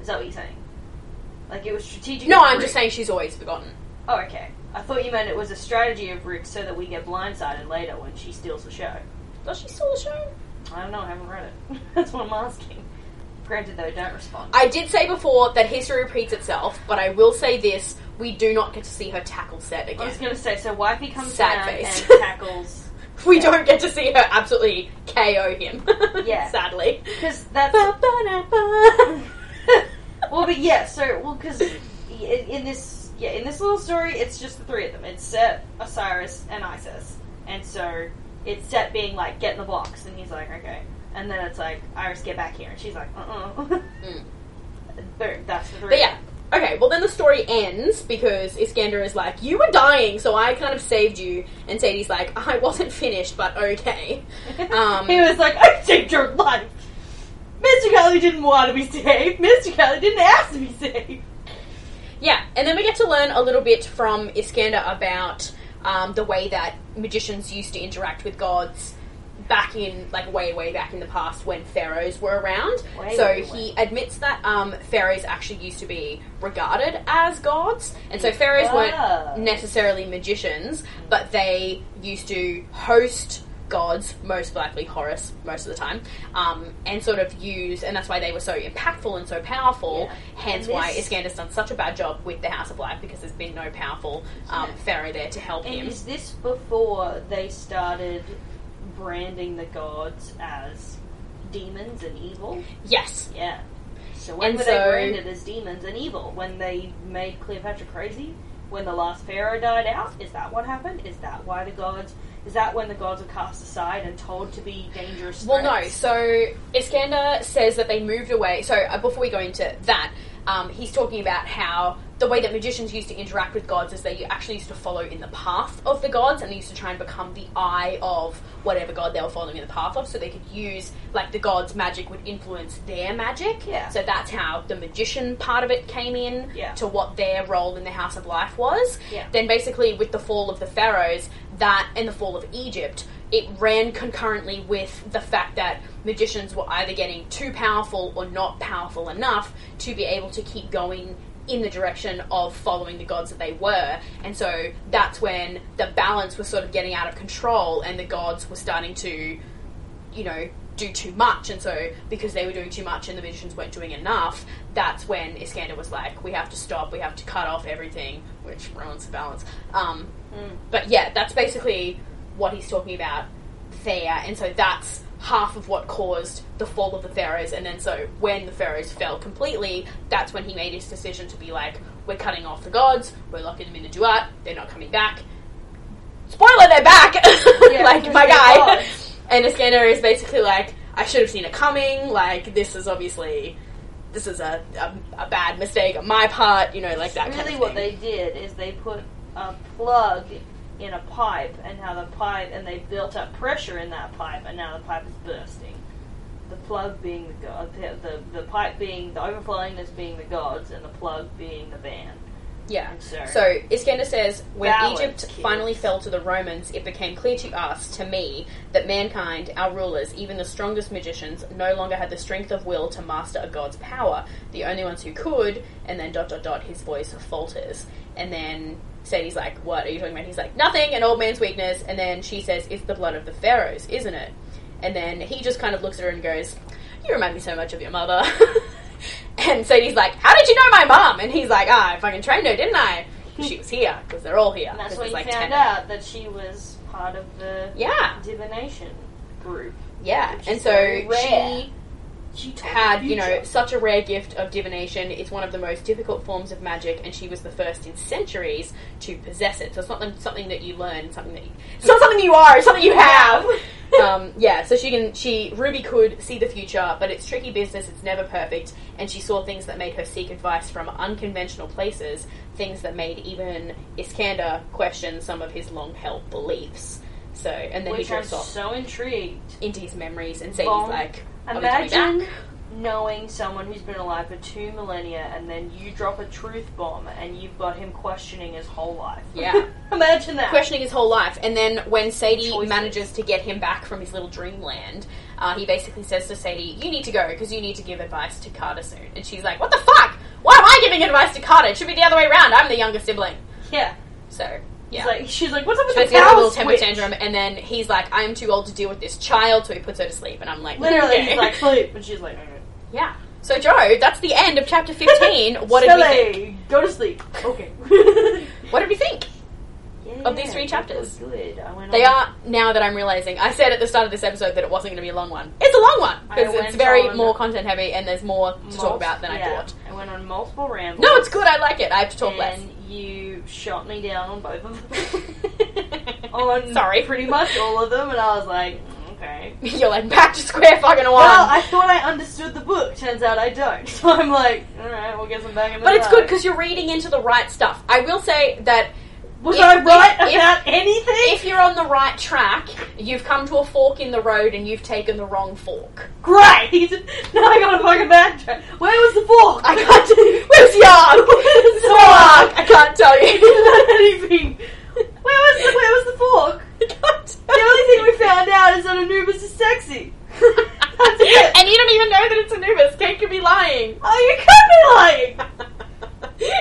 Speaker 3: Is that what you're saying? Like it was strategic.
Speaker 2: No,
Speaker 3: of
Speaker 2: I'm
Speaker 3: Rick.
Speaker 2: just saying she's always forgotten.
Speaker 3: Oh, okay. I thought you meant it was a strategy of Rick's so that we get blindsided later when she steals the show.
Speaker 2: Does she still show?
Speaker 3: I don't know, I haven't read it. That's what I'm asking. Granted, though, don't respond.
Speaker 2: I did say before that history repeats itself, but I will say this: we do not get to see her tackle set
Speaker 3: I
Speaker 2: again.
Speaker 3: was gonna say, so Wifey comes
Speaker 2: Sad
Speaker 3: down
Speaker 2: face.
Speaker 3: and tackles.
Speaker 2: We don't get to see her absolutely KO him.
Speaker 3: Yeah.
Speaker 2: sadly.
Speaker 3: Because that's. well, but yeah, so, well, because in this. Yeah, in this little story, it's just the three of them. It's Set, Osiris, and Isis. And so, it's Set being like, get in the box. And he's like, okay. And then it's like, Iris, get back here. And she's like, uh-uh.
Speaker 2: Mm.
Speaker 3: There- That's the three.
Speaker 2: But yeah. Okay, well then the story ends because Iskander is like, You were dying, so I kind of saved you and Sadie's like, I wasn't finished, but okay. Um,
Speaker 3: he was like, I saved your life. Mr. Kelly didn't want to be saved. Mr. Kelly didn't ask to be saved.
Speaker 2: Yeah, and then we get to learn a little bit from Iskander about um, the way that magicians used to interact with gods back in, like, way, way back in the past when pharaohs were around.
Speaker 3: Way,
Speaker 2: so
Speaker 3: way,
Speaker 2: he admits that um, pharaohs actually used to be regarded as gods, and so pharaohs
Speaker 3: Ah.
Speaker 2: weren't necessarily magicians, but they used to host gods, most likely Horus, most of the time, um, and sort of use, and that's why they were so impactful and so powerful.
Speaker 3: Yeah.
Speaker 2: Hence,
Speaker 3: And
Speaker 2: why
Speaker 3: this-
Speaker 2: Iskandar's done such a bad job with the House of Life because there's been no powerful um,
Speaker 3: Yeah.
Speaker 2: pharaoh there to help
Speaker 3: And
Speaker 2: him.
Speaker 3: is this before they started branding the gods as demons and evil?
Speaker 2: Yes,
Speaker 3: Yeah. So when
Speaker 2: And
Speaker 3: were
Speaker 2: so-
Speaker 3: they branded as demons and evil? When they made Cleopatra crazy? When the last pharaoh died out? Is that what happened? Is that why the gods? Is that when the gods were cast aside and told to be dangerous?
Speaker 2: Well, no.
Speaker 3: threats?
Speaker 2: So Iskander says that they moved away. So uh, before we go into that, um, he's talking about how the way that magicians used to interact with gods is they actually used to follow in the path of the gods and they used to try and become the eye of whatever god they were following in the path of so they could use like the god's magic would influence their magic
Speaker 3: Yeah.
Speaker 2: so that's how the magician part of it came in
Speaker 3: Yeah.
Speaker 2: to what their role in the house of life was
Speaker 3: Yeah.
Speaker 2: then basically with the fall of the pharaohs that and the fall of egypt it ran concurrently with the fact that magicians were either getting too powerful or not powerful enough to be able to keep going in the direction of following the gods that they were and so that's when the balance was sort of getting out of control and the gods were starting to you know, do too much. And so, because they were doing too much and the magicians weren't doing enough, that's when Iskander was like, we have to stop, we have to cut off everything, which ruins the balance. Um, But yeah, that's basically what he's talking about there. And so, that's half of what caused the fall of the pharaohs. And then, so when the pharaohs fell completely, that's when he made his decision to be like, we're cutting off the gods, we're locking them in the Duat, they're not coming back. Spoiler, they're back! like,
Speaker 3: because
Speaker 2: my
Speaker 3: they're
Speaker 2: guy.
Speaker 3: gods.
Speaker 2: And Iskander is basically like, I should have seen it coming. Like, this is obviously, this is a, a, a bad mistake on my part. You know, like that
Speaker 3: really
Speaker 2: kind of
Speaker 3: what
Speaker 2: thing.
Speaker 3: they did is they put a plug in a pipe and how the pipe and they built up pressure in that pipe and now the pipe is bursting the plug being the god the, the, the pipe being the overflowingness being the gods and the plug being the ban
Speaker 2: yeah.
Speaker 3: I'm sorry.
Speaker 2: So Iskander says, when
Speaker 3: Valid
Speaker 2: Egypt
Speaker 3: kid.
Speaker 2: finally fell to the Romans, it became clear to us, to me, that mankind, our rulers, even the strongest magicians, no longer had the strength of will to master a god's power. The only ones who could, and then dot dot dot, his voice falters, and then. Sadie's like, what are you talking about? He's like, nothing, an old man's weakness. And then she says, it's the blood of the pharaohs, isn't it? And then he just kind of looks at her and goes, You remind me so much of your mother. and Sadie's like, How did you know my mom? And he's like, Ah, I fucking trained her, didn't I? She was here, because they're all here.
Speaker 3: and that's
Speaker 2: 'cause
Speaker 3: when
Speaker 2: there's,
Speaker 3: you
Speaker 2: like 10
Speaker 3: found out that she was part of the
Speaker 2: Yeah,
Speaker 3: divination group
Speaker 2: yeah.
Speaker 3: Which
Speaker 2: And
Speaker 3: is
Speaker 2: so
Speaker 3: very rare.
Speaker 2: she
Speaker 3: she told
Speaker 2: had,
Speaker 3: the
Speaker 2: you know,
Speaker 3: future.
Speaker 2: such a rare gift of divination. It's one of the most difficult forms of magic, and she was the first in centuries to possess it. So it's not like something that you learn, something that you, it's not something you are, it's something you have. um, yeah, so she can. She Ruby could see the future, but it's tricky business. It's never perfect, and she saw things that made her seek advice from unconventional places. Things that made even Iskander question some of his long-held beliefs. So, and then he
Speaker 3: which I'm
Speaker 2: drifts off
Speaker 3: so intrigued
Speaker 2: into his memories, and Sadie's
Speaker 3: Long-
Speaker 2: like, "Are we coming
Speaker 3: Imagine
Speaker 2: back?"
Speaker 3: knowing someone who's been alive for two millennia and then you drop a truth bomb and you've got him questioning his whole life.
Speaker 2: Yeah.
Speaker 3: Imagine that.
Speaker 2: questioning his whole life. And then when Sadie
Speaker 3: Choices.
Speaker 2: manages to get him back from his little dreamland, uh, he basically says to Sadie, "You need to go because you need to give advice to Carter soon." And she's like, "What the fuck? Why am I giving advice to Carter? It should be the other way around. I'm the younger sibling."
Speaker 3: Yeah.
Speaker 2: So yeah.
Speaker 3: He's like, she's like, what's up with
Speaker 2: She has
Speaker 3: the
Speaker 2: to have a
Speaker 3: power
Speaker 2: little temper
Speaker 3: switch?
Speaker 2: tantrum, and then he's like, "I am too old to deal with this child," so he puts her to sleep, and I'm like,
Speaker 3: Literally,
Speaker 2: okay.
Speaker 3: he's like, sleep. And she's like, okay.
Speaker 2: "Yeah." So Joe, that's the end of chapter fifteen. What did we
Speaker 3: Silly,
Speaker 2: think?
Speaker 3: Go to sleep. Okay.
Speaker 2: What did we think?
Speaker 3: yeah,
Speaker 2: Of these three
Speaker 3: that
Speaker 2: chapters.
Speaker 3: was Good. I went
Speaker 2: They
Speaker 3: on-
Speaker 2: are now that I'm realizing. I said at the start of this episode that it wasn't going to be a long one. It's a long one
Speaker 3: I
Speaker 2: because
Speaker 3: went
Speaker 2: it's very
Speaker 3: on-
Speaker 2: more content heavy, and there's more to talk
Speaker 3: Mul-
Speaker 2: about than I
Speaker 3: yeah,
Speaker 2: thought.
Speaker 3: I went on multiple rambles.
Speaker 2: No, it's good. I like it. I have to talk
Speaker 3: and
Speaker 2: less.
Speaker 3: you shot me down on both of them. on
Speaker 2: Sorry.
Speaker 3: pretty much all of them, and I was like, mm, okay.
Speaker 2: You're like back to square fucking one.
Speaker 3: Well, I thought I understood the book. Turns out I don't. So I'm like, all right, well, guess I'm back in the
Speaker 2: but it's
Speaker 3: dark."
Speaker 2: good because you're reading into the right stuff. I will say that
Speaker 3: was
Speaker 2: if-
Speaker 3: I right
Speaker 2: if-
Speaker 3: about anything?
Speaker 2: if you're on the right track, you've come to a fork in the road and you've taken the wrong fork.
Speaker 3: Great. Now I got a fucking backtrack. Where was the fork?
Speaker 2: I can't. Where's Yarg? Where's the fork? I can't tell you.
Speaker 3: anything. Where was the Where was the fork?
Speaker 2: I can't
Speaker 3: The only thing we found out is that Anubis is sexy. That's it.
Speaker 2: and you don't even know that it's Anubis. Kate could be lying.
Speaker 3: Oh, you could be lying.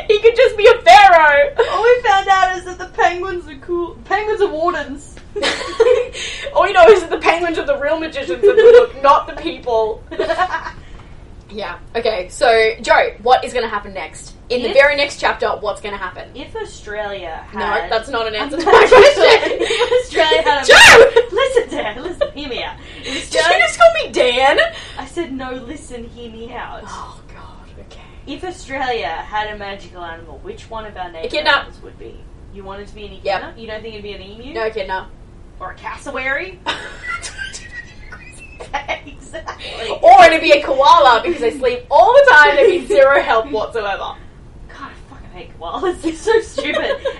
Speaker 2: he could just be a pharaoh. Oh.
Speaker 3: All we found out is that the penguins are cool. Ooh, penguins are wardens.
Speaker 2: All you know is that the penguins are the real magicians of the book, not the people. yeah. Okay. So, Joe, what is going to happen next? In the
Speaker 3: If-
Speaker 2: very next chapter, what's going to happen?
Speaker 3: If Australia
Speaker 2: No,
Speaker 3: had
Speaker 2: that's not an answer to my
Speaker 3: If
Speaker 2: question.
Speaker 3: Australia had a
Speaker 2: Joe,
Speaker 3: listen, Dan, listen, hear me out. If
Speaker 2: did you
Speaker 3: Australia-
Speaker 2: just call me Dan?
Speaker 3: I said no. Listen, hear me out.
Speaker 2: Oh God. Okay.
Speaker 3: If Australia had a magical animal, which one of our native
Speaker 2: Echidna.
Speaker 3: animals would be? You want it to be an
Speaker 2: Yep.
Speaker 3: echidna? You don't think it'd be an emu
Speaker 2: No, kid, no.
Speaker 3: or a cassowary? exactly.
Speaker 2: or it'd be a koala because they sleep all the time. There'd be zero help whatsoever.
Speaker 3: God, I fucking hate koalas. They're so stupid. Everyone's like,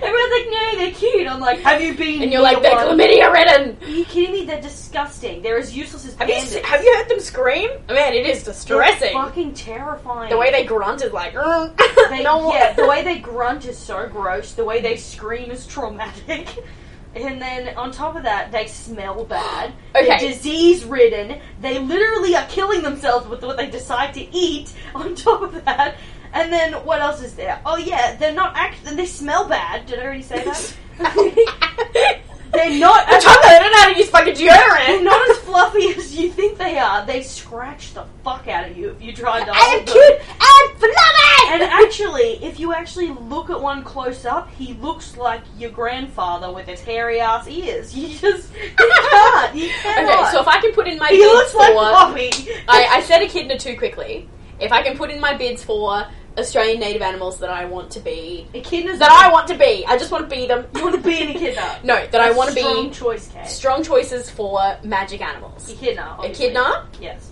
Speaker 3: no, they're cute. I'm like, have you been?
Speaker 2: And you're
Speaker 3: near
Speaker 2: like, they're
Speaker 3: one?"
Speaker 2: chlamydia ridden.
Speaker 3: Are you kidding me? They're disgusting. They're as useless as
Speaker 2: Have you,
Speaker 3: pandas.
Speaker 2: se- have you heard them scream? Man, it is
Speaker 3: They're
Speaker 2: distressing.
Speaker 3: fucking terrifying.
Speaker 2: The way they grunt is like, "Mm."
Speaker 3: They-
Speaker 2: no
Speaker 3: yeah, the way they grunt is so gross. The way they scream is traumatic. And then on top of that, they smell bad.
Speaker 2: Okay.
Speaker 3: They're disease ridden. They literally are killing themselves with what they decide to eat. On top of that, and then what else is there? Oh yeah, they're not act. They smell bad. Did I already say that? they're not.
Speaker 2: the
Speaker 3: as-
Speaker 2: time they don't know how to use fucking
Speaker 3: They're
Speaker 2: deodorant.
Speaker 3: not as fluffy as you think they are. They scratch the fuck out of you if you try to.
Speaker 2: I am
Speaker 3: hold them.
Speaker 2: cute and fluffy.
Speaker 3: And actually, if you actually look at one close up, he looks like your grandfather with his hairy ass ears. You just you can't. You cannot.
Speaker 2: okay, so if I can put in my
Speaker 3: he
Speaker 2: bids
Speaker 3: looks
Speaker 2: for,
Speaker 3: like Bobby.
Speaker 2: I, I said echidna too quickly. If I can put in my bids for Australian native animals that I want to be,
Speaker 3: Echidna's
Speaker 2: that I want to be, I just want to be them.
Speaker 3: You want to be an echidna?
Speaker 2: No, that I want to
Speaker 3: Strong
Speaker 2: be
Speaker 3: choice, Kate.
Speaker 2: strong choices for magic animals.
Speaker 3: Echidna. Obviously.
Speaker 2: Echidna,
Speaker 3: Yes.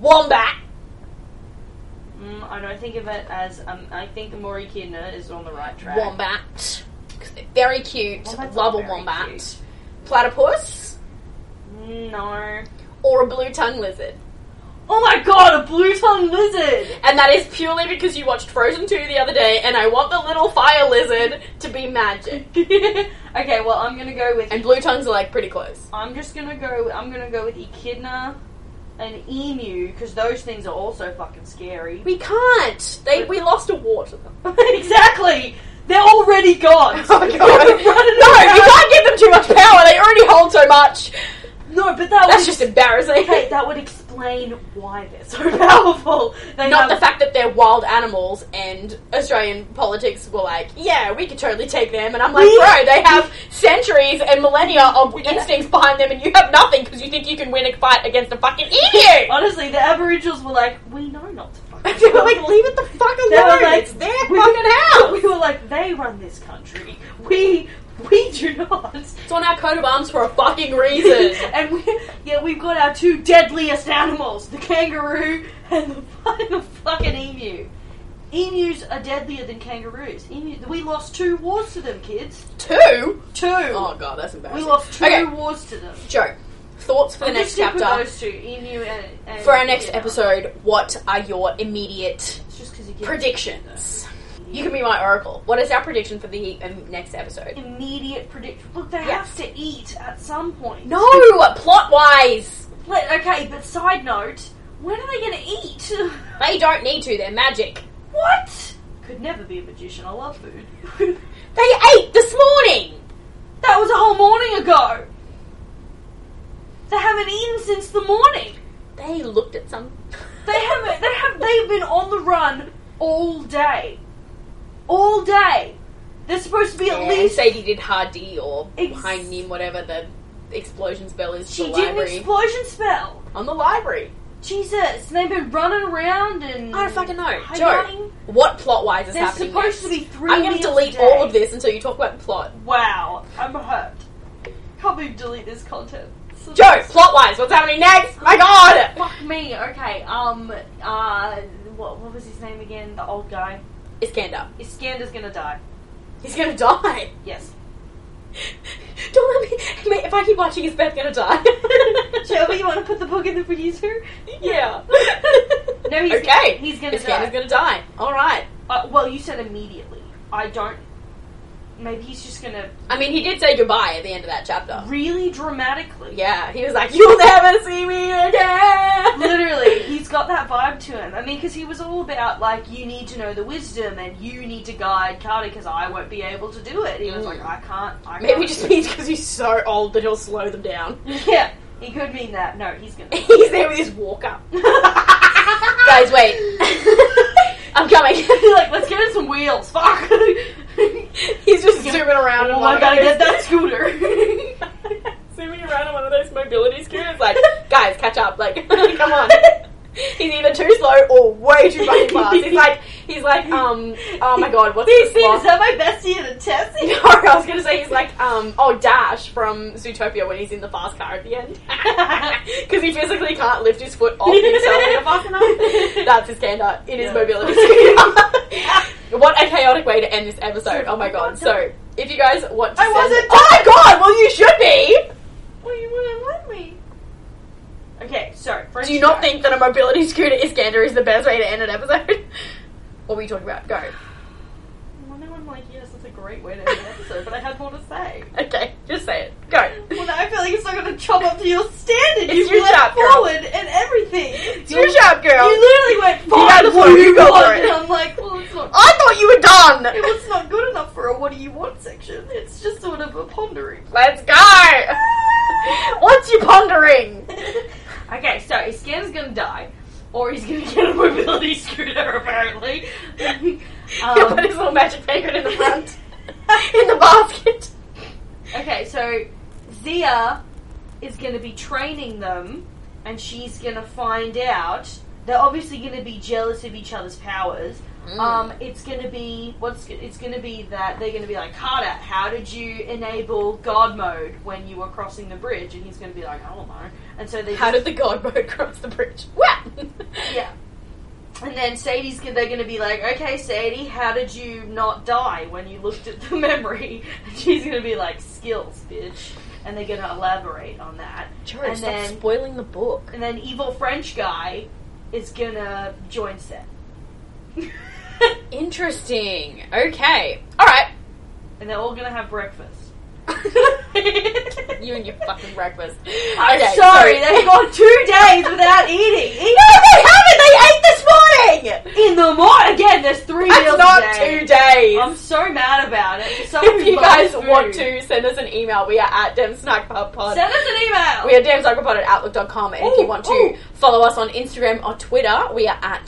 Speaker 2: wombat.
Speaker 3: Mm, I don't think of it as. Um, I think the more echidna is on the right track.
Speaker 2: Wombat. 'Cause they're Very cute.
Speaker 3: Wombats
Speaker 2: Love
Speaker 3: are
Speaker 2: a
Speaker 3: very
Speaker 2: wombat.
Speaker 3: cute.
Speaker 2: Platypus
Speaker 3: No.
Speaker 2: or a blue tongue lizard.
Speaker 3: Oh my god, a blue tongue lizard!
Speaker 2: And that is purely because you watched Frozen 2 the other day and I want the little fire lizard to be magic.
Speaker 3: okay, well I'm gonna go with
Speaker 2: And blue tongues are like pretty close.
Speaker 3: I'm just gonna go. I'm gonna go with echidna and emu because those things are also fucking scary.
Speaker 2: We can't. They we lost a war to them.
Speaker 3: exactly. They're already gone.
Speaker 2: no, we can't give them too much power. They already hold so much.
Speaker 3: No, but that
Speaker 2: That's
Speaker 3: would
Speaker 2: just embarrassing.
Speaker 3: okay, that would explain why they're so powerful. They
Speaker 2: Not the
Speaker 3: have-
Speaker 2: fact that they're wild animals and Australian politics were like, yeah, we could totally take them. And I'm like,
Speaker 3: We-
Speaker 2: bro, they have centuries and millennia of
Speaker 3: Yeah.
Speaker 2: instincts behind them and you have nothing because you think you can win a fight against a fucking idiot.
Speaker 3: Honestly, the Aboriginals were like, we know not to fucking.
Speaker 2: they were like, leave it the fuck alone.
Speaker 3: They were like,
Speaker 2: it's their
Speaker 3: we-
Speaker 2: fucking
Speaker 3: We
Speaker 2: house.
Speaker 3: were like, they run this country. We we do not.
Speaker 2: It's on our coat of arms for a fucking reason.
Speaker 3: and we, yeah, we've got our two deadliest animals: the kangaroo and the, fu- the fucking emu. Emus are deadlier than kangaroos. Emu, we lost two wars to them, kids.
Speaker 2: Two?
Speaker 3: Two.
Speaker 2: Oh god, that's embarrassing.
Speaker 3: we lost two
Speaker 2: Okay,
Speaker 3: wars to them.
Speaker 2: Joe, thoughts for the
Speaker 3: I'm
Speaker 2: next
Speaker 3: just gonna put
Speaker 2: chapter?
Speaker 3: Those two, emu and, and
Speaker 2: For our next
Speaker 3: yeah.
Speaker 2: episode, what are your immediate
Speaker 3: It's just because you get
Speaker 2: predictions? You can be my oracle. What is our prediction for the um, next episode?
Speaker 3: immediate prediction. Look, they
Speaker 2: Yes.
Speaker 3: have to eat at some point.
Speaker 2: No, plot wise,
Speaker 3: Let- okay, but side note: when are they going to eat?
Speaker 2: they don't need to. They're magic.
Speaker 3: what? Could never be a magician. I love food.
Speaker 2: They ate this morning.
Speaker 3: That was a whole morning ago. They haven't eaten since the morning.
Speaker 2: They looked at some.
Speaker 3: They haven't. They have. They've been on the run all day. All day. They're supposed to be at
Speaker 2: Yeah,
Speaker 3: least.
Speaker 2: Sadie did Hardy or
Speaker 3: Ex-
Speaker 2: behind him, whatever the explosion spell is.
Speaker 3: She
Speaker 2: the
Speaker 3: did an
Speaker 2: library
Speaker 3: explosion spell.
Speaker 2: on the library.
Speaker 3: Jesus, they've been running around and.
Speaker 2: I don't fucking know,
Speaker 3: hiding.
Speaker 2: Joe. What plot wise is
Speaker 3: They're
Speaker 2: happening? next?
Speaker 3: supposed to be three.
Speaker 2: I'm going to
Speaker 3: meals a
Speaker 2: delete
Speaker 3: day.
Speaker 2: all of this until you talk about the plot.
Speaker 3: Wow, I'm hurt. Can't believe delete this content. So
Speaker 2: Joe, plot wise, what's happening next? My God,
Speaker 3: Fuck me. Okay. Um. Uh. What, what was his name again? The old guy.
Speaker 2: Iskander,
Speaker 3: Iskander's gonna die.
Speaker 2: he's gonna die.
Speaker 3: Yes.
Speaker 2: Don't let me. Mate, if I keep watching, he's Beth gonna die.
Speaker 3: Shelby, you want to put the book in the producer?
Speaker 2: yeah.
Speaker 3: No, he's
Speaker 2: okay.
Speaker 3: He's gonna
Speaker 2: Iskander's
Speaker 3: die.
Speaker 2: gonna die. All right.
Speaker 3: Uh, well, you said immediately. I don't. maybe he's just gonna
Speaker 2: I mean, he did say goodbye at the end of that chapter.
Speaker 3: really dramatically.
Speaker 2: Yeah, he was like, "You'll never see me again."
Speaker 3: Literally, he's got that vibe to him. I mean, because he was all about, like, you need to know the wisdom and you need to guide Carter because I won't be able to do it. He was like,
Speaker 2: Mm.
Speaker 3: I can't. I
Speaker 2: Maybe it
Speaker 3: can't.
Speaker 2: just means because he's so old that he'll slow them down.
Speaker 3: Yeah, he could mean that. No, he's gonna.
Speaker 2: He's there with his walker. Guys, wait. I'm coming.
Speaker 3: like, let's get him some wheels. Fuck!
Speaker 2: He's just zooming around. in
Speaker 3: oh, I
Speaker 2: one
Speaker 3: gotta
Speaker 2: of
Speaker 3: get
Speaker 2: those-
Speaker 3: that scooter.
Speaker 2: zooming around on one of those mobility scooters. Like, guys, catch up. Like, come on. He's either too slow or way too fucking fast. He's like, he's like, um, oh my god, what's this?
Speaker 3: These things
Speaker 2: one?
Speaker 3: are my bestie and a tessie.
Speaker 2: No, I was gonna say he's like, um, oh Dash from Zootopia when he's in the fast car at the end, because he physically can't lift his foot off the accelerator fast enough. That's his gander in his
Speaker 3: Yeah.
Speaker 2: mobility scooter. what a chaotic way to end this episode! Oh my god! So if you guys want to,
Speaker 3: I
Speaker 2: send-
Speaker 3: wasn't-
Speaker 2: Oh my god! Well, you should be.
Speaker 3: Well, you wouldn't let me. Okay, sorry. French
Speaker 2: Do you not
Speaker 3: fry.
Speaker 2: think that a mobility scooter is gander is the best way to end an episode? What were you talking about? Go.
Speaker 3: Well, no, I'm like, yes, that's a great way to end an episode, but I had more to say.
Speaker 2: Okay, just say it. Go.
Speaker 3: Well, now I feel like it's not going to chop up to your standard.
Speaker 2: It's
Speaker 3: you
Speaker 2: your
Speaker 3: went
Speaker 2: job, girl.
Speaker 3: forward and everything.
Speaker 2: It's your job, girl.
Speaker 3: You literally went forward.
Speaker 2: got the floor, you go for it.
Speaker 3: And I'm like, well, it's not.
Speaker 2: I thought you were done.
Speaker 3: It was not good enough for a what do you want section. It's just sort of a pondering.
Speaker 2: Let's go! What's you pondering?
Speaker 3: okay, so Scan's gonna die, or he's gonna get a mobility scooter apparently.
Speaker 2: He'll put
Speaker 3: um,
Speaker 2: his little magic penguin in the front. in the basket.
Speaker 3: okay, so Zia is gonna be training them, and she's gonna find out. They're obviously gonna be jealous of each other's powers.
Speaker 2: Mm.
Speaker 3: Um, it's gonna be what's go- it's gonna be that they're gonna be like Carter. How did you enable God mode when you were crossing the bridge? And he's gonna be like, I don't know. And so they
Speaker 2: How
Speaker 3: just,
Speaker 2: did the god boat cross the bridge? What?
Speaker 3: yeah. And then Sadie's go- they're gonna be like, okay, Sadie, how did you not die when you looked at the memory? And she's gonna be like, skills, bitch. And they're gonna elaborate on that.
Speaker 2: George,
Speaker 3: And
Speaker 2: stop
Speaker 3: then-
Speaker 2: spoiling the book.
Speaker 3: And then evil French guy is gonna join Seth. and
Speaker 2: Interesting. Okay. Alright.
Speaker 3: they're all gonna have breakfast.
Speaker 2: you and your fucking breakfast.
Speaker 3: I'm
Speaker 2: Okay,
Speaker 3: sorry, they've gone two days without eating. Eat
Speaker 2: No, they haven't! They ate this morning!
Speaker 3: in the morning again. There's three
Speaker 2: That's
Speaker 3: meals a
Speaker 2: not
Speaker 3: day.
Speaker 2: two days!
Speaker 3: I'm so mad about it. For someone
Speaker 2: if
Speaker 3: who
Speaker 2: you guys
Speaker 3: loves
Speaker 2: want
Speaker 3: food.
Speaker 2: to send us an email, we are at demsnackpubpod.
Speaker 3: send us an email.
Speaker 2: We are damsnackpubpod at outlook.com. And if you
Speaker 3: Ooh,
Speaker 2: want to
Speaker 3: ooh.
Speaker 2: follow us on Instagram or Twitter, we are at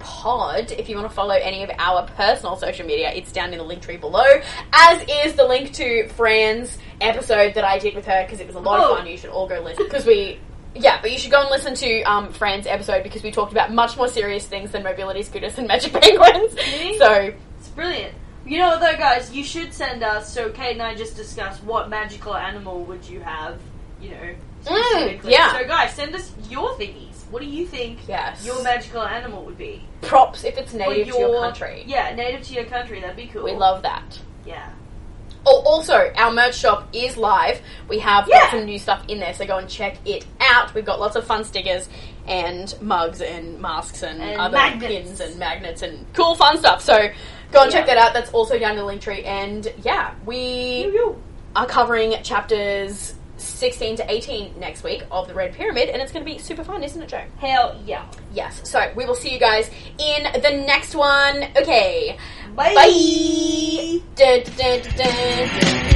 Speaker 2: damsnackbarpod. If you want to follow any of our personal social media, it's down in the link tree below, as is the link to Fran's episode that I did with her because it was a lot
Speaker 3: Oh.
Speaker 2: of fun. You should all go listen because we. Yeah, but you should go and listen to um, Fran's episode because we talked about much more serious things than mobility scooters and magic penguins.
Speaker 3: See?
Speaker 2: So
Speaker 3: It's brilliant. You know what though, guys? You should send us. So Kate and I just discussed what magical animal would you have. You know, specifically.
Speaker 2: Hmm, mm, yeah.
Speaker 3: So guys, send us your thingies. What do you think
Speaker 2: yes,
Speaker 3: your magical animal would be?
Speaker 2: props if it's
Speaker 3: Or
Speaker 2: native to your country.
Speaker 3: Yeah, native to your country. That'd be cool.
Speaker 2: We love that.
Speaker 3: Yeah.
Speaker 2: Oh, also, our merch shop is live. We have
Speaker 3: Yeah.
Speaker 2: got some new stuff in there, so go and check it out. We've got lots of fun stickers and mugs and masks and,
Speaker 3: And
Speaker 2: other
Speaker 3: magnets.
Speaker 2: pins and magnets and cool fun stuff. So go and check
Speaker 3: Yeah.
Speaker 2: that out. That's also down in the link tree. And yeah, we are covering chapters 16 to 18 next week of the Red Pyramid, and it's going to be super fun, isn't it, Joe?
Speaker 3: Hell yeah.
Speaker 2: Yes. So we will see you guys in the next one. Okay.
Speaker 3: Bye.
Speaker 2: Bye. Dun, dun, dun, dun, dun.